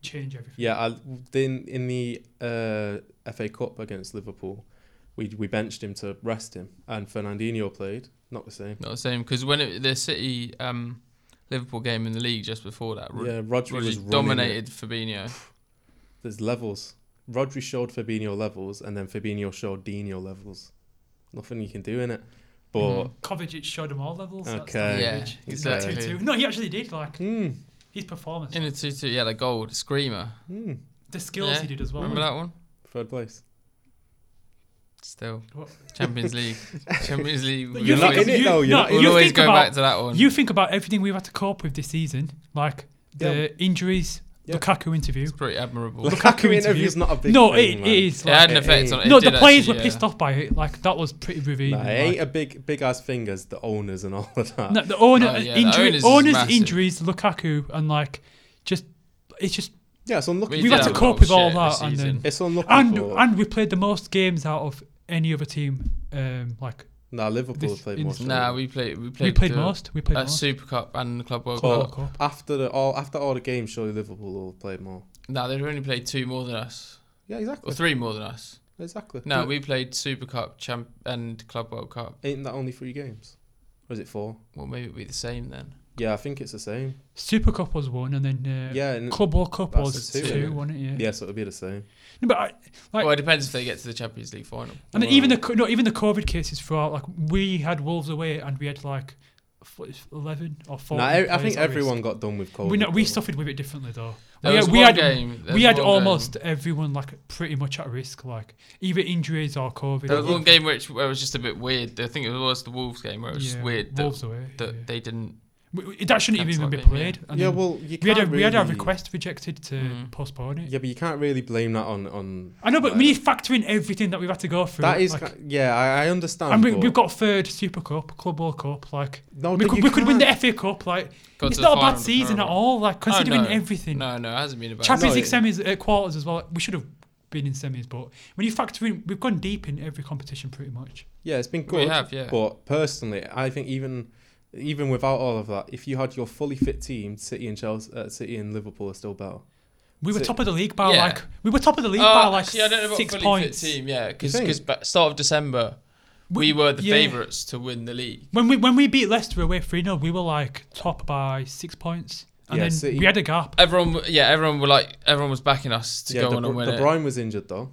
S3: change everything.
S2: Yeah, I, then in the uh, FA Cup against Liverpool, we we benched him to rest him, and Fernandinho played. Not the same.
S1: Not the same because when it, the City um, Liverpool game in the league just before that, Rod,
S2: yeah, Rodri,
S1: Rodri
S2: was dominated.
S1: dominated Fabinho.
S2: There's levels. Rodri showed Fabinho levels, and then Fabinho showed Dino levels. Nothing you can do in it. But
S3: Kovacic showed him all levels. that's
S2: Okay.
S3: the
S1: Yeah,
S3: average. He did
S1: exactly.
S3: 2-2. No, he actually did. Like
S2: mm,
S3: his performance,
S1: In the 2 2, yeah, the goal, the screamer.
S2: mm,
S3: the skills
S1: Yeah.
S3: he did as well.
S1: Remember that one?
S2: third
S3: [LAUGHS]
S2: place.
S1: Still.
S3: What-
S1: Champions
S3: [LAUGHS]
S1: League. Champions League.
S3: But
S1: we
S2: You're not
S1: always-
S2: in it though. You're
S3: no,
S2: not in
S1: We'll
S2: it.
S3: you
S1: always
S3: think
S1: go
S3: about-
S1: back to that one.
S3: You think about everything we've had to cope with this season, like
S2: Yeah.
S3: the injuries,
S2: Yeah.
S3: Lukaku interview.
S1: it's pretty admirable. it
S2: Lukaku
S3: interview.
S2: interview's not a big
S3: No,
S2: thing,
S3: it,
S2: man.
S3: it is. Like,
S1: had an
S2: It
S1: effect
S2: ain't.
S1: on it.
S3: no,
S1: it
S3: the
S1: did
S3: players
S1: actually,
S3: were
S1: yeah.
S3: pissed off by it. Like that was pretty revealing.
S2: Nah, it ain't a
S3: like.
S2: big big ass fingers. The owners and all of that.
S3: no, the owner
S1: Oh, yeah, the
S3: injury,
S1: owners is
S3: owners
S1: massive.
S3: injuries, Lukaku, and like just it's just
S2: Yeah, so I'm looking.
S1: We
S3: we've
S1: did
S3: had to
S1: have a
S2: for-
S1: lot
S3: cope
S1: of
S3: with all
S1: shit this
S3: that and
S1: season.
S3: then
S2: It's unlucky.
S3: and
S2: for,
S3: and we played the most games out of any other team. Um, like
S2: nah, Liverpool
S3: this-
S2: have played
S3: in
S2: more.
S3: this-
S1: Nah, we played. We played,
S3: we played
S1: the-
S3: most. We played
S1: uh,
S3: most.
S1: Super Cup and the Club World
S2: But
S1: Cup.
S3: Cup.
S2: after the all after all the games, surely Liverpool will have played more.
S1: No, they've only played two more than us,
S2: Yeah, exactly.
S1: or three more than us.
S2: Exactly.
S1: No,
S2: But
S1: we played Super Cup champ and Club World Cup.
S2: ain't that only three games? Or is it four?
S1: Well, maybe it'd be the same then.
S2: Yeah, I think it's the same.
S3: Super Cup was one, and then uh,
S2: Yeah, and,
S3: Club World Cup
S2: That's
S3: was
S2: the
S3: two,
S2: two, isn't it?
S3: wasn't it? Yeah.
S2: yeah, so it'll be the same.
S3: No, but I, Right.
S1: Well, it depends if they get to the Champions League final.
S3: I mean,
S2: Wow.
S3: even the co- no, even the COVID cases throughout. Like we had Wolves away, and we had like f- eleven or four.
S2: Nah, I, I think everyone got done with COVID.
S3: We know, we
S2: though.
S3: suffered with it differently though.
S1: There
S3: we
S1: was
S3: had, we
S1: one
S3: had,
S1: game- there
S3: we
S1: was
S3: had
S1: one
S3: almost
S1: game-
S3: everyone like pretty much at risk, like either injuries or COVID.
S1: There was one game which where it was just a bit weird. I think it was the Wolves game where it was just
S3: Yeah,
S1: weird that,
S3: Wolves away.
S1: that
S3: yeah.
S1: they didn't.
S3: We- we- that shouldn't even,
S1: Cancel
S3: be
S1: that game, yeah.
S3: played. and
S2: Yeah,
S3: then
S2: well, you
S3: we had
S2: can't
S3: a, we had our
S2: really-
S3: request rejected to
S1: Mm.
S3: postpone it.
S2: Yeah, but you can't really blame that on on.
S3: I know, but
S2: like,
S3: we need to factor in everything that we've had to go through.
S2: That is,
S3: like-
S2: ki- yeah, I, I understand.
S3: and we,
S2: but-
S3: we've got third Super Cup, Club World Cup, like.
S2: No,
S3: we
S2: Oh, but
S3: could,
S2: you
S3: we could win the
S2: can't.
S3: FA Cup. Like
S1: Got
S3: it's
S1: to the
S3: not a bad
S1: final,
S3: season at
S1: terrible.
S3: all. Like
S1: Oh,
S3: considering
S1: no.
S3: everything,
S1: No, no, it hasn't been about.
S3: Champions
S2: No,
S3: League
S2: it-
S3: semis, uh, quarters as well. We should have been in semis, but when you factor in, we've gone deep in every competition pretty much.
S2: Yeah, it's been
S1: We
S2: good.
S1: have, yeah.
S2: But personally, I think even even without all of that, if you had your fully fit team, City and Chelsea, uh, City and Liverpool are still better.
S3: We were
S2: So-
S3: top of the league by
S1: Yeah.
S3: like we were top of the league
S1: Oh,
S3: by like
S1: actually, I don't know about
S3: six
S1: fully
S3: points.
S1: fit team. Yeah, because
S2: You think?
S1: start of December we, were the
S3: yeah.
S1: favourites to win the league.
S3: When we when we beat Leicester away three 0 we were like top by six points, and
S2: Yeah,
S3: then
S2: City-
S3: we had a gap.
S1: Everyone, yeah, everyone were like, everyone was backing us to
S2: yeah,
S1: go
S2: De,
S1: on and
S2: Bru-
S1: win
S2: De
S1: it.
S2: Bruyne was injured though.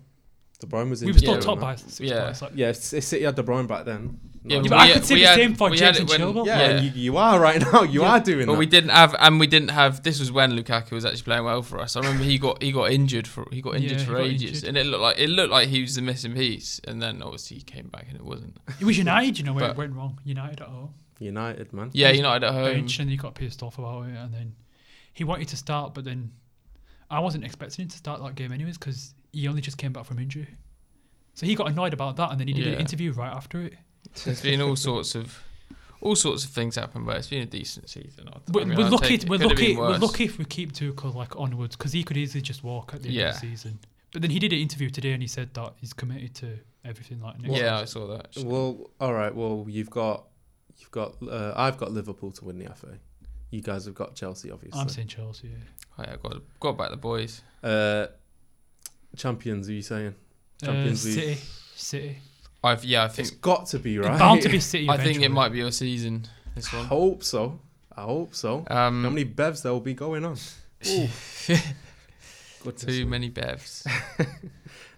S2: De Bruyne was
S3: We
S2: injured.
S3: were still
S2: during
S3: top
S2: that.
S3: by six
S1: Yeah.
S3: points. Like,
S2: Yeah, if C- City had De Bruyne back then.
S1: Yeah,
S2: no.
S3: but
S1: we
S3: I
S1: had-
S3: could say
S1: we
S3: the
S1: had-
S3: same for
S1: we had
S3: James and
S1: it when-
S3: Chilwell.
S2: yeah,
S1: yeah.
S2: and You, you are right now. [LAUGHS] You are doing
S1: But
S2: that.
S1: we didn't have, and we didn't have. This was when Lukaku was actually playing well for us. I remember he got he got injured for he got injured
S3: Yeah, he
S1: for
S3: got
S1: ages,
S3: injured.
S1: and it looked like it looked like he was the missing piece. And then obviously he came back, and it wasn't.
S3: it was United, you know, where it
S1: But- Um,
S3: went wrong. United at all.
S2: United, man.
S1: Yeah,
S3: He's
S1: United at home.
S3: bench and he got pissed off about it and then he wanted to start but then I wasn't expecting him to start that game anyways because he only just came back from injury so he got annoyed about that and then he did an
S1: Yeah.
S3: interview right after it
S1: There's been all sorts of all sorts of things happen, but it's been a decent season. I- I
S3: we're,
S1: mean,
S3: we're
S1: I'll
S3: lucky
S1: take it.
S3: we're
S1: Could have
S3: lucky
S1: been
S3: we're
S1: worse.
S3: lucky if we keep Tuchel like onwards because he could easily just walk at the end of
S1: Yeah.
S3: the season but then he did an interview today and he said that he's committed to everything like next
S1: Yeah, I
S3: season.
S1: saw that. actually.
S2: Well, all right. Well, you've got, you've got. Uh, I've got Liverpool to win the FA. You guys have got Chelsea, obviously.
S3: I'm saying Chelsea
S1: Oh, yeah, got got back the boys.
S2: Uh, champions, are you saying?
S3: yeah. uh,
S2: Champions League.
S3: City City
S1: I've yeah, I
S2: It's
S1: think
S2: got to be right.
S3: It's bound to be City
S1: I think
S3: eventually.
S1: it might be your season. This
S2: [LAUGHS] I
S1: one.
S2: hope so. I hope so.
S1: Um,
S2: How many bevs there will be
S1: [LAUGHS]
S2: going on? Good
S1: too many bevs.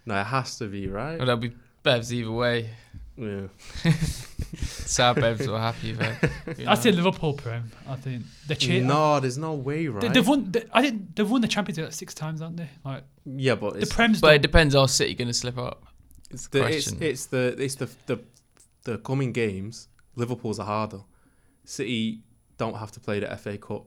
S2: No, it has to be right.
S1: Well, there'll be bevs either way.
S2: Yeah.
S1: Sad bevs or happy
S2: [LAUGHS]
S1: bevs. you know.
S3: I say Liverpool Prem I think they're cheating
S2: No, there's no way,
S3: They,
S2: right?
S3: they've won. They, I think they've won the Champions League like six times, haven't they? Like
S2: yeah, but
S3: the
S2: it's
S3: Prem's.
S1: But it
S3: done-
S1: depends. Are City going to slip up?
S2: it's the, it's,
S1: question.
S2: it's the it's the the the coming games. Liverpool's are harder. City don't have to play the FA Cup.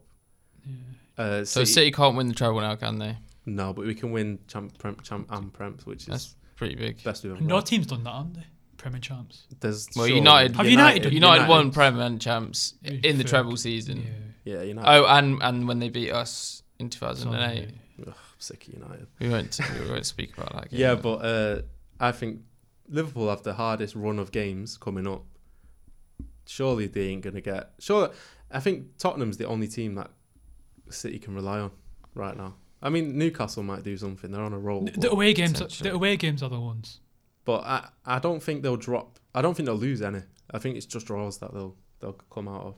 S2: Uh,
S1: So
S2: City,
S1: City can't win the treble now, can they?
S2: no, but we can win champ, prem, champ and prems, which is
S1: That's pretty big.
S2: best we've ever.
S3: no
S2: Not
S3: team's done that, haven't they? Prem and champs.
S2: there's
S1: Well,
S2: surely-
S1: United-
S3: Have United done-
S1: United, won Prem and champs
S3: Yeah,
S1: in the
S3: third.
S1: treble season.
S2: Yeah, United.
S1: Oh, and and when they beat us in
S3: So, yeah.
S1: 2008,
S2: I'm sick of United.
S1: we won't we won't speak about that. Game,
S2: Yeah, but uh, I think Liverpool have the hardest run of games coming up. Surely they ain't gonna get. Sure, I think Tottenham's the only team that City can rely on right now. I mean, Newcastle might do something. They're on a roll,
S3: The
S2: but,
S3: away games.
S1: Potentially.
S3: The away games are the ones.
S2: but I, I don't think they'll drop. I don't think they'll lose any. I think it's just draws that they'll they'll come out of,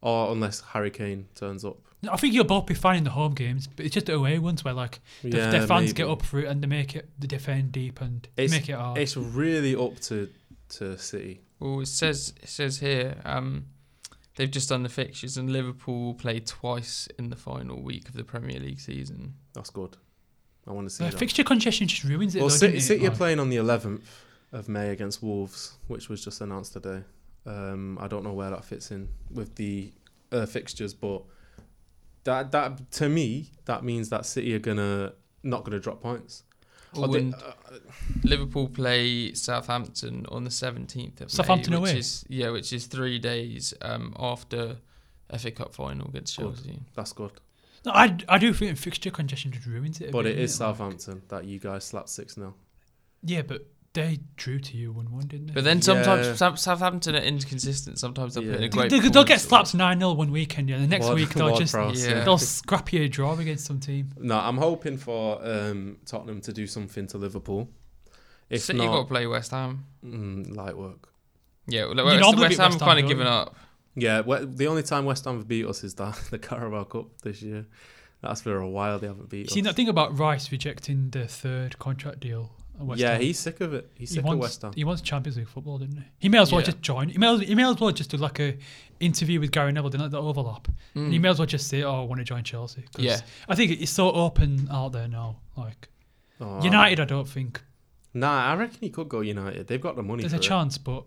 S2: or unless Harry Kane turns up.
S3: No, I think you'll both be fine in the home games, but it's just the away ones where like the,
S2: Yeah,
S3: their fans get
S2: maybe.
S3: up for it and they make it. They defend deep and
S2: It's-
S3: make it hard.
S2: It's really up to to City.
S1: Well, it says it says here um, they've just done the fixtures, and Liverpool played twice in the final week of the Premier League season.
S2: That's good. I want to see
S3: The
S2: that.
S3: fixture congestion just ruins it.
S2: Well,
S3: though,
S2: City,
S3: doesn't it?
S2: City are
S3: Like-
S2: playing on the 11th of May against Wolves, which was just announced today. Um, I don't know where that fits in with the uh, fixtures, but that that to me that means that City are gonna not gonna drop points. Or
S1: Oh,
S2: they-
S1: and
S2: uh,
S1: Liverpool play Southampton on the seventeenth of
S3: Southampton
S1: May, which
S3: away?
S1: is yeah, which is three days um, after FA Cup final against
S2: Good.
S1: Chelsea.
S2: that's good,
S3: No, I, I do think fixture congestion just ruins it. a
S2: but
S3: bit,
S2: it
S3: innit?
S2: is
S3: Like-
S2: Southampton that you guys slapped six 0
S3: Yeah, but they drew to you one one, didn't they?
S1: But then sometimes
S2: Yeah.
S1: Sou- Southampton are inconsistent. Sometimes they'll put in
S2: Yeah.
S1: a great.
S3: they, will get
S1: performance.
S3: slapped nine 0 one weekend, yeah. The next week they'll just
S1: Yeah.
S3: they'll scrap you a draw against some team.
S2: No, I'm hoping for um, Tottenham to do something to Liverpool. If
S1: City
S2: not,
S1: got to play West Ham.
S2: mm, light work.
S1: Yeah, well,
S3: You
S1: West,
S3: normally
S1: West
S3: beat
S1: Ham
S3: West Ham,
S1: kind
S3: don't
S1: of given
S3: you?
S1: up.
S2: Yeah, we- the only time West Ham have beat us is that the [LAUGHS] Carabao Cup this year. That's for a while they haven't
S3: You
S2: beat
S3: seen
S2: us.
S3: that thing about Rice rejecting the third contract deal? At West
S2: yeah,
S3: Ham?
S2: he's sick of it. He's sick
S3: wants,
S2: of West Ham.
S3: He wants Champions League football, didn't he? He may as well
S1: Yeah.
S3: just join. He may, as- he may as well just do like a interview with Gary Neville, didn't like the overlap. And he
S1: Mm.
S3: may as well just say, "Oh, I want to join Chelsea." 'cause
S1: Yeah.
S3: I think it's so open out there now. Like
S2: Oh,
S3: United, I don't think
S2: Nah, I reckon he could go United. They've got the money.
S3: there's
S2: for
S3: a
S2: it.
S3: chance, but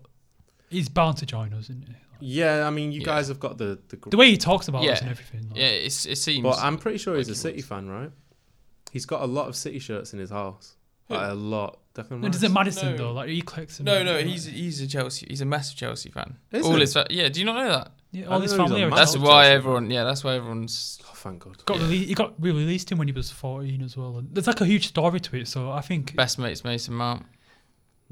S3: he's bound to join us, isn't he? Like,
S2: Yeah, I mean, you
S1: Yeah.
S2: guys have got the the. Gr-
S3: the way he talks about
S1: Yeah.
S3: us and everything. Like,
S1: Yeah, it's, it seems.
S2: but I'm pretty sure he's a
S1: like he
S2: City
S1: wants.
S2: fan, right? He's got a lot of City shirts in his house.
S1: Who?
S2: Like, a lot. Definitely.
S3: And is it Madison
S1: No.
S3: though? Like he clicks. and
S1: no, no,
S3: everything,
S1: he's
S3: like-
S1: he's a Chelsea. He's a massive Chelsea fan.
S2: Is
S1: All
S2: he?
S1: his fa- yeah. Do you not know that?
S3: yeah,
S2: I
S3: all
S2: didn't
S3: his
S2: know he was
S3: family.
S2: a
S3: Are
S1: That's
S2: Massive
S1: why
S2: Chelsea fan.
S1: everyone. Yeah, that's why everyone's.
S2: Oh, thank God.
S3: Got
S1: Yeah.
S3: rele- he got we released him when he was 14 as well. And there's like a huge story to it, so I think
S1: Best mates Mason Mount.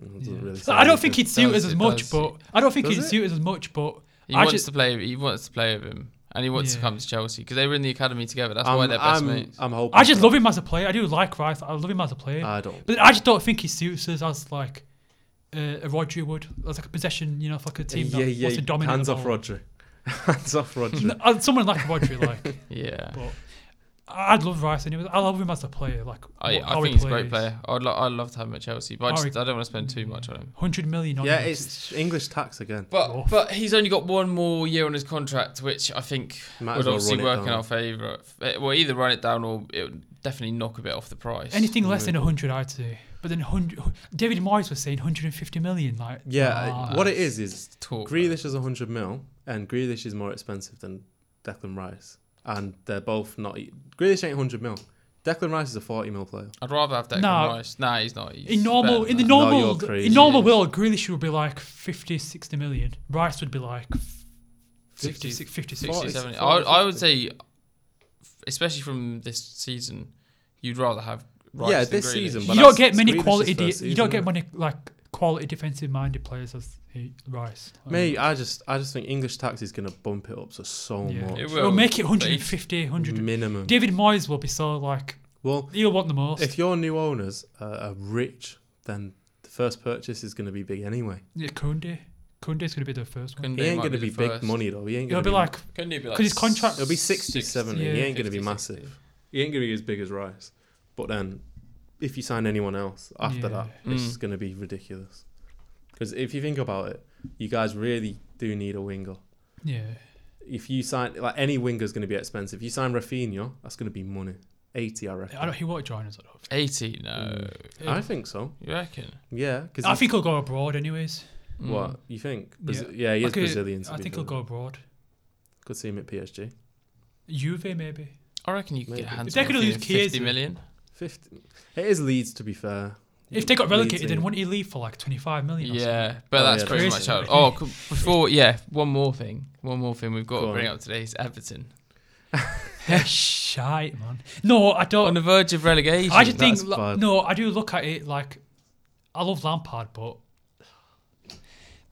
S2: It doesn't
S3: Yeah.
S2: really
S3: I don't
S2: sound
S3: think
S2: good.
S3: he'd suit
S1: does,
S3: us as
S1: it
S3: much,
S1: does.
S3: but I don't think
S2: Does
S3: he'd
S2: it?
S3: suit us as much, but
S1: He
S3: I
S1: wants
S3: just-
S1: to play. He wants to play with him, and he wants
S3: Yeah.
S1: to come to Chelsea because they were in the academy together. That's why
S2: I'm,
S1: they're best
S2: I'm,
S1: mates.
S2: I'm hoping.
S3: I just
S2: for
S3: love him as a player. I do like Rice. I love him as a player,
S2: that. I don't.
S3: but I just don't think he suits us as like uh, a Rodri would, as like a possession, you know, like a team
S2: yeah,
S3: that
S2: yeah.
S3: wants to dominate.
S2: Hands
S3: the
S2: off
S3: ball.
S2: Rodri. [LAUGHS] Hands off Rodri.
S3: No, uh, someone like
S2: [LAUGHS]
S3: Rodri, like.
S1: yeah,
S3: But I'd love Rice anyway. I love him as a player. Like
S1: I,
S3: what-
S1: I
S3: how he
S1: think he's a great
S3: plays.
S1: player. I'd lo- I'd love to have him at Chelsea, but I,
S3: How
S1: just,
S3: he-
S1: I don't want to spend too much on him.
S3: Hundred million. on
S2: yeah,
S3: him.
S2: it's English tax again.
S1: But
S3: Rough.
S1: but he's only got one more year on his contract, which I think
S2: Might as
S1: would
S2: well
S1: obviously
S2: run it
S1: work in
S2: down.
S1: our favour. Eh, Well, either run it down or it would definitely knock a bit off the price.
S3: anything less than hundred, I'd say. But then hundred. David Moyes was saying hundred and fifty million. Like
S2: Yeah,
S3: nah.
S2: I- what it is is
S1: talk.
S2: Grealish is 100 mil, and Grealish is more expensive than Declan Rice, and they're both not. e, Grealish ain't 100 mil. Declan Rice is a 40 mil player.
S1: I'd rather have Declan
S3: Nah.
S1: Rice. Nah, he's not. He's
S3: In normal,
S1: better
S3: in the
S1: than
S2: No, you're
S3: normal,
S2: crazy.
S3: in normal
S1: Yes.
S3: world, Grealish would be like 50, 60 million. Rice would be like 50,
S1: 50,
S3: 50
S1: that. 60,
S3: 60.
S1: 70. I,
S2: Forty,
S1: would- I would
S2: fifty.
S1: say, especially from this season, you'd rather have. Rice
S2: Yeah,
S1: than
S2: this
S1: Grealish.
S2: season,
S3: You
S2: but
S3: don't
S2: that's
S3: get many
S2: Grealish's
S3: quality.
S2: first
S3: De- you
S2: season,
S3: don't get
S2: innit?
S3: many like quality defensive-minded players as he, Rice. I
S2: Mate, I just, I just think English tax is gonna bump it up so so
S3: Yeah.
S2: much.
S1: It
S3: mean,
S1: will,
S3: we'll make it
S1: but
S3: 150,
S2: Mm.
S3: 100.
S2: Minimum.
S3: David Moyes will be so like
S2: Well,
S3: he'll want the most.
S2: if your new owners are, are rich, then the first purchase is gonna be big anyway.
S3: yeah, Kunde, Kunde's gonna be the first one.
S1: Kunde
S2: He ain't
S1: might
S2: gonna
S1: be
S2: be,
S1: the
S2: big
S1: first.
S2: money though. He ain't
S3: It'll
S2: gonna
S3: be like
S1: Couldn't he be like?
S3: 'Cause his contract-
S2: It'll be 60, 70.
S3: yeah.
S2: he ain't gonna be
S1: 50,
S2: massive.
S1: 60.
S2: He ain't gonna be as big as Rice. But then, if you sign anyone else after
S3: Yeah.
S2: that, it's
S1: Mm.
S2: gonna be ridiculous. Because if you think about it, you guys really do need a winger.
S3: Yeah,
S2: If you sign like any winger's gonna be expensive. If you sign Rafinha, that's gonna be money. Eighty, I reckon.
S3: I don't. He won't join us. I don't.
S1: 80, no.
S3: think.
S2: I think so.
S1: You reckon?
S2: Yeah, because
S3: I think he'll go abroad, anyways.
S1: Mm.
S2: what you think? Braz-
S3: Yeah.
S2: yeah. he is
S3: Like, uh,
S2: Brazilian. To
S3: I
S2: be
S3: think
S2: fair.
S3: he'll go abroad.
S2: Could see him at PSG.
S3: Juve maybe.
S1: I reckon you could
S2: Maybe.
S1: get hands
S3: They
S1: on
S3: could
S1: him
S3: lose
S1: for 50
S3: Chiesa.
S1: million.
S2: Fifty. It is Leeds, to be fair.
S3: If they got
S2: Leeds
S3: relegated, then
S2: ain't-
S3: wouldn't he leave for like 25 million? Or something? [LAUGHS]
S1: Yeah, but
S2: Oh,
S1: that's
S2: yeah,
S1: pretty
S3: that's
S1: much
S3: true.
S1: out. Oh, c- before yeah, one more thing. One more thing we've got
S2: Go
S1: to
S2: on.
S1: bring up today is Everton
S3: They're shite, man. No, I
S1: on
S3: don't.
S1: the verge of relegation.
S3: Oh. I just think
S2: That's
S3: like,
S2: bad.
S3: no, I do look at it like I love Lampard, but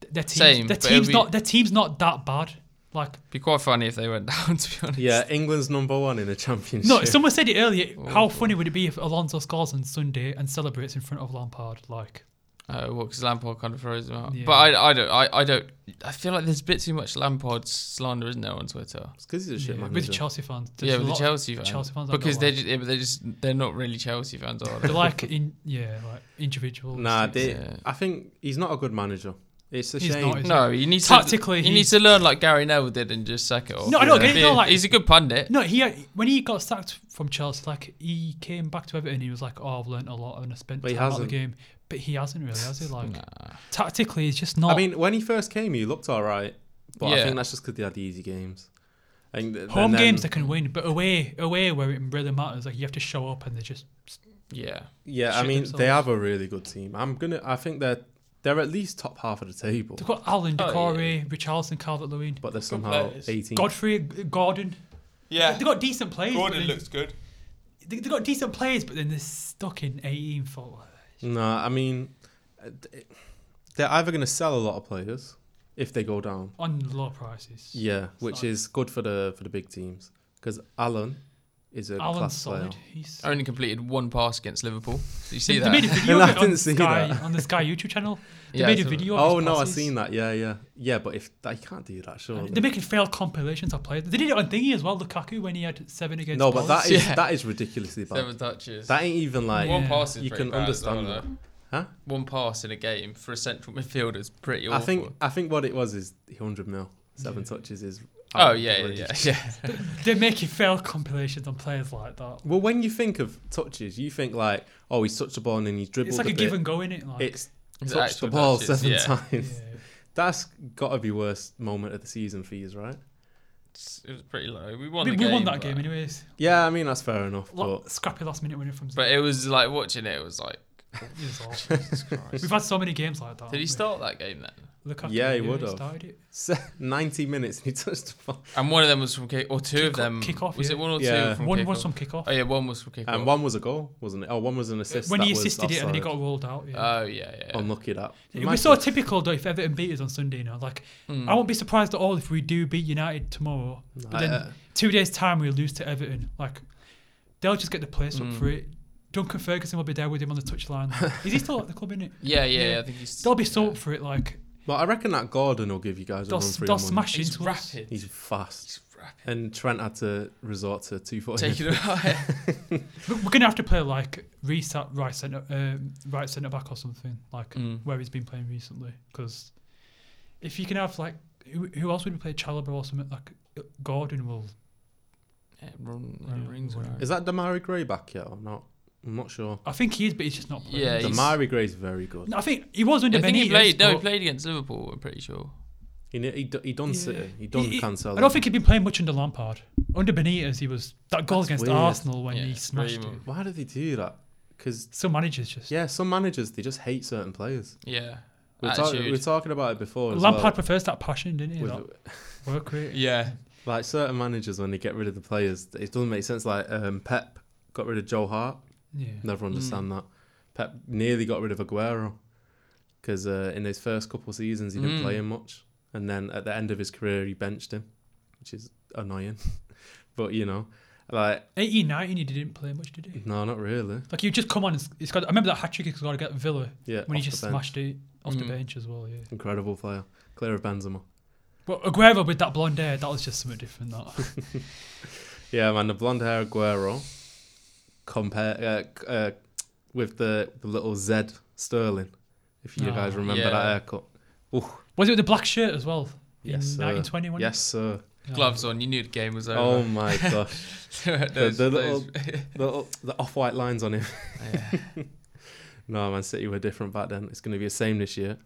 S3: th- their team's,
S1: Same,
S3: their
S1: but it'll
S3: team's
S1: be-
S3: not their team's not that bad. Like
S1: It'd be quite funny if they went [LAUGHS] down. To be honest.
S2: Yeah, England's number one in the [LAUGHS] championship.
S3: no, someone said it earlier. How
S1: Awful.
S3: funny would it be if Alonso scores on Sunday and celebrates in front of Lampard? Like
S1: Oh, well, because Lampard kind of throws him out.
S3: Yeah.
S1: But I, I don't, I, I don't. I feel like there's a bit too much Lampard slander, isn't there, on Twitter?
S2: It's because he's a shit
S3: Yeah,
S2: manager.
S3: with the Chelsea fans. There's
S1: yeah,
S3: a
S1: with the
S3: lot of
S1: Chelsea fans.
S3: Chelsea fans. I don't
S1: because they're
S3: like.
S1: just, yeah, but they're just, they're not really Chelsea fans, are
S3: [LAUGHS]
S1: they? [LAUGHS]
S3: they're like in yeah, like individuals.
S2: Nah,
S3: It's-
S2: they,
S1: Yeah.
S2: I think he's not a good manager. It's a
S3: He's
S2: shame.
S3: not, is
S1: no, you need
S3: Tactically,
S1: To, you need
S3: he's-
S1: to learn like Gary Neville did and just sack it off.
S3: No, I don't get it, no,
S1: Yeah,
S3: like-
S1: he's a good pundit.
S3: No, he when he got sacked from Chelsea, like he came back to Everton, he was like, "Oh, I've learnt a lot and I spent
S2: But he
S3: time out of the
S2: hasn't.
S3: game." But he hasn't really,
S2: [SIGHS]
S3: has he? Like
S1: Nah.
S3: tactically, he's just not.
S2: I mean, when he first came, he looked all right, but I
S1: Yeah.
S2: think that's just because they had the easy games. I think th-
S3: home
S2: then-
S3: games they can win, but away, away where it really matters, like you have to show up and they just
S1: Yeah,
S2: Yeah, I
S3: shit
S2: mean, they
S3: themselves.
S2: have a really good team. I'm gonna. I think they're they're at least top half of the table,
S3: they've got Alan,
S1: Oh,
S3: Decore, Richarlison, Calvert Lewin,
S2: but they're somehow
S1: players.
S2: 18.
S3: Godfrey, Gordon.
S1: yeah.
S3: They've got decent players. but then-
S1: good.
S3: they- They've got decent players, but then they're stuck in 18 for.
S2: No, I mean, uh, th- they're either gonna sell a lot of players if they go down.
S3: On low prices.
S2: Yeah, which
S3: not-
S2: is good for the for the big teams because Alan is a
S3: Alan's
S2: class
S3: solid.
S2: player.
S3: He's
S1: Only completed one pass against Liverpool. Did you see that?
S3: they,
S2: [LAUGHS]
S3: they made a video
S2: No,
S3: of
S2: I
S3: it
S2: didn't
S3: on
S2: see
S3: Sky
S2: that.
S3: on the Sky YouTube channel. They
S1: Yeah,
S3: made a
S1: it's a-
S3: video.
S2: Oh
S3: of his
S2: no, I've
S3: passes.
S2: seen that. Yeah, yeah, yeah. But if that, you can't do that, surely.
S3: They're making failed compilations of players. They did it on Thingy as well. Lukaku when he had seven against.
S2: No, but
S3: Palace.
S2: that is
S1: Yeah.
S2: that is ridiculously
S1: [LAUGHS]
S2: bad.
S1: Seven touches.
S2: That ain't even like
S1: One
S3: Yeah.
S1: pass is
S2: You
S1: pretty
S2: can
S1: bad as well,
S2: understand that.
S1: though.
S2: Huh?
S1: One pass in a game for a central [LAUGHS] midfielder is pretty
S2: I
S1: awful.
S2: think I think what it was is 100 mil. Seven
S3: Yeah.
S2: touches is.
S1: Oh yeah, yeah, yeah,
S2: outrageous.
S1: yeah.
S3: they're making failed compilations on players like that.
S2: Well, when you think of touches, you think like, oh, he's touched the ball and then he's dribbled.
S3: It's like a
S2: bit.
S3: give and go in it. Like,
S2: It's
S1: It's
S2: touched the
S1: actual
S2: ball
S1: touches,
S2: seven
S1: yeah.
S2: [LAUGHS]
S3: yeah.
S2: times. That's got to be worst moment of the season for you, right?
S1: It's- It was pretty low. We won.
S3: we,
S1: the
S3: we
S1: game,
S3: won that
S1: but-
S3: game anyways.
S2: Yeah, I mean that's fair enough,
S3: Lo-
S2: but
S3: scrappy last minute winner from.
S1: But it was like watching it. It was
S3: [LAUGHS]
S1: like,
S3: it was awful.
S1: Jesus Christ.
S3: We've had so many games like that.
S1: Did he
S3: haven't
S1: start that game then?
S3: we? Lukaku,
S2: Yeah, he would have.
S3: started it.
S2: se- 90 minutes and he [LAUGHS] touched the ball,
S1: And one of them was from kick, or two
S3: Kick
S1: of
S3: off-
S1: them.
S3: kick off,
S1: Was
S3: yeah.
S1: it one or two?
S2: Yeah.
S1: From
S3: One
S1: kick
S3: was
S1: off?
S3: from kickoff.
S1: Oh yeah, one was from kick
S2: and
S1: off.
S2: one was a goal, wasn't it? Oh, one was an assist.
S3: when
S2: that
S3: he
S2: was
S3: assisted it and then he
S2: offside.
S3: got rolled out. Yeah.
S1: Oh yeah, yeah.
S2: unlucky that.
S3: it was so typical though if Everton beat us on Sunday. You know, like
S1: Mm.
S3: I won't be surprised at all if we do beat United tomorrow. But then
S2: Uh,
S3: two days time we lose to Everton. Like they'll just get the place up
S1: Mm.
S3: for it. Duncan Ferguson will be there with him on
S1: [LAUGHS]
S3: the touchline. Is he still at the club? In it,
S1: Yeah, yeah,
S3: Yeah.
S1: yeah. I think he's.
S3: they'll be so
S1: yeah.
S3: up for it. Like
S2: But I reckon that Gordon will give you guys a
S3: they'll,
S2: run
S3: s-
S2: free.
S3: they'll
S2: on Monday.
S3: smash
S1: He's
S3: into us.
S1: rapid.
S2: He's fast, [LAUGHS]
S1: He's rapid.
S2: and Trent had to resort to two foot.
S1: Take it away.
S2: [LAUGHS]
S1: [LAUGHS]
S3: We- We're gonna have to play like reset right centre, um, right centre back or something like
S1: Mm.
S3: where he's been playing recently. Because if you can have like who, who else would we play Chalobah or something like uh, Gordon will.
S1: Yeah, run,
S3: Yeah,
S1: run rings
S3: whatever.
S1: around.
S2: Is that Damari Gray back yet or not? I'm not sure.
S3: I think he is, but he's just not playing.
S1: Yeah, he's-
S2: Damari Gray's very good.
S3: No, I think he was under
S1: I think he
S3: Benitez,
S1: played. No, he
S3: but-
S1: played against Liverpool. I'm pretty sure.
S2: He ne- he, d- he done
S3: Yeah.
S2: City. He done
S3: He- he-
S2: Cancelo.
S3: I don't think he'd been playing much under Lampard. Under Benitez, he was that goal
S2: That's
S3: against
S2: weird.
S3: Arsenal when
S1: Yeah,
S3: he
S1: it's
S3: smashed
S1: really
S3: it.
S2: Why do they do that? Because
S3: Some managers just
S2: yeah, some managers they just hate certain players.
S1: Yeah.
S2: We We're, talk- we were
S1: Attitude.
S2: talking about it before. as
S3: Lampard
S2: well,
S3: prefers that passion, didn't he?
S2: with-
S3: That work rate.
S1: Yeah.
S2: like certain managers when they get rid of the players, it doesn't make sense. Like um, Pep got rid of Joe Hart.
S3: Yeah.
S2: Never
S1: Mm.
S2: understand that. Pep nearly got rid of Aguero because uh, in his first couple seasons he
S3: Hmm.
S2: didn't
S1: Mm.
S2: play him much, and then at the end of his career he benched him, which is annoying. [LAUGHS] but you know, like
S3: 18, 19, he didn't play much, did he?
S2: no, not really.
S3: Like he just come on. And he I remember that hat trick he scored against Villa
S2: Yeah,
S3: when he
S2: off the
S3: just
S2: bench.
S3: smashed it off the
S1: Mm.
S3: bench as well. Yeah.
S2: Incredible player, clear of Benzema.
S3: But Aguero with that blonde hair, that was just something different.
S2: [LAUGHS]
S3: That
S2: Yeah, man, the blonde hair Aguero compare uh, c- uh, with the, the little Z Sterling. If you
S3: Ah,
S2: guys remember
S1: yeah.
S2: that haircut.
S3: was it with the black shirt as well?
S2: Yes,
S3: in
S2: sir.
S3: 1920. wasn't it?
S2: Yes, sir.
S3: Yeah.
S1: Gloves on. You knew the game was
S2: Oh
S1: over.
S2: my
S3: [LAUGHS]
S2: gosh,
S1: [LAUGHS] Those-
S2: the
S1: those-
S2: the, the off-white lines on him.
S1: Yeah.
S2: [LAUGHS] No, Man City were different back then. It's going to be the same this year.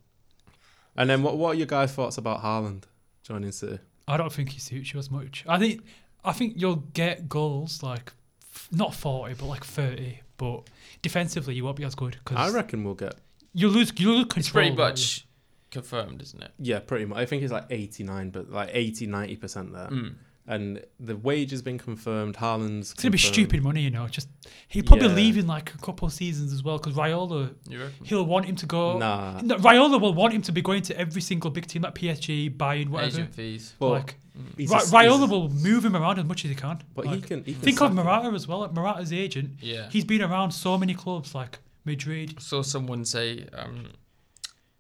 S2: And then, what what are your guys' thoughts about Haaland joining City?
S3: I don't think he suits you as much. I think I think you'll get goals like f- not forty, but like thirty. But defensively, you won't be as good
S2: I
S3: because
S2: reckon we'll get
S3: you lose you lose control.
S1: It's pretty
S3: don't
S1: much confirmed, isn't it?
S2: yeah, pretty much. I think it's like 89, but like 80, 90 percent there.
S1: Mm.
S2: And the wage has been confirmed. Haaland's
S3: you? It's gonna be
S2: confirmed.
S3: stupid money, you know. Just he'll probably
S2: Yeah.
S3: leave in like a couple of seasons as well because Raiola
S1: You reckon?
S3: he'll want him to go.
S2: Nah.
S3: No, Raiola will want him to be going to every single big team like PSG, Bayern, whatever.
S1: Agent fees.
S2: Well,
S3: like
S1: Mm.
S2: he's
S3: Ra-
S2: a- he's a-
S3: Raiola will move him around as much as he can.
S2: But he
S3: Like,
S2: can. He can
S3: think of
S2: sack him.
S3: Morata as well. Like Morata's agent,
S1: Yeah.
S3: he's been around so many clubs like Madrid,
S1: saw someone say um,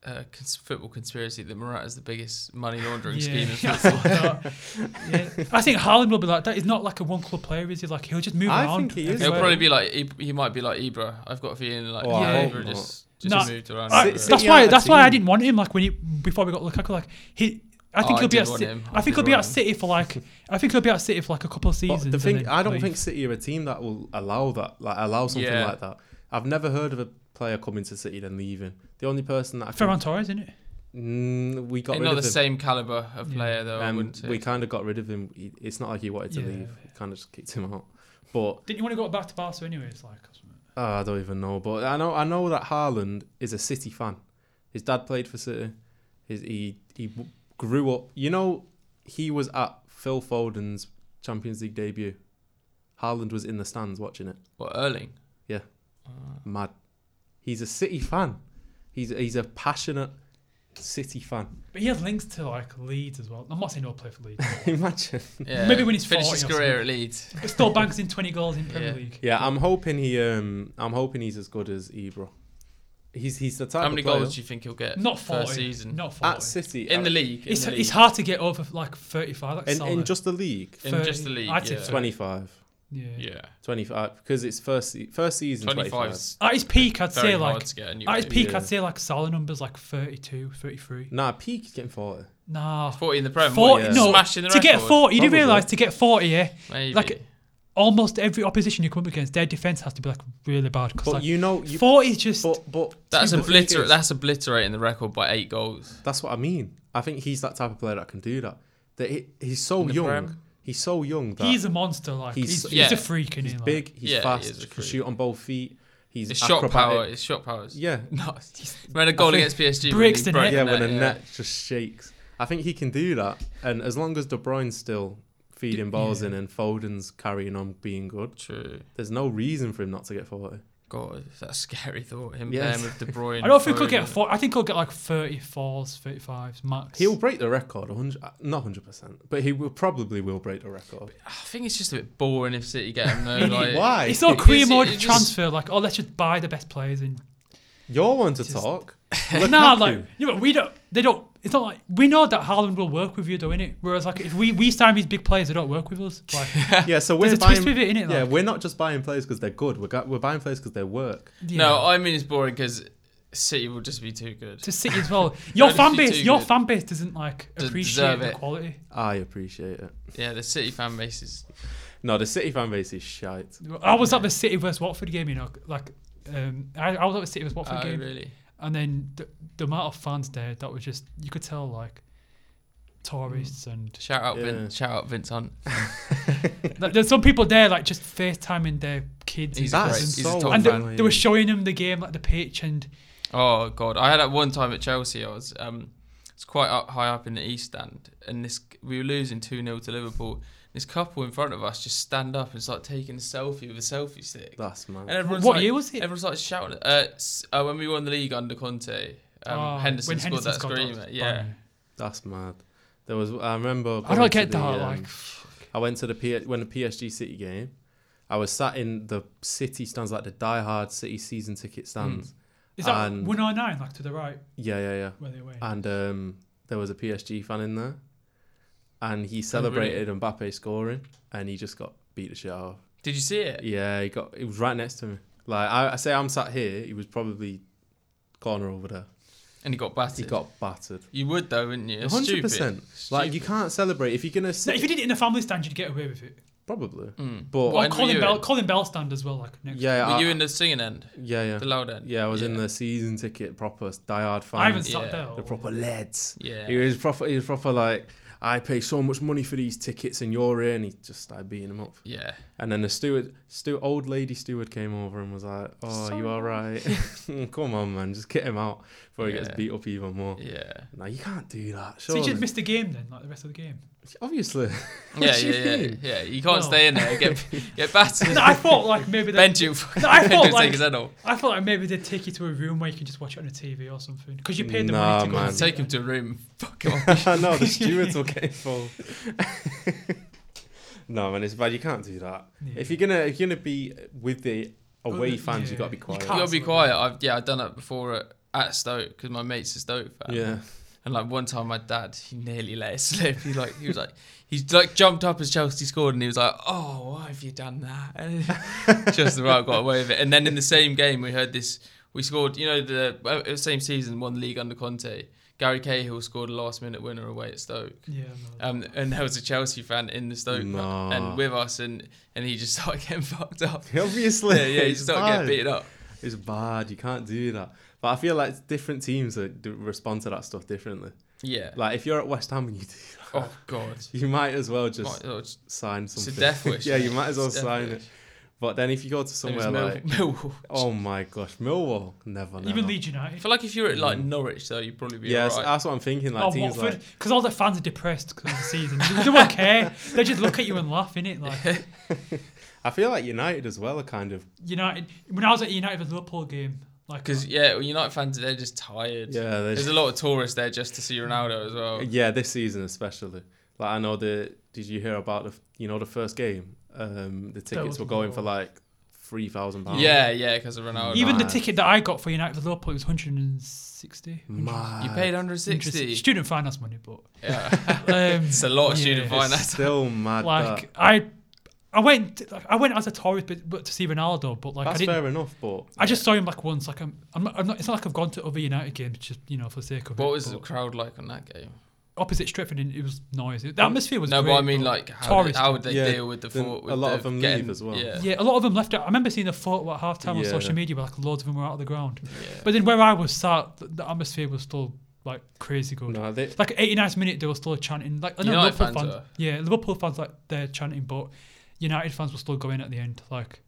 S1: uh, cons- football conspiracy that Morata's the biggest money laundering
S3: [LAUGHS] Yeah.
S1: scheme in
S3: I
S1: football.
S3: thought
S1: [LAUGHS]
S3: that. Yeah. I think Haaland will be like that. He's not like a one club player, is he? Like he'll just move
S2: I think
S3: around.
S2: he is.
S1: He'll
S3: everywhere.
S1: probably be like he, he might be like Ibra. I've got a feeling like
S2: Oh, I
S1: yeah,
S2: hope
S1: Ibra
S2: not.
S1: just just
S3: No,
S1: moved around.
S3: I-
S1: a
S2: Sit-
S1: bit.
S2: sit-
S3: Uh, that's why.
S2: City
S3: That's why I
S2: team.
S3: didn't want him. Like when he before we got Lukaku, like he. I think
S1: Oh, I
S3: he'll be
S1: did
S3: at.
S1: want
S3: City,
S1: him.
S3: I
S1: I
S3: think
S1: did
S3: he'll be at
S1: want him.
S3: City for like. I think he'll be at City for like a couple of seasons.
S2: But the
S3: and
S2: thing,
S3: then
S2: I don't
S3: leave.
S2: think City are a team that will allow that, like allow something
S1: Yeah.
S2: like that. I've never heard of a player coming to City then leaving. The only person that I
S3: Ferran
S2: can,
S3: Torres, isn't it?
S2: mm, we got
S1: not
S2: rid
S1: the
S2: of him.
S1: same caliber of
S3: Yeah.
S1: player though. I
S2: Um,
S1: wouldn't say.
S2: we kind of got rid of him. He- It's not like he wanted to
S3: Yeah.
S2: leave. We kind of just kicked him out. But
S3: Didn't you want to go back to Barca anyways? Like. or something?
S2: oh, I don't even know. But I know I know that Haaland is a City fan. His dad played for City. His, he he w- grew up. You know, he was at Phil Foden's Champions League debut. Haaland was in the stands watching it.
S1: What Erling?
S2: Yeah.
S3: [LAUGHS]
S1: Uh,
S2: Mad. He's a City fan. He's he's a passionate City fan. [LAUGHS]
S3: But he has links to like Leeds as well. I'm not saying he'll play for Leeds.
S2: Imagine.
S1: yeah.
S3: Maybe when he's
S1: finished
S3: 40
S1: his
S3: or
S1: career
S3: something.
S1: at Leeds.
S3: but still banks in 20 goals in Premier
S1: Yeah.
S3: League.
S2: Yeah, I'm hoping he um I'm hoping he's as good as Ibra. He's he's the type
S1: How many
S2: of player
S1: goals do you think he'll get?
S3: Not 40.
S1: first season.
S3: Not 40.
S2: at City
S1: in
S2: I-
S1: the league. in
S3: it's,
S1: the
S3: it's
S1: league.
S3: hard to get over like 35. That's
S2: in,
S3: solid.
S2: in just the league.
S1: in just the league.
S3: I'd say
S1: yeah.
S2: 25.
S3: yeah.
S1: Yeah,
S2: 25 uh, because it's first se- first season 25.
S1: 25's
S3: At his peak, I'd
S1: very
S3: say like
S1: hard to get.
S3: at
S1: Anyway.
S3: his peak,
S2: yeah.
S3: I'd say like solid numbers like 32, 33.
S2: Nah, peak is getting 40.
S3: Nah,
S1: 40 in the Prem.
S3: 40
S1: what,
S3: no,
S1: smashing the
S3: to get
S1: record?
S3: 40, you do
S2: Probably.
S3: realise to get 40, yeah,
S1: Maybe.
S3: like- almost every opposition you come up against, their defense has to be like really bad. Cause
S2: But
S3: like,
S2: you know you
S3: 40 is just
S2: but but
S1: that's
S2: See, the thing
S1: obliter-
S2: is-
S1: That's obliterating the record by eight goals.
S2: That's what I mean. I think he's that type of player that can do that. That he, he's so
S1: In the
S2: young.
S1: Prem.
S2: He's so young that
S3: he's a monster. Like he's
S2: He's-
S3: he's,
S1: yeah.
S3: a freak, and
S2: he's
S3: he, like,
S2: big, he's
S1: Yeah, he
S2: fast,
S1: is a
S2: he can
S1: freak.
S2: shoot on both feet. He's
S1: His shot power.
S2: acrobatic.
S1: His shot powers.
S2: Yeah,
S1: [LAUGHS] No, when a goal against PSG,
S3: breaks the
S1: broke
S2: [LAUGHS]
S3: net.
S2: yeah. When the
S1: yeah.
S2: net just shakes, I think he can do that. And as long as De Bruyne's still feeding balls
S3: yeah.
S2: in and Foden's carrying on being good,
S1: True.
S2: there's no reason for him not to get forty.
S1: God, that's a scary thought. Him
S2: Yes.
S1: pairing with De Bruyne.
S3: [LAUGHS] I don't think he'll
S1: Foden.
S3: get. 40, I think he'll get like 34s, 35s max.
S2: He'll break the record, 100, uh, not hundred percent, but he will probably will break the record.
S1: I think it's just a bit boring if City get him though.
S3: It-
S1: like,
S2: Why?
S3: It's all
S1: It's-
S3: career
S1: it-
S3: mode
S1: it just-
S3: transfer. Like, oh, let's just buy the best players in.
S2: You're one to
S3: Just-
S2: talk.
S3: [LAUGHS] Nah,
S2: Lukaku.
S3: like you know, we don't. They don't. It's not like we know that Haaland will work with you, though, innit? Whereas, like, if we we sign these big players, they don't work with us. Like,
S1: [LAUGHS]
S2: yeah, so
S3: there's
S2: we're
S3: a
S2: buying.
S3: twist with it, innit?
S2: yeah,
S3: Like,
S2: we're not just buying players because they're good. We're, gu we're buying players because they work.
S3: yeah.
S1: No, I mean it's boring because City will just be too good.
S3: to City as well.
S1: [LAUGHS]
S3: Your
S1: They're
S3: fan
S1: just too
S3: base, your
S1: good.
S3: fan base doesn't like
S1: Doesn't
S3: appreciate
S1: deserve
S3: the
S1: it.
S3: quality.
S2: I appreciate it.
S1: Yeah, the City fan base is.
S2: No, the City fan base is shite.
S3: I was at the City versus Watford game, you know, like. Um, I, I was at the City versus Watford
S1: Oh,
S3: game,
S1: really?
S3: and then the, the amount of fans there that was just you could tell like tourists
S1: Mm.
S3: and
S1: Shout out,
S2: Yeah.
S1: Vin, shout out Vince Hunt.
S3: Like, there's some people there like just FaceTiming their kids.
S1: He's
S3: and
S1: great.
S2: That's
S3: cousins.
S1: He's
S2: so
S1: a top
S3: and they,
S1: fan.
S3: they were showing him the game, like the pitch, and
S1: Oh god, I had that one time at Chelsea. I was um, it's quite up high up in the east stand, and this we were losing two 0 to Liverpool. This couple in front of us just stand up and start taking a selfie with a selfie stick.
S2: That's mad.
S1: And everyone's
S3: what
S1: like,
S3: year was it?
S1: everyone's like shouting. Uh, s- uh, when we won the league under Conte, um,
S3: Oh,
S1: Henderson
S3: when
S1: scored
S3: Henderson
S1: that
S3: scored that
S1: screamer.
S3: was
S1: yeah,
S3: bang.
S2: That's mad. There was. I remember.
S3: I
S2: going
S3: don't
S2: to
S3: get
S2: the,
S3: that.
S2: um,
S3: like,
S2: I went to the P- when the PSG City game. I was sat in the City stands, like the die-hard City season ticket stands.
S3: is that
S2: and-
S3: 109 like to the right
S2: Yeah, yeah, yeah.
S3: where they were?
S2: And um, there was a PSG fan in there, and he celebrated Mbappe scoring, and he just got beat the shit out. of.
S1: did you see it?
S2: Yeah, he got. It was right next to me. Like I, I say, I'm sat here. He was probably corner over there.
S1: And he got battered.
S2: He got battered.
S1: You would though, wouldn't you? It's
S2: Hundred
S1: stupid.
S2: percent. Like you
S1: Stupid.
S2: can't celebrate if you're gonna.
S3: No,
S2: Sit,
S3: if you did it in the family stand, you'd get away with it.
S2: probably,
S1: Mm. Why
S2: but
S3: Or
S1: When were
S3: Colin
S1: you
S3: Bell,
S1: in?
S3: Colin Bell stand as well. Like next.
S2: yeah,
S1: Were
S2: I,
S1: you in the singing end,
S2: yeah, yeah,
S1: the loud end?
S2: yeah. I was in
S1: Yeah.
S2: the season ticket proper diehard fan.
S3: I haven't sat
S1: Yeah.
S3: there.
S2: the proper lads.
S1: Yeah.
S2: He was proper. He was proper like. I pay so much money for these tickets, and you're here, and he just started beating him up.
S1: Yeah.
S2: And then the steward, stew, old lady steward came over and was like, "Oh, you all
S3: [LAUGHS]
S2: right? [LAUGHS] Come on, man, just get him out before he
S1: Yeah.
S2: gets beat up even more."
S1: Yeah.
S2: No, you can't do that.
S3: So you
S2: Surely.
S3: just missed the game then, like the rest of the
S1: [LAUGHS]
S3: game. [LAUGHS]
S2: Obviously.
S1: Yeah,
S2: do you
S1: yeah, yeah,
S2: mean?
S1: yeah. You can't
S3: No.
S1: stay in there. Get
S3: [LAUGHS]
S1: get battered.
S3: No, I thought like maybe
S1: [LAUGHS]
S3: they, [LAUGHS]
S1: Bench you. fucking
S3: I
S1: Bench
S3: thought,
S1: will
S3: like-
S1: take his head off.
S3: I thought like maybe they'd take you to a room where you can just watch it on a TV or something because you paid the
S2: Nah,
S3: money to go.
S2: man.
S3: and see
S1: Take
S3: it.
S1: him to a room. [LAUGHS] Fuck
S2: [LAUGHS]
S1: him.
S3: Oh,
S1: off.
S2: no,
S3: [LAUGHS]
S2: the stewards will get involved. [LAUGHS] no, man, it's bad. You can't do that.
S3: Yeah.
S2: If you're gonna, if you're gonna be with the away
S3: Oh,
S2: fans,
S3: yeah.
S2: you gotta be
S3: You
S2: quiet.
S1: You
S3: can't.
S1: gotta be
S3: Absolutely.
S1: quiet. I've yeah, I've done that before at at Stoke because my mates are Stoke fan.
S2: Yeah.
S1: And like one time, my dad he nearly let it [LAUGHS] slip. He like he was like he's like jumped up as Chelsea scored, and he was like, "Oh, why have you done that?" And [LAUGHS] just about got away with it. And then in the same game, we heard this. We scored, you know, the uh, same season, won the league under Conte. Gary Cahill scored a last minute winner away at Stoke.
S3: Yeah. No.
S1: Um, and there was a Chelsea fan in the Stoke
S2: No.
S1: fan and with us, and and he just [LAUGHS] started getting fucked up.
S2: [LAUGHS] Obviously.
S1: Yeah, yeah, he
S2: it's
S1: started getting
S2: bad.
S1: beaten up.
S2: It's bad. You can't do that. But I feel like different teams that do respond to that stuff differently.
S1: Yeah.
S2: Like if you're at West Ham and you do [LAUGHS] that,
S1: oh God.
S2: you might as well just
S1: Might- oh, it's-
S2: sign
S1: it's
S2: something.
S1: a
S2: [LAUGHS]
S1: death wish.
S2: yeah, you might as well
S1: It's a death
S2: sign
S1: wish.
S2: it. But then if you go to
S1: It was
S2: somewhere like,
S1: Mill- [LAUGHS] Millwall.
S2: oh my gosh, Millwall, never, never.
S3: Even Leeds
S1: I
S3: United.
S1: feel like if you're at like Norwich though, you'd probably be
S2: Mm.
S1: Oh,
S2: Yeah, so
S1: alright.
S2: that's what I'm thinking. Like
S3: or
S2: teams
S3: Watford, because all the fans are depressed because of the season. They don't care. They just look at you and laugh, innit? Like
S2: like I feel like United as well are kind of
S3: United. When I was at United with Liverpool game, like uh,
S1: Because yeah, well, United fans they're just tired.
S2: yeah.
S1: There's
S2: There's
S1: a lot of tourists there just to see Ronaldo as
S3: Oh.
S1: well.
S2: yeah, this season especially. Like I know the did you hear about the f- you know the first game? Um, the tickets
S3: was
S2: were going for
S3: wild.
S2: like three thousand pounds.
S1: Yeah, yeah, because of Ronaldo.
S3: even the
S2: Mad.
S3: ticket that I got for United with Liverpool was 160.
S1: Mm.
S2: Mad.
S1: you paid
S3: 160.
S1: 160.
S3: Student finance money, but
S1: yeah. [LAUGHS]
S3: um,
S1: It's a lot of
S3: Yeah.
S1: student
S3: It's
S2: It's
S1: finance.
S2: still mad. that.
S3: like I, I went, like, I went as a tourist, but, but to see Ronaldo. But like I
S2: That's
S3: didn't.
S2: fair enough, but
S3: I just saw him like once. Like I'm, I'm not, I'm not. It's not like I've gone to other United games just you know for the sake of it.
S1: What was the
S3: but
S1: crowd like on that game?
S3: opposite Stretford? and It was noisy. The atmosphere was
S1: no,
S3: great,
S1: but I mean like how, did,
S3: tourist-
S1: how would they
S2: Yeah,
S1: deal with the
S2: then
S1: thought?
S2: a
S1: with
S2: lot
S1: the
S2: of them
S1: getting,
S2: leave as well.
S1: Yeah,
S3: yeah, a lot of them left. out. I remember seeing a photo at half time on
S2: Yeah.
S3: social media, but like loads of them were out of the ground.
S1: yeah.
S3: But then where I was sat, the, the atmosphere was still like crazy good.
S2: no, they,
S3: Like 89th minute, they were still chanting. Like I know
S1: United
S3: Liverpool
S1: fans
S3: fans,
S1: were.
S3: yeah, Liverpool fans like they're chanting, but United fans were still going at the end. Like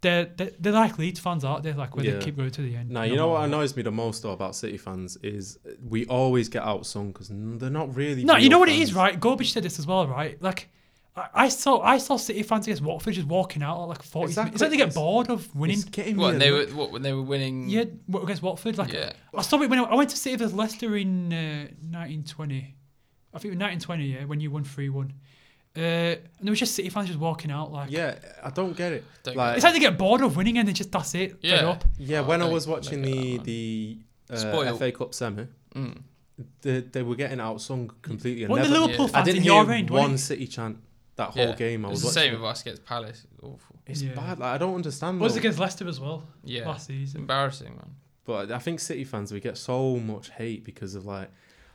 S3: they're they're, they're like Leeds fans, aren't they? Like where
S2: Yeah.
S3: they keep going to the end.
S2: Now, you know
S3: matter
S2: what annoys me the most though about City fans is we always get outsung because they're not really.
S3: No, you
S2: real
S3: know what it
S2: fans.
S3: is, right? Gorbich said this as well, right? Like, I, I saw I saw City fans against Watford just walking out at like 40.
S2: Exactly.
S3: It's like they get bored of winning.
S2: It's getting
S1: What
S2: me
S1: and they
S2: a-
S1: were what when they were winning?
S3: Yeah, what, against Watford. Like,
S1: Yeah.
S3: I saw it when I, I went to City with Leicester in uh, 1920. I think it was 1920, yeah, when you won 3 1. Uh, and there was just City fans just walking out, like,
S2: Yeah, I don't get it.
S1: Don't
S2: like,
S1: get
S3: it's like they get bored of winning and they just, that's it. fed
S1: Yeah.
S3: up.
S2: yeah,
S1: Oh,
S2: when I
S1: don't-
S2: was
S1: don't
S2: watching
S1: get that
S2: the
S1: one.
S2: the uh,
S1: Spoil.
S2: FA Cup semi,
S1: Mm.
S2: they, they were getting outsung completely. and
S3: One of the
S2: never-
S3: Liverpool
S1: Yeah.
S2: I
S3: fans
S2: didn't
S3: in
S2: hear
S3: your end,
S2: one
S3: one.
S2: City chant that whole
S1: Yeah.
S2: game. I
S1: It
S2: was
S1: was the
S2: watching.
S1: same with us against Palace. It was Awful.
S2: It's
S3: Yeah.
S2: bad. Like, I don't understand.
S3: Was
S2: though.
S3: against Leicester as well
S1: Yeah,
S3: last
S1: it's
S3: season.
S1: embarrassing, man.
S2: But I think City fans we get so much hate because of like,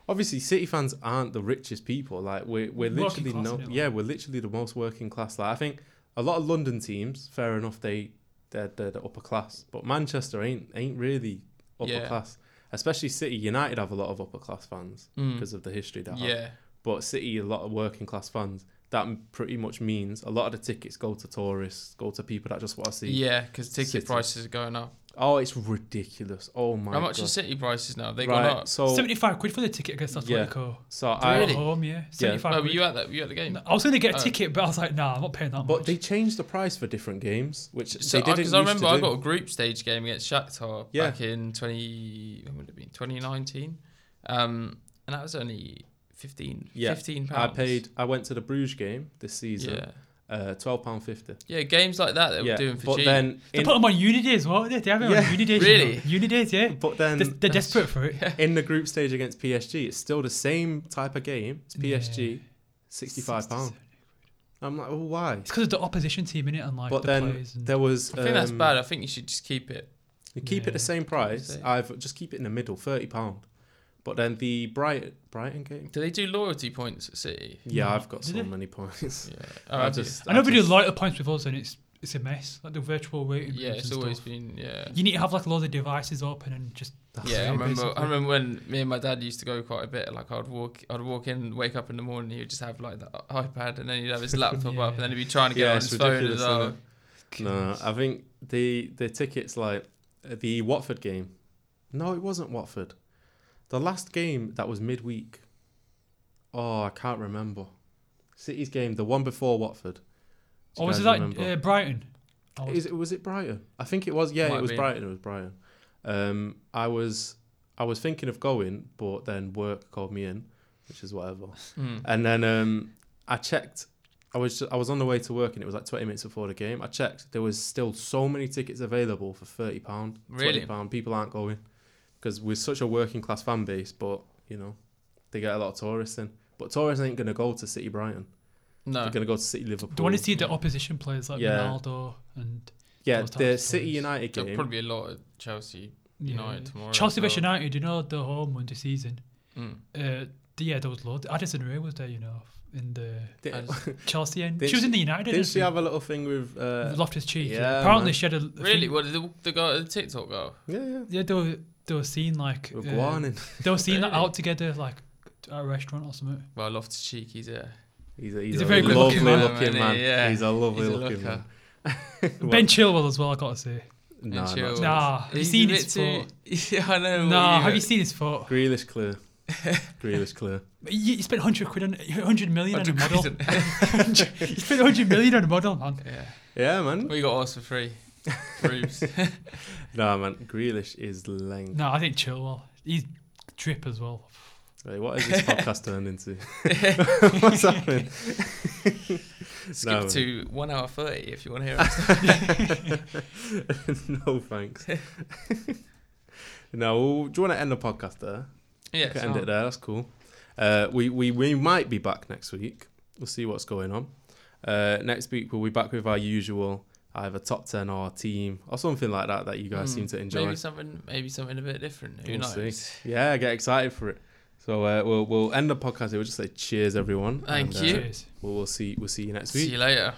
S2: obviously City fans aren't the richest people. Like we're we're
S3: Working
S2: literally
S3: class,
S2: no,
S3: innit, like?
S2: yeah, we're literally the most working class. Like I think a lot of London teams, fair enough, they they're, they're the upper class, but Manchester ain't ain't really upper
S1: Yeah.
S2: class. Especially City, United have a lot of upper class fans
S1: Mm.
S2: because of the history that. Have.
S1: Yeah,
S2: But City, a lot of working class fans. That m- pretty much means a lot of the tickets go to tourists, go to people that just want to see.
S1: yeah, because ticket
S2: City.
S1: prices are going up.
S2: Oh, it's ridiculous! Oh my!
S1: How much
S2: God.
S1: are City prices now? Have they
S2: right,
S1: gone up.
S2: So
S3: 75 quid for the ticket against
S2: Oh. Yeah.
S3: Atletico.
S2: So
S3: I
S2: I,
S1: Really?
S3: home, yeah. 75
S1: No, but
S3: quid.
S1: you at that you at the game.
S3: No, I was going to get a
S1: Oh.
S3: ticket, but I was like, nah, I'm not paying that
S2: but
S3: much.
S2: they changed the price for different games, which
S1: So
S2: they didn't.
S1: because I
S2: used
S1: remember
S2: to
S1: I
S2: do.
S1: got a group stage game against Shakhtar
S2: Yeah.
S1: back in twenty when would it be twenty nineteen, um, and that was only fifteen.
S2: Yeah,
S1: fifteen
S2: I
S1: pounds.
S2: paid. I went to the Bruges game this season.
S1: Yeah,
S2: Uh, twelve pound fifty.
S1: yeah, games like that they
S2: Yeah,
S1: were doing for
S2: but
S1: cheap.
S2: then,
S3: They
S2: in,
S3: put them on Unidays, what? They, they have it
S2: Yeah.
S3: on Unidays.
S1: Really?
S3: You know? Unidays, yeah.
S2: but then
S1: [LAUGHS]
S3: They- they're desperate for it.
S2: in the group stage against PSG, it's still the same type of game. It's PSG,
S3: Yeah.
S2: sixty-five pound. I'm like, well, why?
S3: It's because of the opposition team in it and like
S2: But
S3: the
S2: then
S3: players. And
S2: there was.
S1: I think that's
S2: um,
S1: bad. I think you should just keep it.
S2: You keep it
S3: Yeah.
S2: the same price.
S1: Same.
S2: I've just keep it in the middle, thirty pound. But then the Brighton Brighton game.
S1: Do they do loyalty points at City?
S2: Yeah,
S3: No.
S2: I've got
S3: Did
S2: so
S3: they?
S2: many points.
S3: [LAUGHS]
S1: Yeah,
S2: I
S1: oh,
S2: just-
S3: I know
S2: I
S3: we do a
S2: just-
S3: lot of points with us, and it's it's a mess. Like the virtual waiting
S1: yeah,
S3: rooms
S1: it's
S3: and
S1: always
S3: stuff.
S1: been yeah.
S3: You need to have like loads of devices open and just.
S1: Yeah, I
S3: it,
S1: remember. I
S3: basically.
S1: remember when me and my dad used to go quite a bit. Like I'd walk, I'd walk in, wake up in the morning. He'd just have like the iPad, and then he'd have his [LAUGHS] laptop up, and then he'd be trying to get
S2: Yeah,
S1: on
S2: it's
S1: his phone
S2: ridiculous,
S1: as
S2: isn't
S1: well.
S2: it? No, I think the the tickets like uh, the Watford game. No, it wasn't Watford. The last game that was midweek. Oh, I can't remember. City's game, the one before Watford. Do you
S3: Or was
S2: guys
S3: it that
S2: remember?
S3: uh, Brighton? I was-
S2: Is it was it Brighton? I think it was. Yeah,
S1: Might
S2: it was
S1: be.
S2: Brighton. It was Brighton. Um, I was I was thinking of going, but then work called me in, which is whatever.
S1: Mm.
S2: And then um, I checked. I was I was on the way to work, and it was like twenty minutes before the game. I checked. There was still so many tickets available for thirty pound.
S1: Really?
S2: Twenty pound. People aren't going. because we're such a working class fan base, but you know, they get a lot of tourists in. But tourists ain't gonna go to City Brighton.
S1: No.
S2: They're gonna go to City Liverpool.
S3: Do you want to see the opposition players like
S2: Yeah.
S3: Ronaldo and
S2: yeah,
S3: those types
S2: the
S3: of
S2: City
S3: players?
S2: United
S1: There'll
S2: game.
S1: probably be a lot of Chelsea United tomorrow.
S3: Chelsea
S1: as
S3: vs
S1: well.
S3: United? You know the home one this season.
S1: Mm.
S3: Uh, th- yeah, there was loads. Addison Ray was there, you know, in the
S2: Di-
S1: I just-
S3: Chelsea end.
S2: Didn't
S3: She was in the
S2: didn't
S3: United.
S2: she have a little thing with? Uh,
S3: Loftus Cheek.
S2: Yeah,
S3: Apparently
S2: man.
S3: she had a a
S1: Really?
S3: thing-
S1: What did the, the guy, the TikTok guy?
S2: yeah, yeah.
S3: Yeah, they were they were seen like
S2: With
S3: uh,
S2: Guanin.
S3: they were seen like,
S1: Really?
S3: out together like at a restaurant or something.
S1: Well, Loftus Cheek, he's a
S2: He's a, he's
S3: He's
S2: a,
S3: a very good
S2: lovely
S3: looking
S2: looking,
S3: man,
S1: isn't he?
S2: man.
S1: Yeah.
S2: He's a lovely
S1: He's a
S2: looking man. [LAUGHS] Well,
S3: ben Chilwell as well, I gotta say.
S2: nah, not
S1: Chilwell.
S2: so much.
S3: Nah, have you
S1: He's
S3: seen
S1: a bit
S3: his foot?
S1: too- [LAUGHS] Yeah, I know. what
S3: Nah,
S1: you
S3: have you
S1: meant.
S3: seen his foot?
S2: Grealish clear. Grealish clear.
S3: You, you spent 100 quid on 100 million on a
S1: 100
S3: model.
S1: quid
S3: [LAUGHS] you spent 100 million on a model, man.
S1: [LAUGHS] Yeah.
S2: Yeah, man.
S1: We got ours for
S2: [LAUGHS]
S1: free. [LAUGHS] Proves.
S2: Nah, man. Grealish is length.
S3: No, I think Chilwell. He's drip as well.
S2: Right, what is this podcast turned into?
S1: [LAUGHS]
S2: What's happening? [LAUGHS]
S1: Skip
S2: No.
S1: to one hour thirty if you want to hear
S2: [LAUGHS]
S1: us.
S2: no thanks. [LAUGHS] no, do you want to end the podcast there?
S1: yeah,
S2: can end it there. That's cool. Uh, we, we we might be back next week. We'll see what's going on. Uh, next week we'll be back with our usual either top ten or team or something like that that you guys
S1: Mm,
S2: seem to enjoy.
S1: Maybe something, maybe something a bit different. Who
S2: We'll
S1: knows?
S2: Yeah, get excited for it. So uh, we'll we'll end the podcast. here. We'll just say cheers, everyone.
S1: Thank
S2: and, uh,
S1: you.
S3: Cheers.
S2: we'll, we'll see we'll see you next week.
S1: See you later.